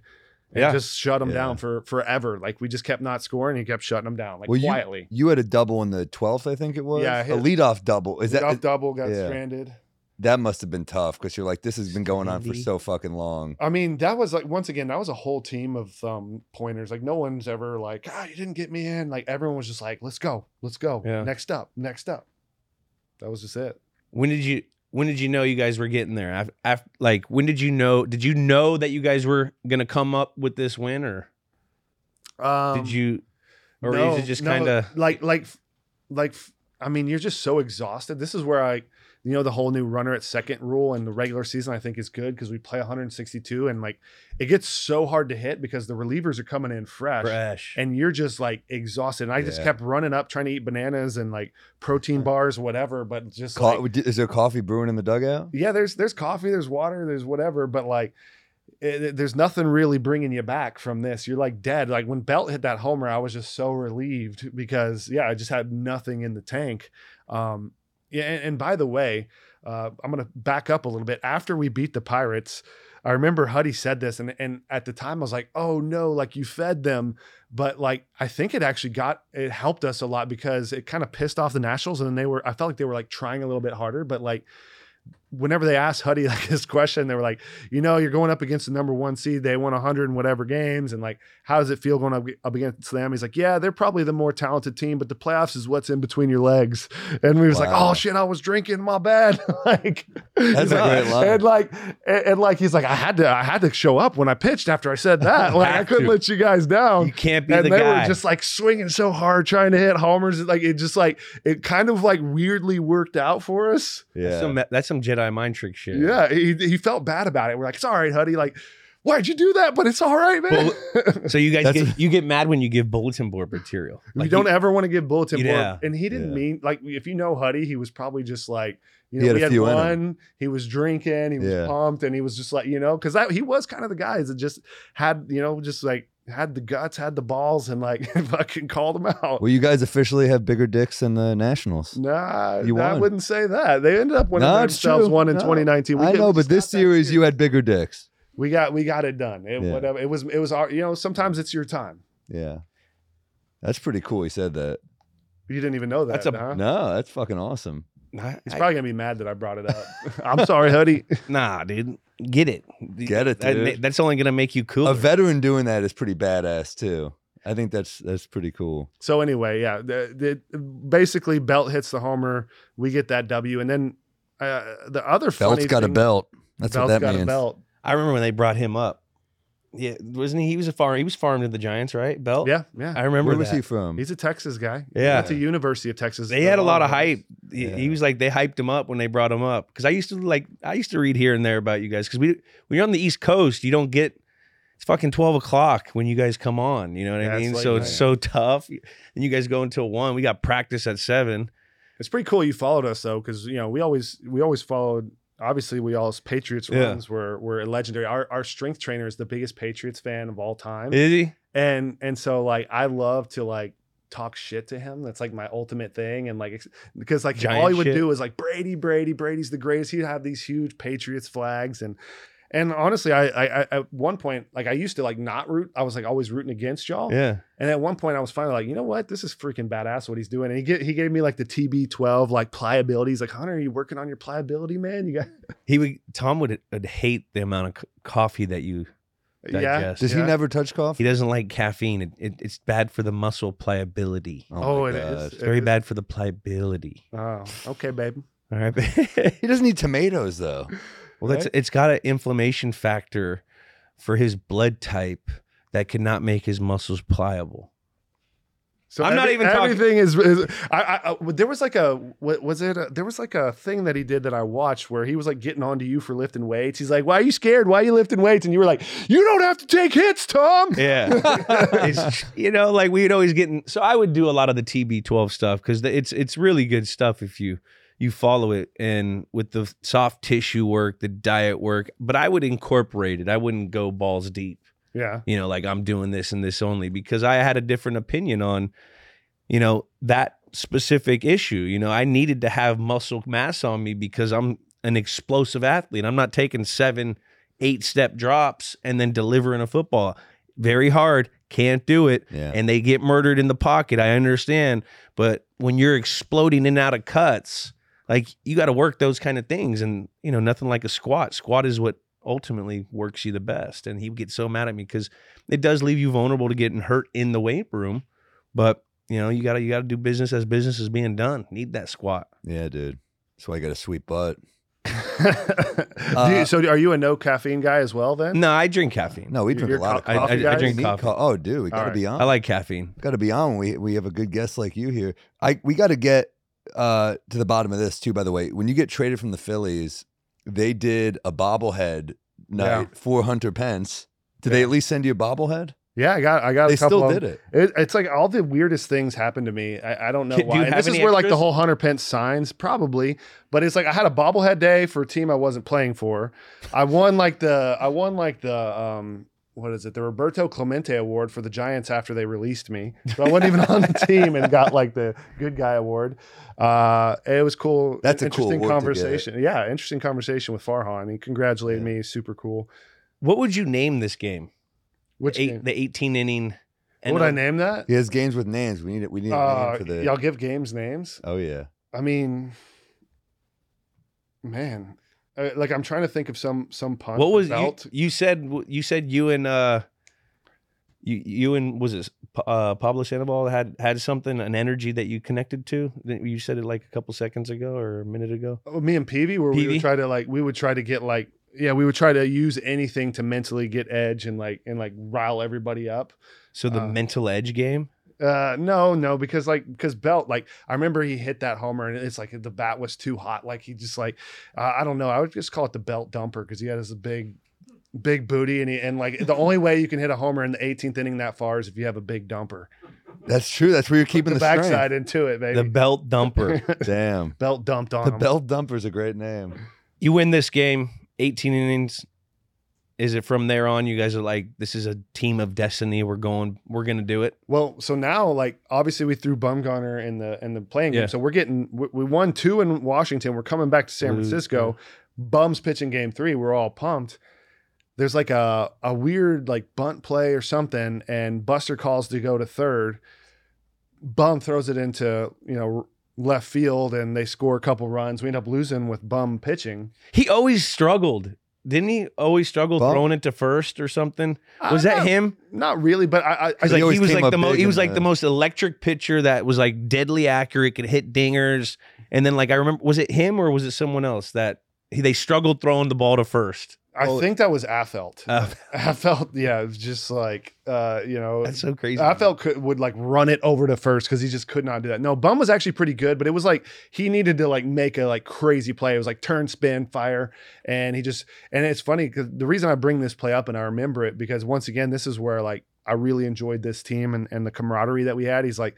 [SPEAKER 4] And
[SPEAKER 1] Yeah.
[SPEAKER 4] just shut them
[SPEAKER 2] Yeah.
[SPEAKER 4] down for forever. Like we just kept not scoring. He kept shutting them down like
[SPEAKER 2] Well, you-
[SPEAKER 4] quietly.
[SPEAKER 2] You had a double in the 12th, I think it was.
[SPEAKER 4] Yeah, I
[SPEAKER 2] a
[SPEAKER 4] hit-
[SPEAKER 2] leadoff double. Is that
[SPEAKER 4] Off double got
[SPEAKER 2] yeah.
[SPEAKER 4] stranded.
[SPEAKER 2] that must have been tough because you're like, this has been going on for
[SPEAKER 3] Indeed.
[SPEAKER 2] so fucking long.
[SPEAKER 4] I mean, that was like once again, that was a whole team of um pointers. Like no one's ever like, ah, you didn't get me in. Like everyone was just like, let's go, let's go,
[SPEAKER 1] Yeah.
[SPEAKER 4] next up, next up. That was just it.
[SPEAKER 1] When did you when did you know you guys were getting there? Af af like when did you know did you know that you guys were gonna come up with this win or
[SPEAKER 4] Um,
[SPEAKER 1] did you or
[SPEAKER 4] no,
[SPEAKER 1] is it just
[SPEAKER 4] no,
[SPEAKER 1] kind of
[SPEAKER 4] like like like I mean, you're just so exhausted. This is where I, you know, the whole new runner at second rule in the regular season I think is good because we play 162 and like it gets so hard to hit because the relievers are coming in
[SPEAKER 1] fresh?
[SPEAKER 4] and you're just like exhausted. And I just
[SPEAKER 2] Yeah.
[SPEAKER 4] kept running up trying to eat bananas and like protein bars, whatever. But just
[SPEAKER 2] Co-
[SPEAKER 4] like,
[SPEAKER 2] is there coffee brewing in the dugout?
[SPEAKER 4] yeah, there's there's coffee, there's water, there's whatever. But like, it, it- there's nothing really bringing you back from this. You're like dead. Like when Belt hit that homer, I was just so relieved because yeah, I just had nothing in the tank. Um, yeah, and, and by the way, uh, I'm gonna back up a little bit. After we beat the Pirates, I remember Huddy said this, and and at the time I was like, oh no, like you fed them, but like I think it actually got it helped us a lot because it kind of pissed off the Nationals, and then they were I felt like they were like trying a little bit harder, but like. Whenever they asked Huddy like this question, they were like, "You know, you're going up against the number one seed. They won 100 and whatever games, and like, how does it feel going up, up against them?" He's like, "Yeah, they're probably the more talented team, but the playoffs is what's in between your legs." And we was like,
[SPEAKER 2] Wow.
[SPEAKER 4] "Oh shit, I was drinking. My bad." like
[SPEAKER 2] That's a great line.
[SPEAKER 4] And like and, and like he's like, I had to I had to show up when I pitched after I said that. Like I
[SPEAKER 1] Have
[SPEAKER 4] couldn't
[SPEAKER 1] to.
[SPEAKER 4] let you guys down.
[SPEAKER 1] You can't be
[SPEAKER 4] and
[SPEAKER 1] the
[SPEAKER 4] they
[SPEAKER 1] guy.
[SPEAKER 4] were um, just like swinging so hard, trying to hit homers. Like it just like it kind of like weirdly worked out for us.
[SPEAKER 1] that's,
[SPEAKER 2] Yeah.
[SPEAKER 1] some, that's some Jedi mind trick shit.
[SPEAKER 4] Yeah, he, he felt bad about it. We're like, it's all right, Huddy. Like, why'd you do that? But it's all right, man.
[SPEAKER 1] So you guys
[SPEAKER 2] That's-
[SPEAKER 1] get you get mad when you give bulletin board material.
[SPEAKER 4] we
[SPEAKER 1] Like,
[SPEAKER 4] don't
[SPEAKER 1] you-
[SPEAKER 4] ever want to give bulletin board.
[SPEAKER 1] Yeah.
[SPEAKER 4] And he didn't
[SPEAKER 2] Yeah.
[SPEAKER 4] mean like if you know Huddy, he was probably just like you
[SPEAKER 2] He
[SPEAKER 4] know
[SPEAKER 2] had
[SPEAKER 4] we
[SPEAKER 2] a
[SPEAKER 4] had
[SPEAKER 2] few in him.
[SPEAKER 4] one. He was drinking. He was
[SPEAKER 2] Yeah.
[SPEAKER 4] pumped, and he was just like you know because that he was kind of the guys that just had you know just like had the guts, had the balls, and like fucking called him out.
[SPEAKER 2] Well, you guys officially have bigger dicks than the Nationals.
[SPEAKER 4] Nah,
[SPEAKER 2] You
[SPEAKER 4] I
[SPEAKER 2] won.
[SPEAKER 4] wouldn't say that. They ended up winning
[SPEAKER 2] No, it's
[SPEAKER 4] themselves
[SPEAKER 2] true.
[SPEAKER 4] one in
[SPEAKER 2] No,
[SPEAKER 4] 2019.
[SPEAKER 2] I
[SPEAKER 4] did-
[SPEAKER 2] know,
[SPEAKER 4] we
[SPEAKER 2] but
[SPEAKER 4] just got
[SPEAKER 2] this
[SPEAKER 4] that
[SPEAKER 2] series
[SPEAKER 4] series.
[SPEAKER 2] you had bigger dicks.
[SPEAKER 4] we got we got it done. It,
[SPEAKER 2] Yeah.
[SPEAKER 4] Whatever it was, it was our. You know, sometimes it's your time.
[SPEAKER 2] Yeah. That's pretty cool. He said that.
[SPEAKER 4] You didn't even know that.
[SPEAKER 1] That's a-
[SPEAKER 4] huh?
[SPEAKER 2] No, that's fucking awesome.
[SPEAKER 1] I-
[SPEAKER 4] He's
[SPEAKER 1] I-
[SPEAKER 4] probably gonna be mad that I brought it up. I'm sorry, Huddy.
[SPEAKER 1] nah, dude, get it,
[SPEAKER 2] Get it,
[SPEAKER 1] That-
[SPEAKER 2] dude.
[SPEAKER 1] that's only gonna make you cool.
[SPEAKER 2] A veteran doing that is pretty badass too. I think that's that's pretty cool.
[SPEAKER 4] So anyway, yeah, the, the, basically Belt hits the homer, we get that W, and then uh, the other
[SPEAKER 2] Belt's
[SPEAKER 4] funny
[SPEAKER 2] got a
[SPEAKER 4] thing-
[SPEAKER 2] belt. That's
[SPEAKER 4] Belt's
[SPEAKER 2] what that
[SPEAKER 4] got
[SPEAKER 2] means.
[SPEAKER 4] a belt.
[SPEAKER 1] I remember when they brought him up. Yeah, wasn't he? He was a farm. He was farmed to the Giants, right? Belt.
[SPEAKER 4] Yeah, yeah.
[SPEAKER 1] I remember.
[SPEAKER 2] Where was
[SPEAKER 1] that.
[SPEAKER 2] he from?
[SPEAKER 4] He's a Texas guy.
[SPEAKER 1] Oh. Yeah.
[SPEAKER 4] at the University of Texas.
[SPEAKER 1] They had a lot of
[SPEAKER 4] Longhorns.
[SPEAKER 1] hype. He, he
[SPEAKER 2] Yeah.
[SPEAKER 1] was like they hyped him up when they brought him up because I used to like I used to read here and there about you guys because we when you're on the East Coast you don't get it's fucking twelve o'clock when you guys come on you know what
[SPEAKER 4] Yeah,
[SPEAKER 1] I
[SPEAKER 4] it's
[SPEAKER 1] mean
[SPEAKER 4] late
[SPEAKER 1] so
[SPEAKER 4] night.
[SPEAKER 1] it's so tough and you guys go until one we got practice at seven
[SPEAKER 4] It's pretty cool you followed us though, because you know we always we always followed. Obviously, we all as Patriots
[SPEAKER 1] Yeah.
[SPEAKER 4] runs were were legendary. Our our strength trainer is the biggest Patriots fan of all time,
[SPEAKER 1] is he
[SPEAKER 4] and and so like I love to like talk shit to him. That's like my ultimate thing, and like ex- because like
[SPEAKER 1] Giant
[SPEAKER 4] all he would
[SPEAKER 1] shit.
[SPEAKER 4] do is like Brady, Brady, Brady's the greatest. He'd have these huge Patriots flags and. And honestly, I, I, I at one point, like I used to like not root. I was like always rooting against y'all.
[SPEAKER 1] yeah
[SPEAKER 4] And at one point, I was finally like, you know what? This is freaking badass what he's doing. And he get, he gave me like the TB12 like pliability. He's like, Hunter, are you working on your pliability, man? You got
[SPEAKER 1] he would Tom would, would hate the amount of c- coffee that you
[SPEAKER 4] yeah.
[SPEAKER 1] Digest.
[SPEAKER 2] Does
[SPEAKER 4] yeah.
[SPEAKER 2] he never touch
[SPEAKER 1] he
[SPEAKER 2] coffee?
[SPEAKER 1] doesn't like caffeine it, it, it's bad for the muscle pliability
[SPEAKER 4] Oh,
[SPEAKER 2] my
[SPEAKER 4] it is.
[SPEAKER 2] God.
[SPEAKER 1] it's very
[SPEAKER 4] is.
[SPEAKER 1] bad for the pliability
[SPEAKER 4] Oh, okay, babe.
[SPEAKER 1] all right
[SPEAKER 2] He doesn't need tomatoes though.
[SPEAKER 1] Well, that's
[SPEAKER 4] Right?
[SPEAKER 1] it's got an inflammation factor for his blood type that cannot make his muscles pliable.
[SPEAKER 4] So
[SPEAKER 1] I'm not even talking-
[SPEAKER 4] Everything is. is I, I, I- there was like a what was it? A, there was like a thing that he did that I watched where he was like getting onto you for lifting weights. He's like, "Why are you scared? Why are you lifting weights?" And you were like, "You don't have to take hits, Tom."
[SPEAKER 1] Yeah, it's, you know, like we'd always get. In, so I would do a lot of the TB12 stuff because it's it's really good stuff if you you follow it and with the soft tissue work, the diet work. But I would incorporate it. I wouldn't go balls deep.
[SPEAKER 4] Yeah.
[SPEAKER 1] you know, like I'm doing this and this only because I had a different opinion on, you know, that specific issue. You know, I needed to have muscle mass on me because I'm an explosive athlete. I'm not taking seven, eight step drops and then delivering a football. Very hard, can't do it.
[SPEAKER 2] Yeah.
[SPEAKER 1] And they get murdered in the pocket. I understand. But when you're exploding in and out of cuts, like you got to work those kind of things. And, you know, nothing like a squat. Squat is what ultimately works you the best. And he would get so mad at me because it does leave you vulnerable to getting hurt in the weight room. But you know, you gotta you gotta do business as business is being done. Need that squat.
[SPEAKER 2] yeah, dude. That's why you got a sweet butt.
[SPEAKER 4] Do
[SPEAKER 2] Uh,
[SPEAKER 4] you- so are you a no caffeine guy as well then?
[SPEAKER 1] No, I drink caffeine.
[SPEAKER 2] No, we
[SPEAKER 4] You're-
[SPEAKER 2] drink
[SPEAKER 4] you're
[SPEAKER 2] a lot
[SPEAKER 4] co-
[SPEAKER 2] of
[SPEAKER 1] I-
[SPEAKER 4] coffee.
[SPEAKER 1] I- I
[SPEAKER 4] guys?
[SPEAKER 1] drink
[SPEAKER 2] We need
[SPEAKER 1] coffee.
[SPEAKER 2] co- oh, dude, we got to
[SPEAKER 4] right.
[SPEAKER 2] be on.
[SPEAKER 1] I like caffeine.
[SPEAKER 2] Got to be on. when We we have a good guest like you here. I we got to get uh, to the bottom of this too. By the way, when you get traded from the Phillies, they did a bobblehead night
[SPEAKER 4] Yeah.
[SPEAKER 2] for Hunter Pence. Did they at least send you a bobblehead?
[SPEAKER 4] Yeah, I got I got
[SPEAKER 2] They
[SPEAKER 4] a couple
[SPEAKER 2] still
[SPEAKER 4] of
[SPEAKER 2] did it.
[SPEAKER 4] It, it's like all the weirdest things happen to me. I, I don't know
[SPEAKER 1] Do you
[SPEAKER 4] why. And
[SPEAKER 1] have
[SPEAKER 4] this is
[SPEAKER 1] any
[SPEAKER 4] where like the
[SPEAKER 1] extras?
[SPEAKER 4] whole Hunter Pence signs probably, but it's like I had a bobblehead day for a team I wasn't playing for. I won like the I won like the um what is it the Roberto Clemente Award for the Giants after they released me. So I wasn't even on the team and got like the good guy award. Uh, it was cool.
[SPEAKER 2] That's a cool
[SPEAKER 4] interesting
[SPEAKER 2] award to get.
[SPEAKER 4] conversation. Yeah, interesting conversation with Farhan. He congratulated me. Super cool.
[SPEAKER 1] What would you name this game?
[SPEAKER 4] Which
[SPEAKER 1] Eight,
[SPEAKER 4] game?
[SPEAKER 1] the eighteen inning
[SPEAKER 4] what would I name that?
[SPEAKER 2] He has games with names. We need it. We need a
[SPEAKER 4] Uh,
[SPEAKER 2] name for the.
[SPEAKER 4] y'all give games names.
[SPEAKER 2] Oh yeah,
[SPEAKER 4] I mean, man, uh, like I'm trying to think of some some pun.
[SPEAKER 1] What was you,
[SPEAKER 4] belt.
[SPEAKER 1] you said you said you and uh you you and was it uh Pablo Sandoval had had something, an energy that you connected to? Didn't- You said it like a couple seconds ago or a minute ago.
[SPEAKER 4] Oh, me and Peavy where we would
[SPEAKER 1] Peavy?
[SPEAKER 4] try to like we would try to get like yeah we would try to use anything to mentally get edge and like and like rile everybody up.
[SPEAKER 1] So the
[SPEAKER 4] Uh,
[SPEAKER 1] mental edge game.
[SPEAKER 4] Uh no no because like because belt like I remember he hit that homer and it's like the bat was too hot like he just like uh, I don't know I would just call it the belt dumper because he had his big big booty and he and like the only way you can hit a homer in the 18th inning that far is if you have a big dumper
[SPEAKER 2] that's true. That's where you're
[SPEAKER 4] Put
[SPEAKER 2] keeping
[SPEAKER 4] the,
[SPEAKER 2] the, strength.
[SPEAKER 4] backside into it baby
[SPEAKER 1] The belt dumper.
[SPEAKER 2] Damn,
[SPEAKER 4] belt dumped on
[SPEAKER 2] the
[SPEAKER 4] him.
[SPEAKER 2] belt dumper's a great name.
[SPEAKER 1] you win this game, 18 innings. Is it from there on? You guys are like, this is a team of destiny. We're going, we're gonna do it.
[SPEAKER 4] Well, so now like obviously we threw Bumgarner in the in the playing
[SPEAKER 1] Yeah.
[SPEAKER 4] game, so we're getting we, we won two in Washington. We're coming back to San
[SPEAKER 1] Ooh,
[SPEAKER 4] Francisco. Bums pitching game three. We're all pumped. There's like a a weird like bunt play or something, and Buster calls to go to third. Bum throws it into you know left field, and they score a couple runs. We end up losing with Bum pitching.
[SPEAKER 1] He always struggled, didn't he? Always struggle
[SPEAKER 2] Bum-
[SPEAKER 1] throwing it to first or something. Was
[SPEAKER 4] Uh,
[SPEAKER 1] that
[SPEAKER 4] not-
[SPEAKER 1] him?
[SPEAKER 4] Not really, but I, I, I
[SPEAKER 1] He's
[SPEAKER 2] he
[SPEAKER 1] like
[SPEAKER 2] always
[SPEAKER 1] he was
[SPEAKER 2] came
[SPEAKER 1] like
[SPEAKER 2] up
[SPEAKER 1] the most.
[SPEAKER 2] big
[SPEAKER 1] He was
[SPEAKER 2] in
[SPEAKER 1] like
[SPEAKER 2] the-
[SPEAKER 1] the most electric pitcher that was like deadly accurate, could hit dingers, and then like I remember, was it him or was it someone else that he, they struggled throwing the ball to first?
[SPEAKER 4] I
[SPEAKER 1] Oh.
[SPEAKER 4] think that was Affelt.
[SPEAKER 1] Uh,
[SPEAKER 4] Affelt, yeah, it was just like uh, you know,
[SPEAKER 1] that's so crazy.
[SPEAKER 4] I felt could, would like run it over to first because he just could not do that. No, Bum was actually pretty good, but it was like he needed to like make a like crazy play. It was like turn, spin, fire, and he just and it's funny because the reason I bring this play up and I remember it because once again this is where like I really enjoyed this team and and the camaraderie that we had. He's like.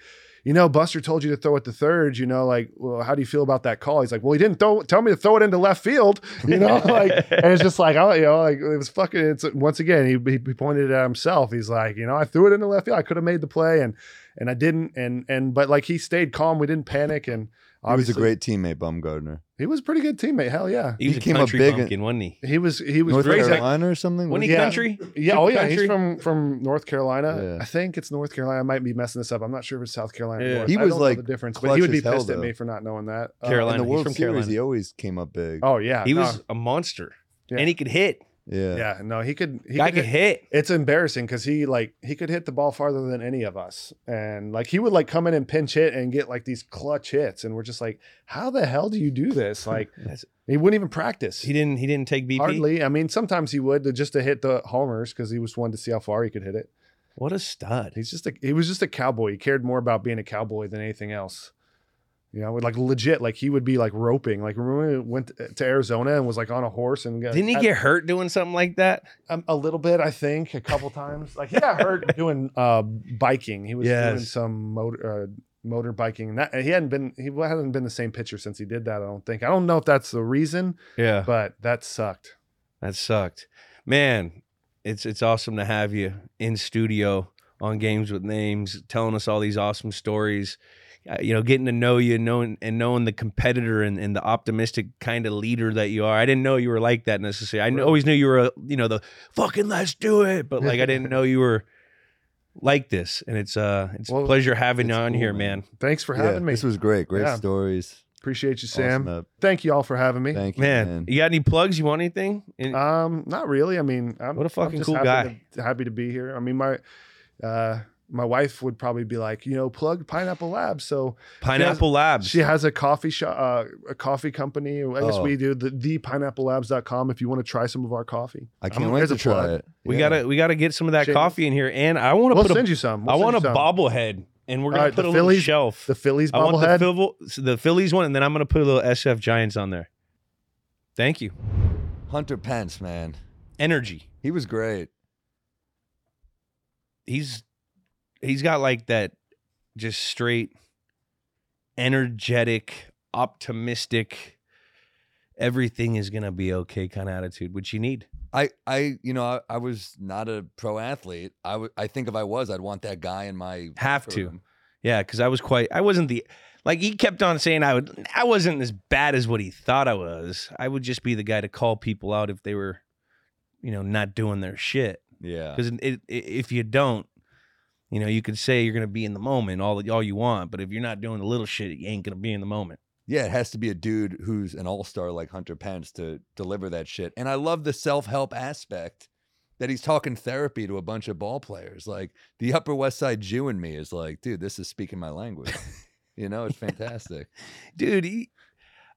[SPEAKER 4] You know, Buster told you to throw it to third. You know, like, well, how do you feel about that call? He's like, well, he didn't throw, tell me to throw it into left field. You know, like, and it's just like, oh, you know, like it was fucking. It's once again, he, he pointed it at himself. He's like, you know, I threw it in the left field. I could have made the play, and and I didn't. And and but like he stayed calm. We didn't panic,
[SPEAKER 2] He
[SPEAKER 4] and
[SPEAKER 2] was a
[SPEAKER 4] obviously
[SPEAKER 2] great teammate, Bumgardner.
[SPEAKER 4] He was a pretty good teammate. Hell yeah,
[SPEAKER 1] he was
[SPEAKER 2] he
[SPEAKER 1] a
[SPEAKER 2] came up
[SPEAKER 1] country
[SPEAKER 2] big in-
[SPEAKER 1] pumpkin, wasn't he?
[SPEAKER 4] he was. He was
[SPEAKER 2] North
[SPEAKER 4] great.
[SPEAKER 2] Carolina or something.
[SPEAKER 1] Wasn't he
[SPEAKER 4] Yeah.
[SPEAKER 1] country?
[SPEAKER 4] Yeah. Oh yeah.
[SPEAKER 1] Country?
[SPEAKER 4] He's from from North Carolina.
[SPEAKER 2] Yeah.
[SPEAKER 4] I think it's North Carolina. I might be messing this up. I'm not sure if it's South Carolina. or
[SPEAKER 1] Yeah.
[SPEAKER 4] North.
[SPEAKER 2] He
[SPEAKER 4] I
[SPEAKER 2] was,
[SPEAKER 4] don't know
[SPEAKER 2] like,
[SPEAKER 4] the difference, but he
[SPEAKER 2] clutch
[SPEAKER 4] would be
[SPEAKER 2] as hell,
[SPEAKER 4] pissed
[SPEAKER 2] though.
[SPEAKER 4] at me for not knowing that. Uh,
[SPEAKER 1] Carolina.
[SPEAKER 2] in the
[SPEAKER 1] He's
[SPEAKER 2] World
[SPEAKER 1] from
[SPEAKER 2] Series,
[SPEAKER 1] Carolina.
[SPEAKER 2] he always came up big.
[SPEAKER 4] oh yeah.
[SPEAKER 1] He
[SPEAKER 4] no.
[SPEAKER 1] was a monster,
[SPEAKER 4] Yeah.
[SPEAKER 1] and he could hit.
[SPEAKER 2] yeah.
[SPEAKER 4] Yeah. No, he could. He
[SPEAKER 1] Guy
[SPEAKER 4] could hit-
[SPEAKER 1] could hit.
[SPEAKER 4] it's embarrassing because he like he could hit the ball farther than any of us and like he would like come in and pinch hit and get like these clutch hits and we're just like how the hell do you do this like
[SPEAKER 1] That's-
[SPEAKER 4] he wouldn't even practice
[SPEAKER 1] He didn't. He didn't take BP.
[SPEAKER 4] hardly i mean sometimes he would to, just to hit the homers because he was one to see how far he could hit it
[SPEAKER 1] What a stud!
[SPEAKER 4] he's just a he was just a cowboy he cared more about being a cowboy than anything else you know like legit like he would be like roping like remember when he went to arizona and was like on a horse and got-
[SPEAKER 1] Didn't he
[SPEAKER 4] I-
[SPEAKER 1] get hurt doing something like that?
[SPEAKER 4] um, a little bit, I think, a couple times. Like he got hurt doing uh, biking. He was doing
[SPEAKER 1] Yes.
[SPEAKER 4] some motor uh, motor biking, and that, and he hadn't been he hasn't been the same pitcher since he did that. I don't think. I don't know if that's the reason,
[SPEAKER 1] Yeah,
[SPEAKER 4] but that sucked.
[SPEAKER 1] that sucked, man. it's it's awesome to have you in studio on Games with Names, telling us all these awesome stories. Uh, you know, getting to know you, and knowing and knowing the competitor and, and the optimistic kind of leader that you are. I didn't know you were like that necessarily. I kn- always knew you were, a, you know, the fucking let's do it, but like I didn't know you were like this. And it's uh, it's
[SPEAKER 4] Well,
[SPEAKER 1] a pleasure having
[SPEAKER 2] it's
[SPEAKER 1] you on
[SPEAKER 2] cool,
[SPEAKER 1] here,
[SPEAKER 2] man.
[SPEAKER 1] man.
[SPEAKER 4] Thanks for
[SPEAKER 2] Yeah,
[SPEAKER 4] having me.
[SPEAKER 2] This was great. Great
[SPEAKER 4] Yeah.
[SPEAKER 2] stories.
[SPEAKER 4] Appreciate you,
[SPEAKER 2] Awesome
[SPEAKER 4] Sam.
[SPEAKER 2] up.
[SPEAKER 4] Thank you all for having me.
[SPEAKER 2] Thank you,
[SPEAKER 1] Man,
[SPEAKER 2] man.
[SPEAKER 1] you got any plugs? You want anything? And-
[SPEAKER 4] Um, not really. I mean, I'm,
[SPEAKER 1] What a
[SPEAKER 4] I'm
[SPEAKER 1] fucking
[SPEAKER 4] just
[SPEAKER 1] cool
[SPEAKER 4] happy
[SPEAKER 1] guy.
[SPEAKER 4] To, happy to be here. I mean, my uh, my wife would probably be like, you know, plug Pineapple Labs. So
[SPEAKER 1] Pineapple Labs.
[SPEAKER 4] she has a coffee shop, uh, a coffee company. I guess
[SPEAKER 2] Oh.
[SPEAKER 4] we do the, the pineapplelabs.com if you want to try some of our coffee.
[SPEAKER 2] I can't
[SPEAKER 4] I'm-
[SPEAKER 2] wait
[SPEAKER 4] there's
[SPEAKER 2] to
[SPEAKER 4] a
[SPEAKER 2] try
[SPEAKER 4] plug.
[SPEAKER 2] it.
[SPEAKER 1] We
[SPEAKER 2] Yeah.
[SPEAKER 1] gotta we gotta get some of that
[SPEAKER 4] Shit.
[SPEAKER 1] coffee in here, and I want to
[SPEAKER 4] We'll
[SPEAKER 1] put
[SPEAKER 4] send
[SPEAKER 1] a
[SPEAKER 4] you some.
[SPEAKER 1] I
[SPEAKER 4] We'll
[SPEAKER 1] want a
[SPEAKER 4] send you some.
[SPEAKER 1] bobblehead, and we're gonna
[SPEAKER 4] All right,
[SPEAKER 1] put
[SPEAKER 4] the
[SPEAKER 1] a little
[SPEAKER 4] Phillies-
[SPEAKER 1] shelf.
[SPEAKER 4] The Phillies
[SPEAKER 1] I want
[SPEAKER 4] bobblehead.
[SPEAKER 1] the, Phil, the Phillies one, and then I'm gonna put a little SF Giants on there. Thank you.
[SPEAKER 2] Hunter Pence, man.
[SPEAKER 1] Energy.
[SPEAKER 2] He was great.
[SPEAKER 1] He's he's got like that just straight energetic, optimistic. Everything is gonna be okay kind of attitude, which you need.
[SPEAKER 2] I, I, you know, I, I was not a pro athlete. I, w- I think if I was, I'd want that guy in my
[SPEAKER 1] Have
[SPEAKER 2] locker
[SPEAKER 1] to.
[SPEAKER 2] room.
[SPEAKER 1] Yeah, because I was quite. I wasn't the. Like he kept on saying, I would. I wasn't as bad as what he thought I was. I would just be the guy to call people out if they were, you know, not doing their shit.
[SPEAKER 2] Yeah.
[SPEAKER 1] Because it, i if you don't, you know, you could say you're gonna be in the moment all all you want, but if you're not doing the little shit, you ain't gonna be in the moment.
[SPEAKER 2] Yeah, it has to be a dude who's an all star like Hunter Pence to deliver that shit. And I love the self help aspect that he's talking therapy to a bunch of ball players. Like the Upper West Side Jew in me is like, dude, this is speaking my language. you know, it's fantastic.
[SPEAKER 1] Dude, he,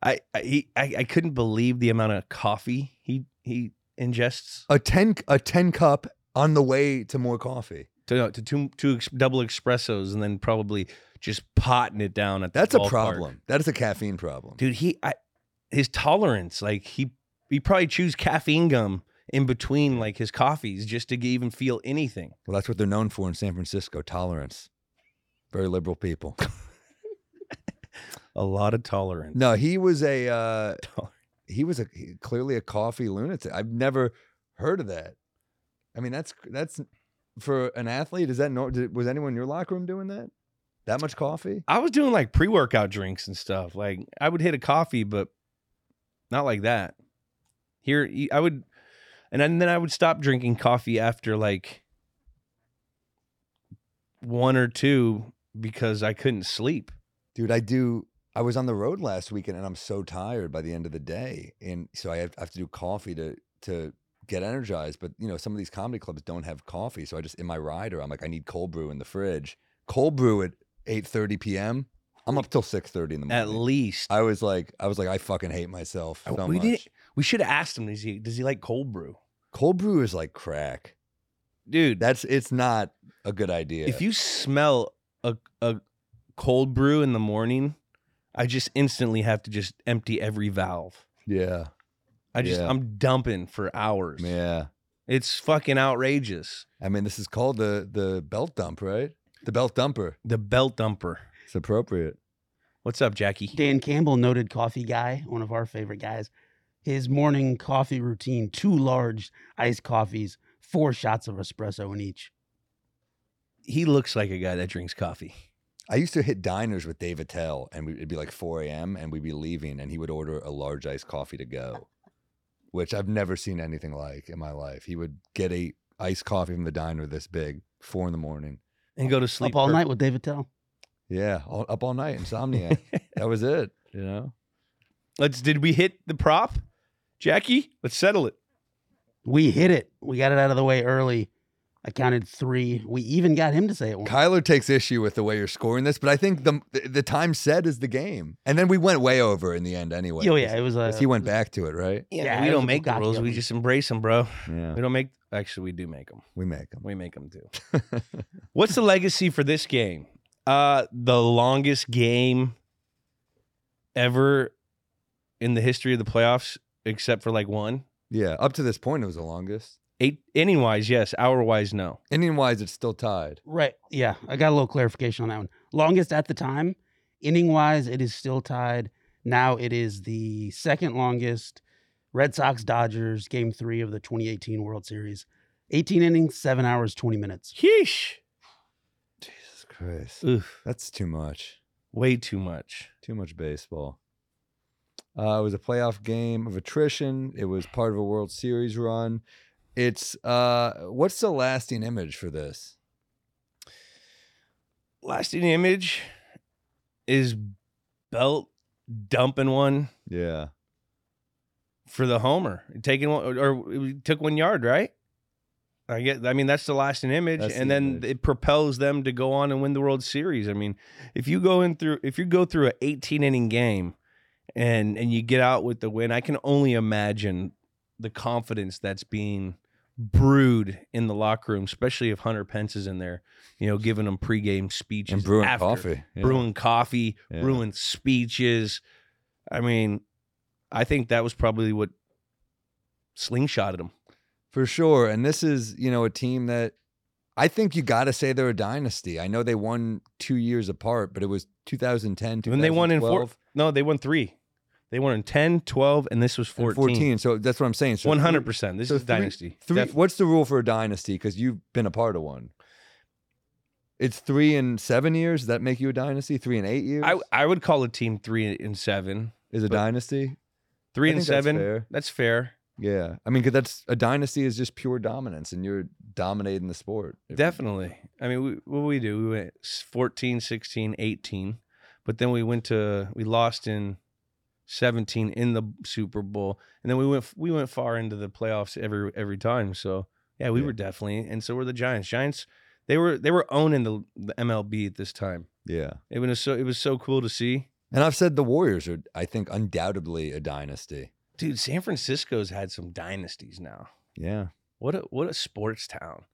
[SPEAKER 1] I, I, he, I, I couldn't believe the amount of coffee he he ingests
[SPEAKER 2] a ten a ten cup on the way to more coffee.
[SPEAKER 1] to to two, two ex- double espressos and then probably just potting it down at the
[SPEAKER 2] That's a
[SPEAKER 1] ballpark.
[SPEAKER 2] problem. That is a caffeine problem.
[SPEAKER 1] dude he I, his tolerance like he he probably chews caffeine gum in between like his coffees just to g- even feel anything
[SPEAKER 2] Well, that's what they're known for in San Francisco. Tolerance. Very liberal people.
[SPEAKER 1] a lot of tolerance
[SPEAKER 2] No, he was a uh,
[SPEAKER 1] Tolerance.
[SPEAKER 2] he was a he- clearly a coffee lunatic. I've never heard of that. I mean, that's that's for an athlete. Is that nor- did, was anyone in your locker room doing that? That much coffee?
[SPEAKER 1] i was doing like pre-workout drinks and stuff like i would hit a coffee but not like that here y- i would and then then i would stop drinking coffee after like one or two because i couldn't sleep
[SPEAKER 2] dude i do i was on the road last weekend and i'm so tired by the end of the day and so i have, I have to do coffee to to get energized but you know some of these comedy clubs don't have coffee so i just in my rider i'm like i need cold brew in the fridge cold brew at 8.30 p.m i'm up till 6.30 in the
[SPEAKER 1] at
[SPEAKER 2] morning
[SPEAKER 1] least
[SPEAKER 2] i was like i was like i fucking hate myself
[SPEAKER 1] I-
[SPEAKER 2] so
[SPEAKER 1] we
[SPEAKER 2] much
[SPEAKER 1] didn't- we should have asked him does he does he like cold brew
[SPEAKER 2] cold brew is like crack
[SPEAKER 1] dude
[SPEAKER 2] that's it's not a good idea
[SPEAKER 1] If you smell a a cold brew in the morning, I just instantly have to just empty every valve.
[SPEAKER 2] yeah
[SPEAKER 1] I just
[SPEAKER 2] Yeah.
[SPEAKER 1] I'm dumping for hours.
[SPEAKER 2] yeah
[SPEAKER 1] It's fucking outrageous.
[SPEAKER 2] i mean this is called the the belt dump right the belt dumper
[SPEAKER 1] The belt dumper.
[SPEAKER 2] it's appropriate
[SPEAKER 1] What's up, Jackie?
[SPEAKER 3] Dan Campbell, noted coffee guy, one of our favorite guys. His morning coffee routine: two large iced coffees, four shots of espresso in each.
[SPEAKER 1] He looks like a guy that drinks coffee.
[SPEAKER 2] I used to hit diners with Dave Attell, and we, it'd be like 4 a.m., and we'd be leaving, and he would order a large iced coffee to go, which I've never seen anything like in my life. He would get a iced coffee from the diner this big, four in the morning.
[SPEAKER 1] And go to sleep
[SPEAKER 3] Up all
[SPEAKER 1] per-
[SPEAKER 3] night with David Tell.
[SPEAKER 2] Yeah, all, up all night, insomnia. that was it, you know?
[SPEAKER 1] Let's did we hit the prop? Jackie, let's settle it.
[SPEAKER 3] We hit it. We got it out of the way early. I counted three. We even got him to say it. Once.
[SPEAKER 2] Kyler takes issue with the way you're scoring this, but I think the the time set is the game. And then we went way over in the end anyway.
[SPEAKER 3] oh
[SPEAKER 2] 'cause-
[SPEAKER 3] yeah, it was a.
[SPEAKER 2] 'cause he went back to it, right?
[SPEAKER 1] Yeah,
[SPEAKER 3] Yeah,
[SPEAKER 1] we
[SPEAKER 3] it was
[SPEAKER 1] don't
[SPEAKER 3] a
[SPEAKER 1] make the
[SPEAKER 3] Bugatti
[SPEAKER 1] rules.
[SPEAKER 3] on
[SPEAKER 1] We
[SPEAKER 3] me.
[SPEAKER 1] just embrace them, bro.
[SPEAKER 2] Yeah.
[SPEAKER 1] We don't make actually we do make them.
[SPEAKER 2] We make them.
[SPEAKER 1] We make them too. What's the legacy for this game? Uh, the longest game ever in the history of the playoffs, except for like one.
[SPEAKER 2] yeah, up to this point, it was the longest.
[SPEAKER 1] Eight inning wise, yes. Hour wise, no.
[SPEAKER 2] Indian wise, it's still tied.
[SPEAKER 3] Right. Yeah. I got a little clarification on that one. Longest at the time, inning wise, it is still tied. Now it is the second longest Red Sox Dodgers game three of the 2018 World Series 18 innings, seven hours, 20 minutes.
[SPEAKER 1] Yeesh.
[SPEAKER 2] Jesus Christ.
[SPEAKER 1] Oof.
[SPEAKER 2] That's too much.
[SPEAKER 1] Way too much.
[SPEAKER 2] Too much baseball. Uh, it was a playoff game of attrition. It was part of a World Series run. It's uh, what's the lasting image for this?
[SPEAKER 1] Lasting image is belt dumping one
[SPEAKER 2] Yeah,
[SPEAKER 1] for the homer, taking one or, or it took one yard, right? I get. I mean, that's the lasting image,
[SPEAKER 2] That's
[SPEAKER 1] and
[SPEAKER 2] the
[SPEAKER 1] then
[SPEAKER 2] image.
[SPEAKER 1] it propels them to go on and win the World Series. I mean, if you go in through, if you go through an 18 inning game, and and you get out with the win, I can only imagine the confidence that's being brewed in the locker room, especially if Hunter Pence is in there, you know, giving them pregame speeches
[SPEAKER 2] and brewing
[SPEAKER 1] after
[SPEAKER 2] coffee. Yeah.
[SPEAKER 1] brewing coffee,
[SPEAKER 2] Yeah.
[SPEAKER 1] brewing speeches. I mean, I think that was probably what slingshotted him.
[SPEAKER 2] For sure. And this is, you know, a team that I think you got to say they're a dynasty. I know they won two years apart, but it was 2010, 2012.
[SPEAKER 1] When they won in four, no, they won three. They won in 10, 12, and this was
[SPEAKER 2] and
[SPEAKER 1] 14.
[SPEAKER 2] 14. So that's what I'm saying. So
[SPEAKER 1] 100%. This
[SPEAKER 2] so
[SPEAKER 1] is
[SPEAKER 2] three-
[SPEAKER 1] dynasty.
[SPEAKER 2] Three,
[SPEAKER 1] Def-
[SPEAKER 2] what's the rule for a dynasty? Because you've been a part of one. It's three and seven years. Does that make you a dynasty? Three and eight years
[SPEAKER 1] I, I would call a team three and seven.
[SPEAKER 2] is a
[SPEAKER 1] but-
[SPEAKER 2] dynasty.
[SPEAKER 1] Three
[SPEAKER 2] I
[SPEAKER 1] and
[SPEAKER 2] think that's
[SPEAKER 1] seven.
[SPEAKER 2] fair.
[SPEAKER 1] That's fair.
[SPEAKER 2] Yeah. I mean, because that's a dynasty is just pure dominance and you're dominating the sport. If you-
[SPEAKER 1] Definitely. I mean, we, what we do, we went s- 14, 16, 18, but then we went to we lost in 17 in the Super Bowl, and then we went we went far into the playoffs every every time. So yeah, we
[SPEAKER 2] Yeah.
[SPEAKER 1] were definitely, and so were the Giants. Giants, they were they were owning the, the MLB at this time.
[SPEAKER 2] Yeah.
[SPEAKER 1] It was so it was so cool to see,
[SPEAKER 2] And I've said the Warriors are, I think, undoubtedly a dynasty.
[SPEAKER 1] dude. San Francisco's had some dynasties now.
[SPEAKER 2] Yeah.
[SPEAKER 1] What a what a sports town.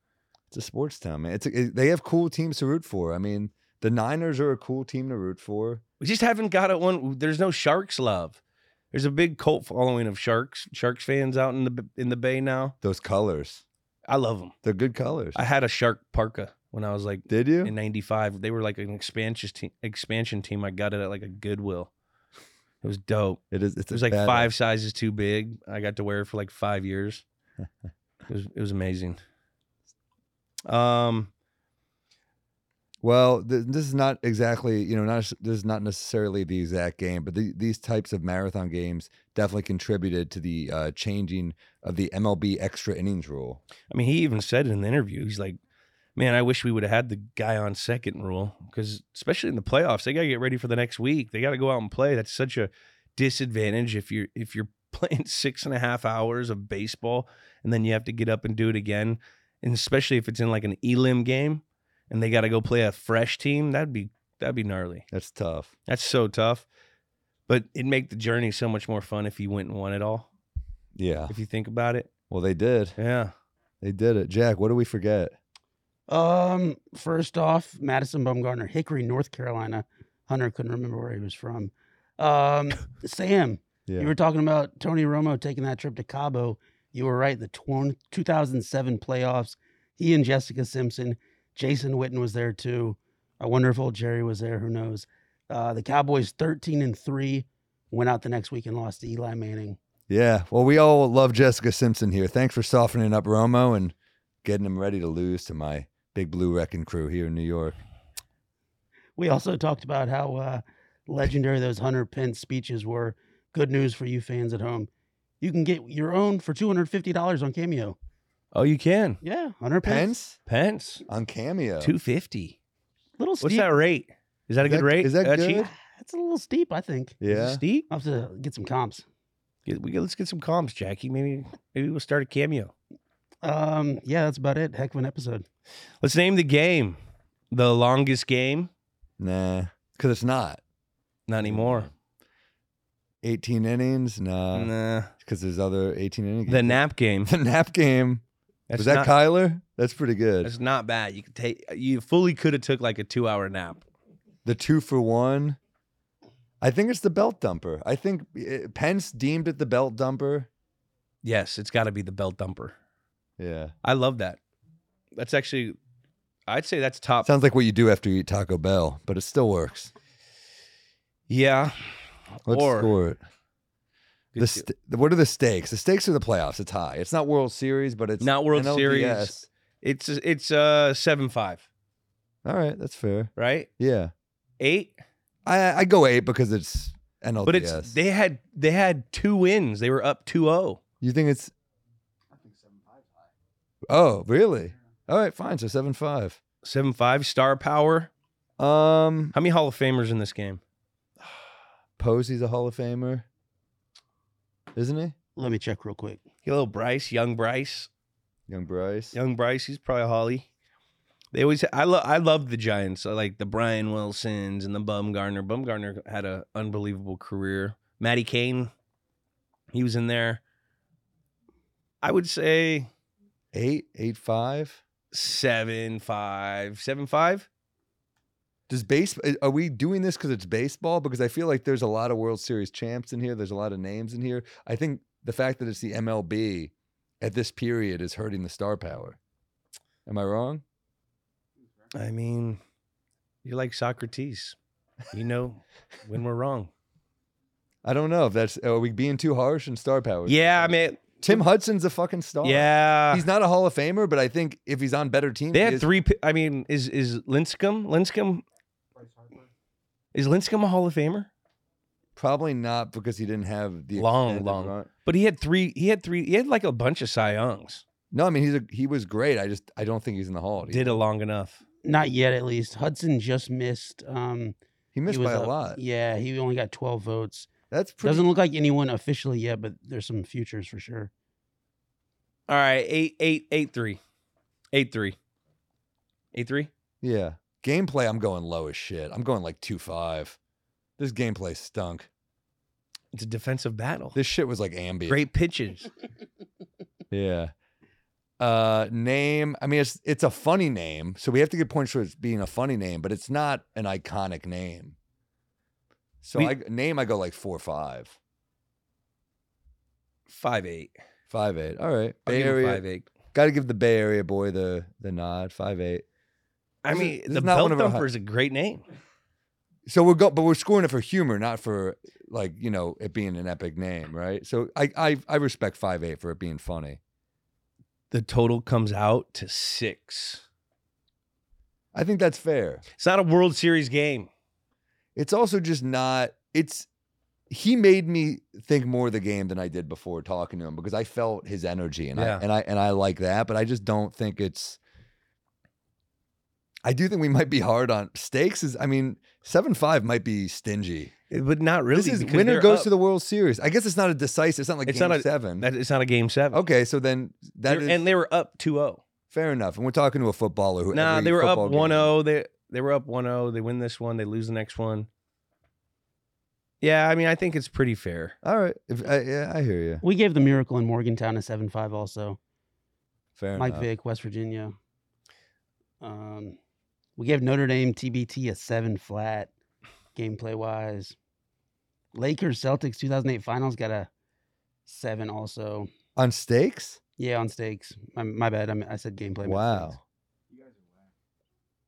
[SPEAKER 2] It's a sports town, man. It's a, it- they have cool teams to root for. I mean, the Niners are a cool team to root for.
[SPEAKER 1] We just haven't got it one. There's no sharks love. There's a big cult following of sharks, sharks fans out in the in the bay now.
[SPEAKER 2] Those colors,
[SPEAKER 1] I love them.
[SPEAKER 2] they're good colors.
[SPEAKER 1] I had a shark parka when I was like
[SPEAKER 2] Did you?
[SPEAKER 1] in '95. They were like an expansion team. Expansion team. I got it at like a Goodwill. It was dope.
[SPEAKER 2] it is. It's
[SPEAKER 1] It was like five sizes too big. I got to wear it for like five years. It was it was amazing. Um,
[SPEAKER 2] Well, th- this is not exactly you know not s- this is not necessarily the exact game, but the, these types of marathon games definitely contributed to the uh, changing of the MLB extra innings rule.
[SPEAKER 1] I mean, he even said in the interview, he's like, "Man, I wish we would have had the guy on second rule because, especially in the playoffs, they got to get ready for the next week. They got to go out and play. That's such a disadvantage if you're if you're playing six and a half hours of baseball and then you have to get up and do it again, and especially if it's in like an elim game and they got to go play a fresh team. That'd be that'd be gnarly.
[SPEAKER 2] That's tough.
[SPEAKER 1] That's so tough." But it'd make the journey so much more fun if you went and won it all.
[SPEAKER 2] Yeah.
[SPEAKER 1] If you think about it,
[SPEAKER 2] Well, they did.
[SPEAKER 1] yeah.
[SPEAKER 2] They did it, Jack. What do we forget?
[SPEAKER 3] Um, first off, Madison Bumgarner, Hickory, North Carolina. Hunter couldn't remember where he was from. Um, Sam,
[SPEAKER 2] Yeah.
[SPEAKER 3] you were talking about Tony Romo taking that trip to Cabo. You were right. The twen- 2007 playoffs, he and Jessica Simpson, Jason Witten was there too. I wonder if old Jerry was there. Who knows? Uh, the Cowboys 13 and three went out the next week and lost to Eli Manning.
[SPEAKER 2] Yeah. Well, we all love Jessica Simpson here. Thanks for softening up Romo and getting him ready to lose to my Big Blue Wrecking Crew here in New York.
[SPEAKER 3] We also talked about how uh, legendary those Hunter Pence speeches were. Good news for you fans at home. You can get your own for $250 on Cameo.
[SPEAKER 1] Oh, you can
[SPEAKER 3] Yeah, Hunter Pence.
[SPEAKER 2] Pence
[SPEAKER 1] Pence.
[SPEAKER 2] on cameo.
[SPEAKER 1] Two fifty.
[SPEAKER 3] Little
[SPEAKER 1] What's
[SPEAKER 3] steep.
[SPEAKER 1] that rate? Is that a
[SPEAKER 2] Is
[SPEAKER 1] good
[SPEAKER 2] that-
[SPEAKER 1] rate?
[SPEAKER 2] is that
[SPEAKER 1] cheap?
[SPEAKER 2] good?
[SPEAKER 3] That's a little steep, I think.
[SPEAKER 1] Is it
[SPEAKER 2] Yeah.
[SPEAKER 1] steep.
[SPEAKER 3] I'll have to get some comps.
[SPEAKER 1] Get- we get- let's get some comms, Jackie. Maybe maybe we'll start a cameo.
[SPEAKER 3] Um, yeah, that's about it. Heck of an episode.
[SPEAKER 1] Let's name the game. The longest game.
[SPEAKER 2] Nah. Because it's not.
[SPEAKER 1] Not anymore.
[SPEAKER 2] 18 innings? Nah.
[SPEAKER 1] nah.
[SPEAKER 2] Because there's other 18 inning
[SPEAKER 1] The
[SPEAKER 2] games.
[SPEAKER 1] nap game.
[SPEAKER 2] The nap game.
[SPEAKER 1] That's
[SPEAKER 2] Was that
[SPEAKER 1] not,
[SPEAKER 2] Kyler? That's pretty good.
[SPEAKER 1] that's not bad. You could take. You fully could have took like a two hour nap.
[SPEAKER 2] the two for one. I think it's the belt dumper. I think eh, Pence deemed it the belt dumper.
[SPEAKER 1] Yes, it's got to be the belt dumper.
[SPEAKER 2] Yeah.
[SPEAKER 1] I love that. That's actually. I'd say that's top.
[SPEAKER 2] Sounds like what you do after you eat Taco Bell, but it still works.
[SPEAKER 1] yeah.
[SPEAKER 2] Let's
[SPEAKER 1] or
[SPEAKER 2] score it. The st- what are the stakes? The stakes are the playoffs. It's high. It's not World Series, but it's
[SPEAKER 1] Not World Series.
[SPEAKER 2] NLDS.
[SPEAKER 1] It's it's uh seven five,
[SPEAKER 2] All right, that's fair.
[SPEAKER 1] right?
[SPEAKER 2] Yeah,
[SPEAKER 1] Eight,
[SPEAKER 2] I I go eight because it's NLDS.
[SPEAKER 1] but it's they had they had two wins. They were up 2-0.
[SPEAKER 2] you think it's? Oh really? All right, fine. So seven five.
[SPEAKER 1] Seven five star power.
[SPEAKER 2] Um,
[SPEAKER 1] How many Hall of Famers in this game?
[SPEAKER 2] Posey's a Hall of Famer, isn't he?
[SPEAKER 3] Let me check real quick.
[SPEAKER 1] Hello, Bryce, young Bryce,
[SPEAKER 2] Young Bryce.
[SPEAKER 1] young Bryce. He's probably a Holly. They always. I love. I love the Giants. I like the Brian Wilsons and the Bumgarner. Bumgarner had an unbelievable career. Matty Kane, he was in there. I would say
[SPEAKER 2] Eight eight five.
[SPEAKER 1] seven five, seven five.
[SPEAKER 2] Does base are we doing this because it's baseball? Because I feel like there's a lot of World Series champs in here. There's a lot of names in here. I think the fact that it's the MLB at this period is hurting the star power. Am I wrong?
[SPEAKER 1] I mean, you're like Socrates. You know when we're wrong.
[SPEAKER 2] I don't know if that's are we being too harsh in star power?
[SPEAKER 1] Yeah, I mean,
[SPEAKER 2] Tim Hudson's a fucking star.
[SPEAKER 1] yeah.
[SPEAKER 2] Oh, He's not a Hall of Famer, but I think if he's on better teams,
[SPEAKER 1] They
[SPEAKER 2] he
[SPEAKER 1] had
[SPEAKER 2] is-
[SPEAKER 1] three. pi- I mean, is is Linscomb Linscomb is Linscomb a Hall of Famer?
[SPEAKER 2] probably not because he didn't have the
[SPEAKER 1] Long,
[SPEAKER 2] extended
[SPEAKER 1] long.
[SPEAKER 2] run.
[SPEAKER 1] But he had three. He had three. He had like a bunch of Cy Youngs.
[SPEAKER 2] No, I mean he's a, he was great. I just I don't think he's in the Hall.
[SPEAKER 1] Did it long enough.
[SPEAKER 3] Not yet, at least. Hudson just missed. Um,
[SPEAKER 2] he
[SPEAKER 3] he
[SPEAKER 2] missed
[SPEAKER 3] was
[SPEAKER 2] by a
[SPEAKER 3] up-
[SPEAKER 2] lot.
[SPEAKER 3] Yeah, he only got 12 votes.
[SPEAKER 2] That's pretty.
[SPEAKER 3] Doesn't look like anyone officially yet, but there's some futures for sure.
[SPEAKER 1] All right, eight, eight, eight, three, eight, three, eight, three.
[SPEAKER 2] Yeah. Gameplay, I'm going low as shit. I'm going like 2 5. This gameplay stunk.
[SPEAKER 1] It's a defensive battle.
[SPEAKER 2] This shit was like ambient.
[SPEAKER 1] Great pitches.
[SPEAKER 2] Yeah. Uh, name. I mean, it's it's a funny name, so we have to give points for it being a funny name, but it's not an iconic name. So
[SPEAKER 1] We-
[SPEAKER 2] I name, I go like four five,
[SPEAKER 1] Five eight.
[SPEAKER 2] five eight. All right,
[SPEAKER 1] I'll
[SPEAKER 2] Bay
[SPEAKER 1] give him
[SPEAKER 2] Area.
[SPEAKER 1] five eight.
[SPEAKER 2] Got to give the Bay Area boy the the nod. Five eight.
[SPEAKER 1] I
[SPEAKER 2] This is-
[SPEAKER 1] mean,
[SPEAKER 2] this
[SPEAKER 1] the
[SPEAKER 2] is not
[SPEAKER 1] belt
[SPEAKER 2] one of our hi-
[SPEAKER 1] thumper is a great name.
[SPEAKER 2] So we're go, but we're scoring it for humor, not for like you know it being an epic name, right? So I I, I respect five eight for it being funny.
[SPEAKER 1] The total comes out to six.
[SPEAKER 2] I think that's fair.
[SPEAKER 1] It's not a World Series game.
[SPEAKER 2] It's also just not. It's he made me think more of the game than I did before talking to him because I felt his energy and
[SPEAKER 1] Yeah.
[SPEAKER 2] I and I and I like that, but I just don't think it's. I do think we might be hard on stakes. Is I mean seven five might be stingy.
[SPEAKER 1] But not really.
[SPEAKER 2] this is
[SPEAKER 1] because
[SPEAKER 2] winner
[SPEAKER 1] they're
[SPEAKER 2] goes
[SPEAKER 1] up.
[SPEAKER 2] to the World Series. I guess it's not a decisive. It's not like
[SPEAKER 1] It's
[SPEAKER 2] game
[SPEAKER 1] not a-
[SPEAKER 2] seven.
[SPEAKER 1] That, it's not a game seven.
[SPEAKER 2] okay, so then that
[SPEAKER 1] They're-
[SPEAKER 2] is-
[SPEAKER 1] and they were up 2-0.
[SPEAKER 2] Fair enough. And we're talking to a footballer who
[SPEAKER 1] Nah,
[SPEAKER 2] every
[SPEAKER 1] they were up oh.
[SPEAKER 2] football
[SPEAKER 1] 1-0.
[SPEAKER 2] game-
[SPEAKER 1] They they were up 1-0. They win this one, they lose the next one. Yeah, I mean, I think it's pretty fair.
[SPEAKER 2] All right. If, I, yeah, I hear you.
[SPEAKER 3] We gave the Miracle in Morgantown a 7 5 also.
[SPEAKER 2] Fair
[SPEAKER 3] Mike
[SPEAKER 2] enough.
[SPEAKER 3] Vick, West Virginia. Um, we gave Notre Dame TBT a seven flat gameplay wise. Lakers Celtics 2008 finals got a seven also.
[SPEAKER 2] On stakes?
[SPEAKER 3] Yeah, on stakes. My, my bad. I, mean, I said gameplay. I meant
[SPEAKER 2] Wow.
[SPEAKER 3] stakes.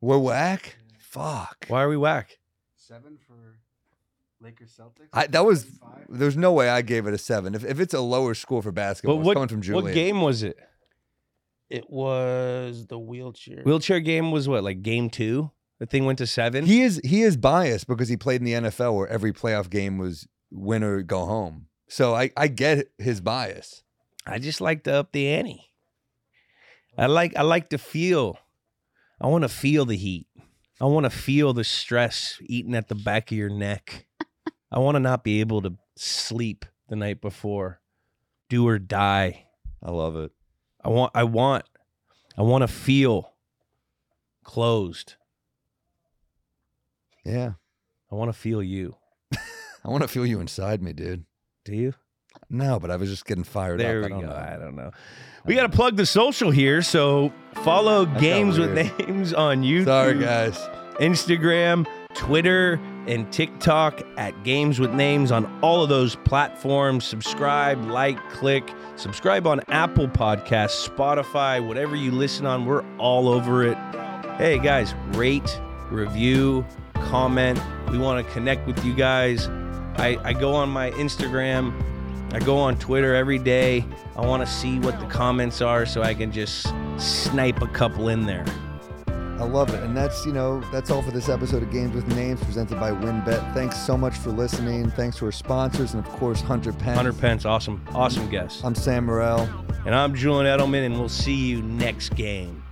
[SPEAKER 2] We're whack? Fuck.
[SPEAKER 1] Why are we whack?
[SPEAKER 5] Seven for Lakers Celtics.
[SPEAKER 2] I, that was,
[SPEAKER 5] Seven, five.
[SPEAKER 2] there's no way I gave it a seven. If, if it's a lower score for basketball,
[SPEAKER 1] But
[SPEAKER 2] it's coming from Julian.
[SPEAKER 1] What game was it?
[SPEAKER 3] It was the wheelchair.
[SPEAKER 1] Wheelchair game was what, like game two? The thing went to seven?
[SPEAKER 2] He is, he is biased because he played in the NFL where every playoff game was win or go home. So I, I get his bias.
[SPEAKER 1] I just like to up the ante. I like I like to feel. I want to feel the heat. I want to feel the stress eating at the back of your neck. I want to not be able to sleep the night before. Do or die.
[SPEAKER 2] I love it.
[SPEAKER 1] I want I want I want to feel closed.
[SPEAKER 2] Yeah.
[SPEAKER 1] I want to feel you.
[SPEAKER 2] I want to feel you inside me, dude.
[SPEAKER 1] Do you?
[SPEAKER 2] No, but I was just getting fired
[SPEAKER 1] There
[SPEAKER 2] up. I
[SPEAKER 1] we
[SPEAKER 2] don't
[SPEAKER 1] go.
[SPEAKER 2] know.
[SPEAKER 1] I don't know. We got to plug the social here, so follow
[SPEAKER 2] got
[SPEAKER 1] Games with
[SPEAKER 2] weird.
[SPEAKER 1] Names on YouTube.
[SPEAKER 2] Sorry, guys.
[SPEAKER 1] Instagram, Twitter, and TikTok at Games with Names on all of those platforms. Subscribe, like, click. Subscribe on Apple Podcasts, Spotify, whatever you listen on. We're all over it. Hey, guys, rate, review, comment. We want to connect with you guys. I, I go on my Instagram. I go on Twitter every day. I want to see what the comments are so I can just snipe a couple in there.
[SPEAKER 2] I love it. And that's, you know, that's all for this episode of Games with Names presented by WinBet. Thanks so much for listening. Thanks to our sponsors and, of course, Hunter Penn.
[SPEAKER 1] 100 pence, awesome, awesome guest.
[SPEAKER 2] I'm Sam Morrell.
[SPEAKER 1] And I'm Julian Edelman, and we'll see you next game.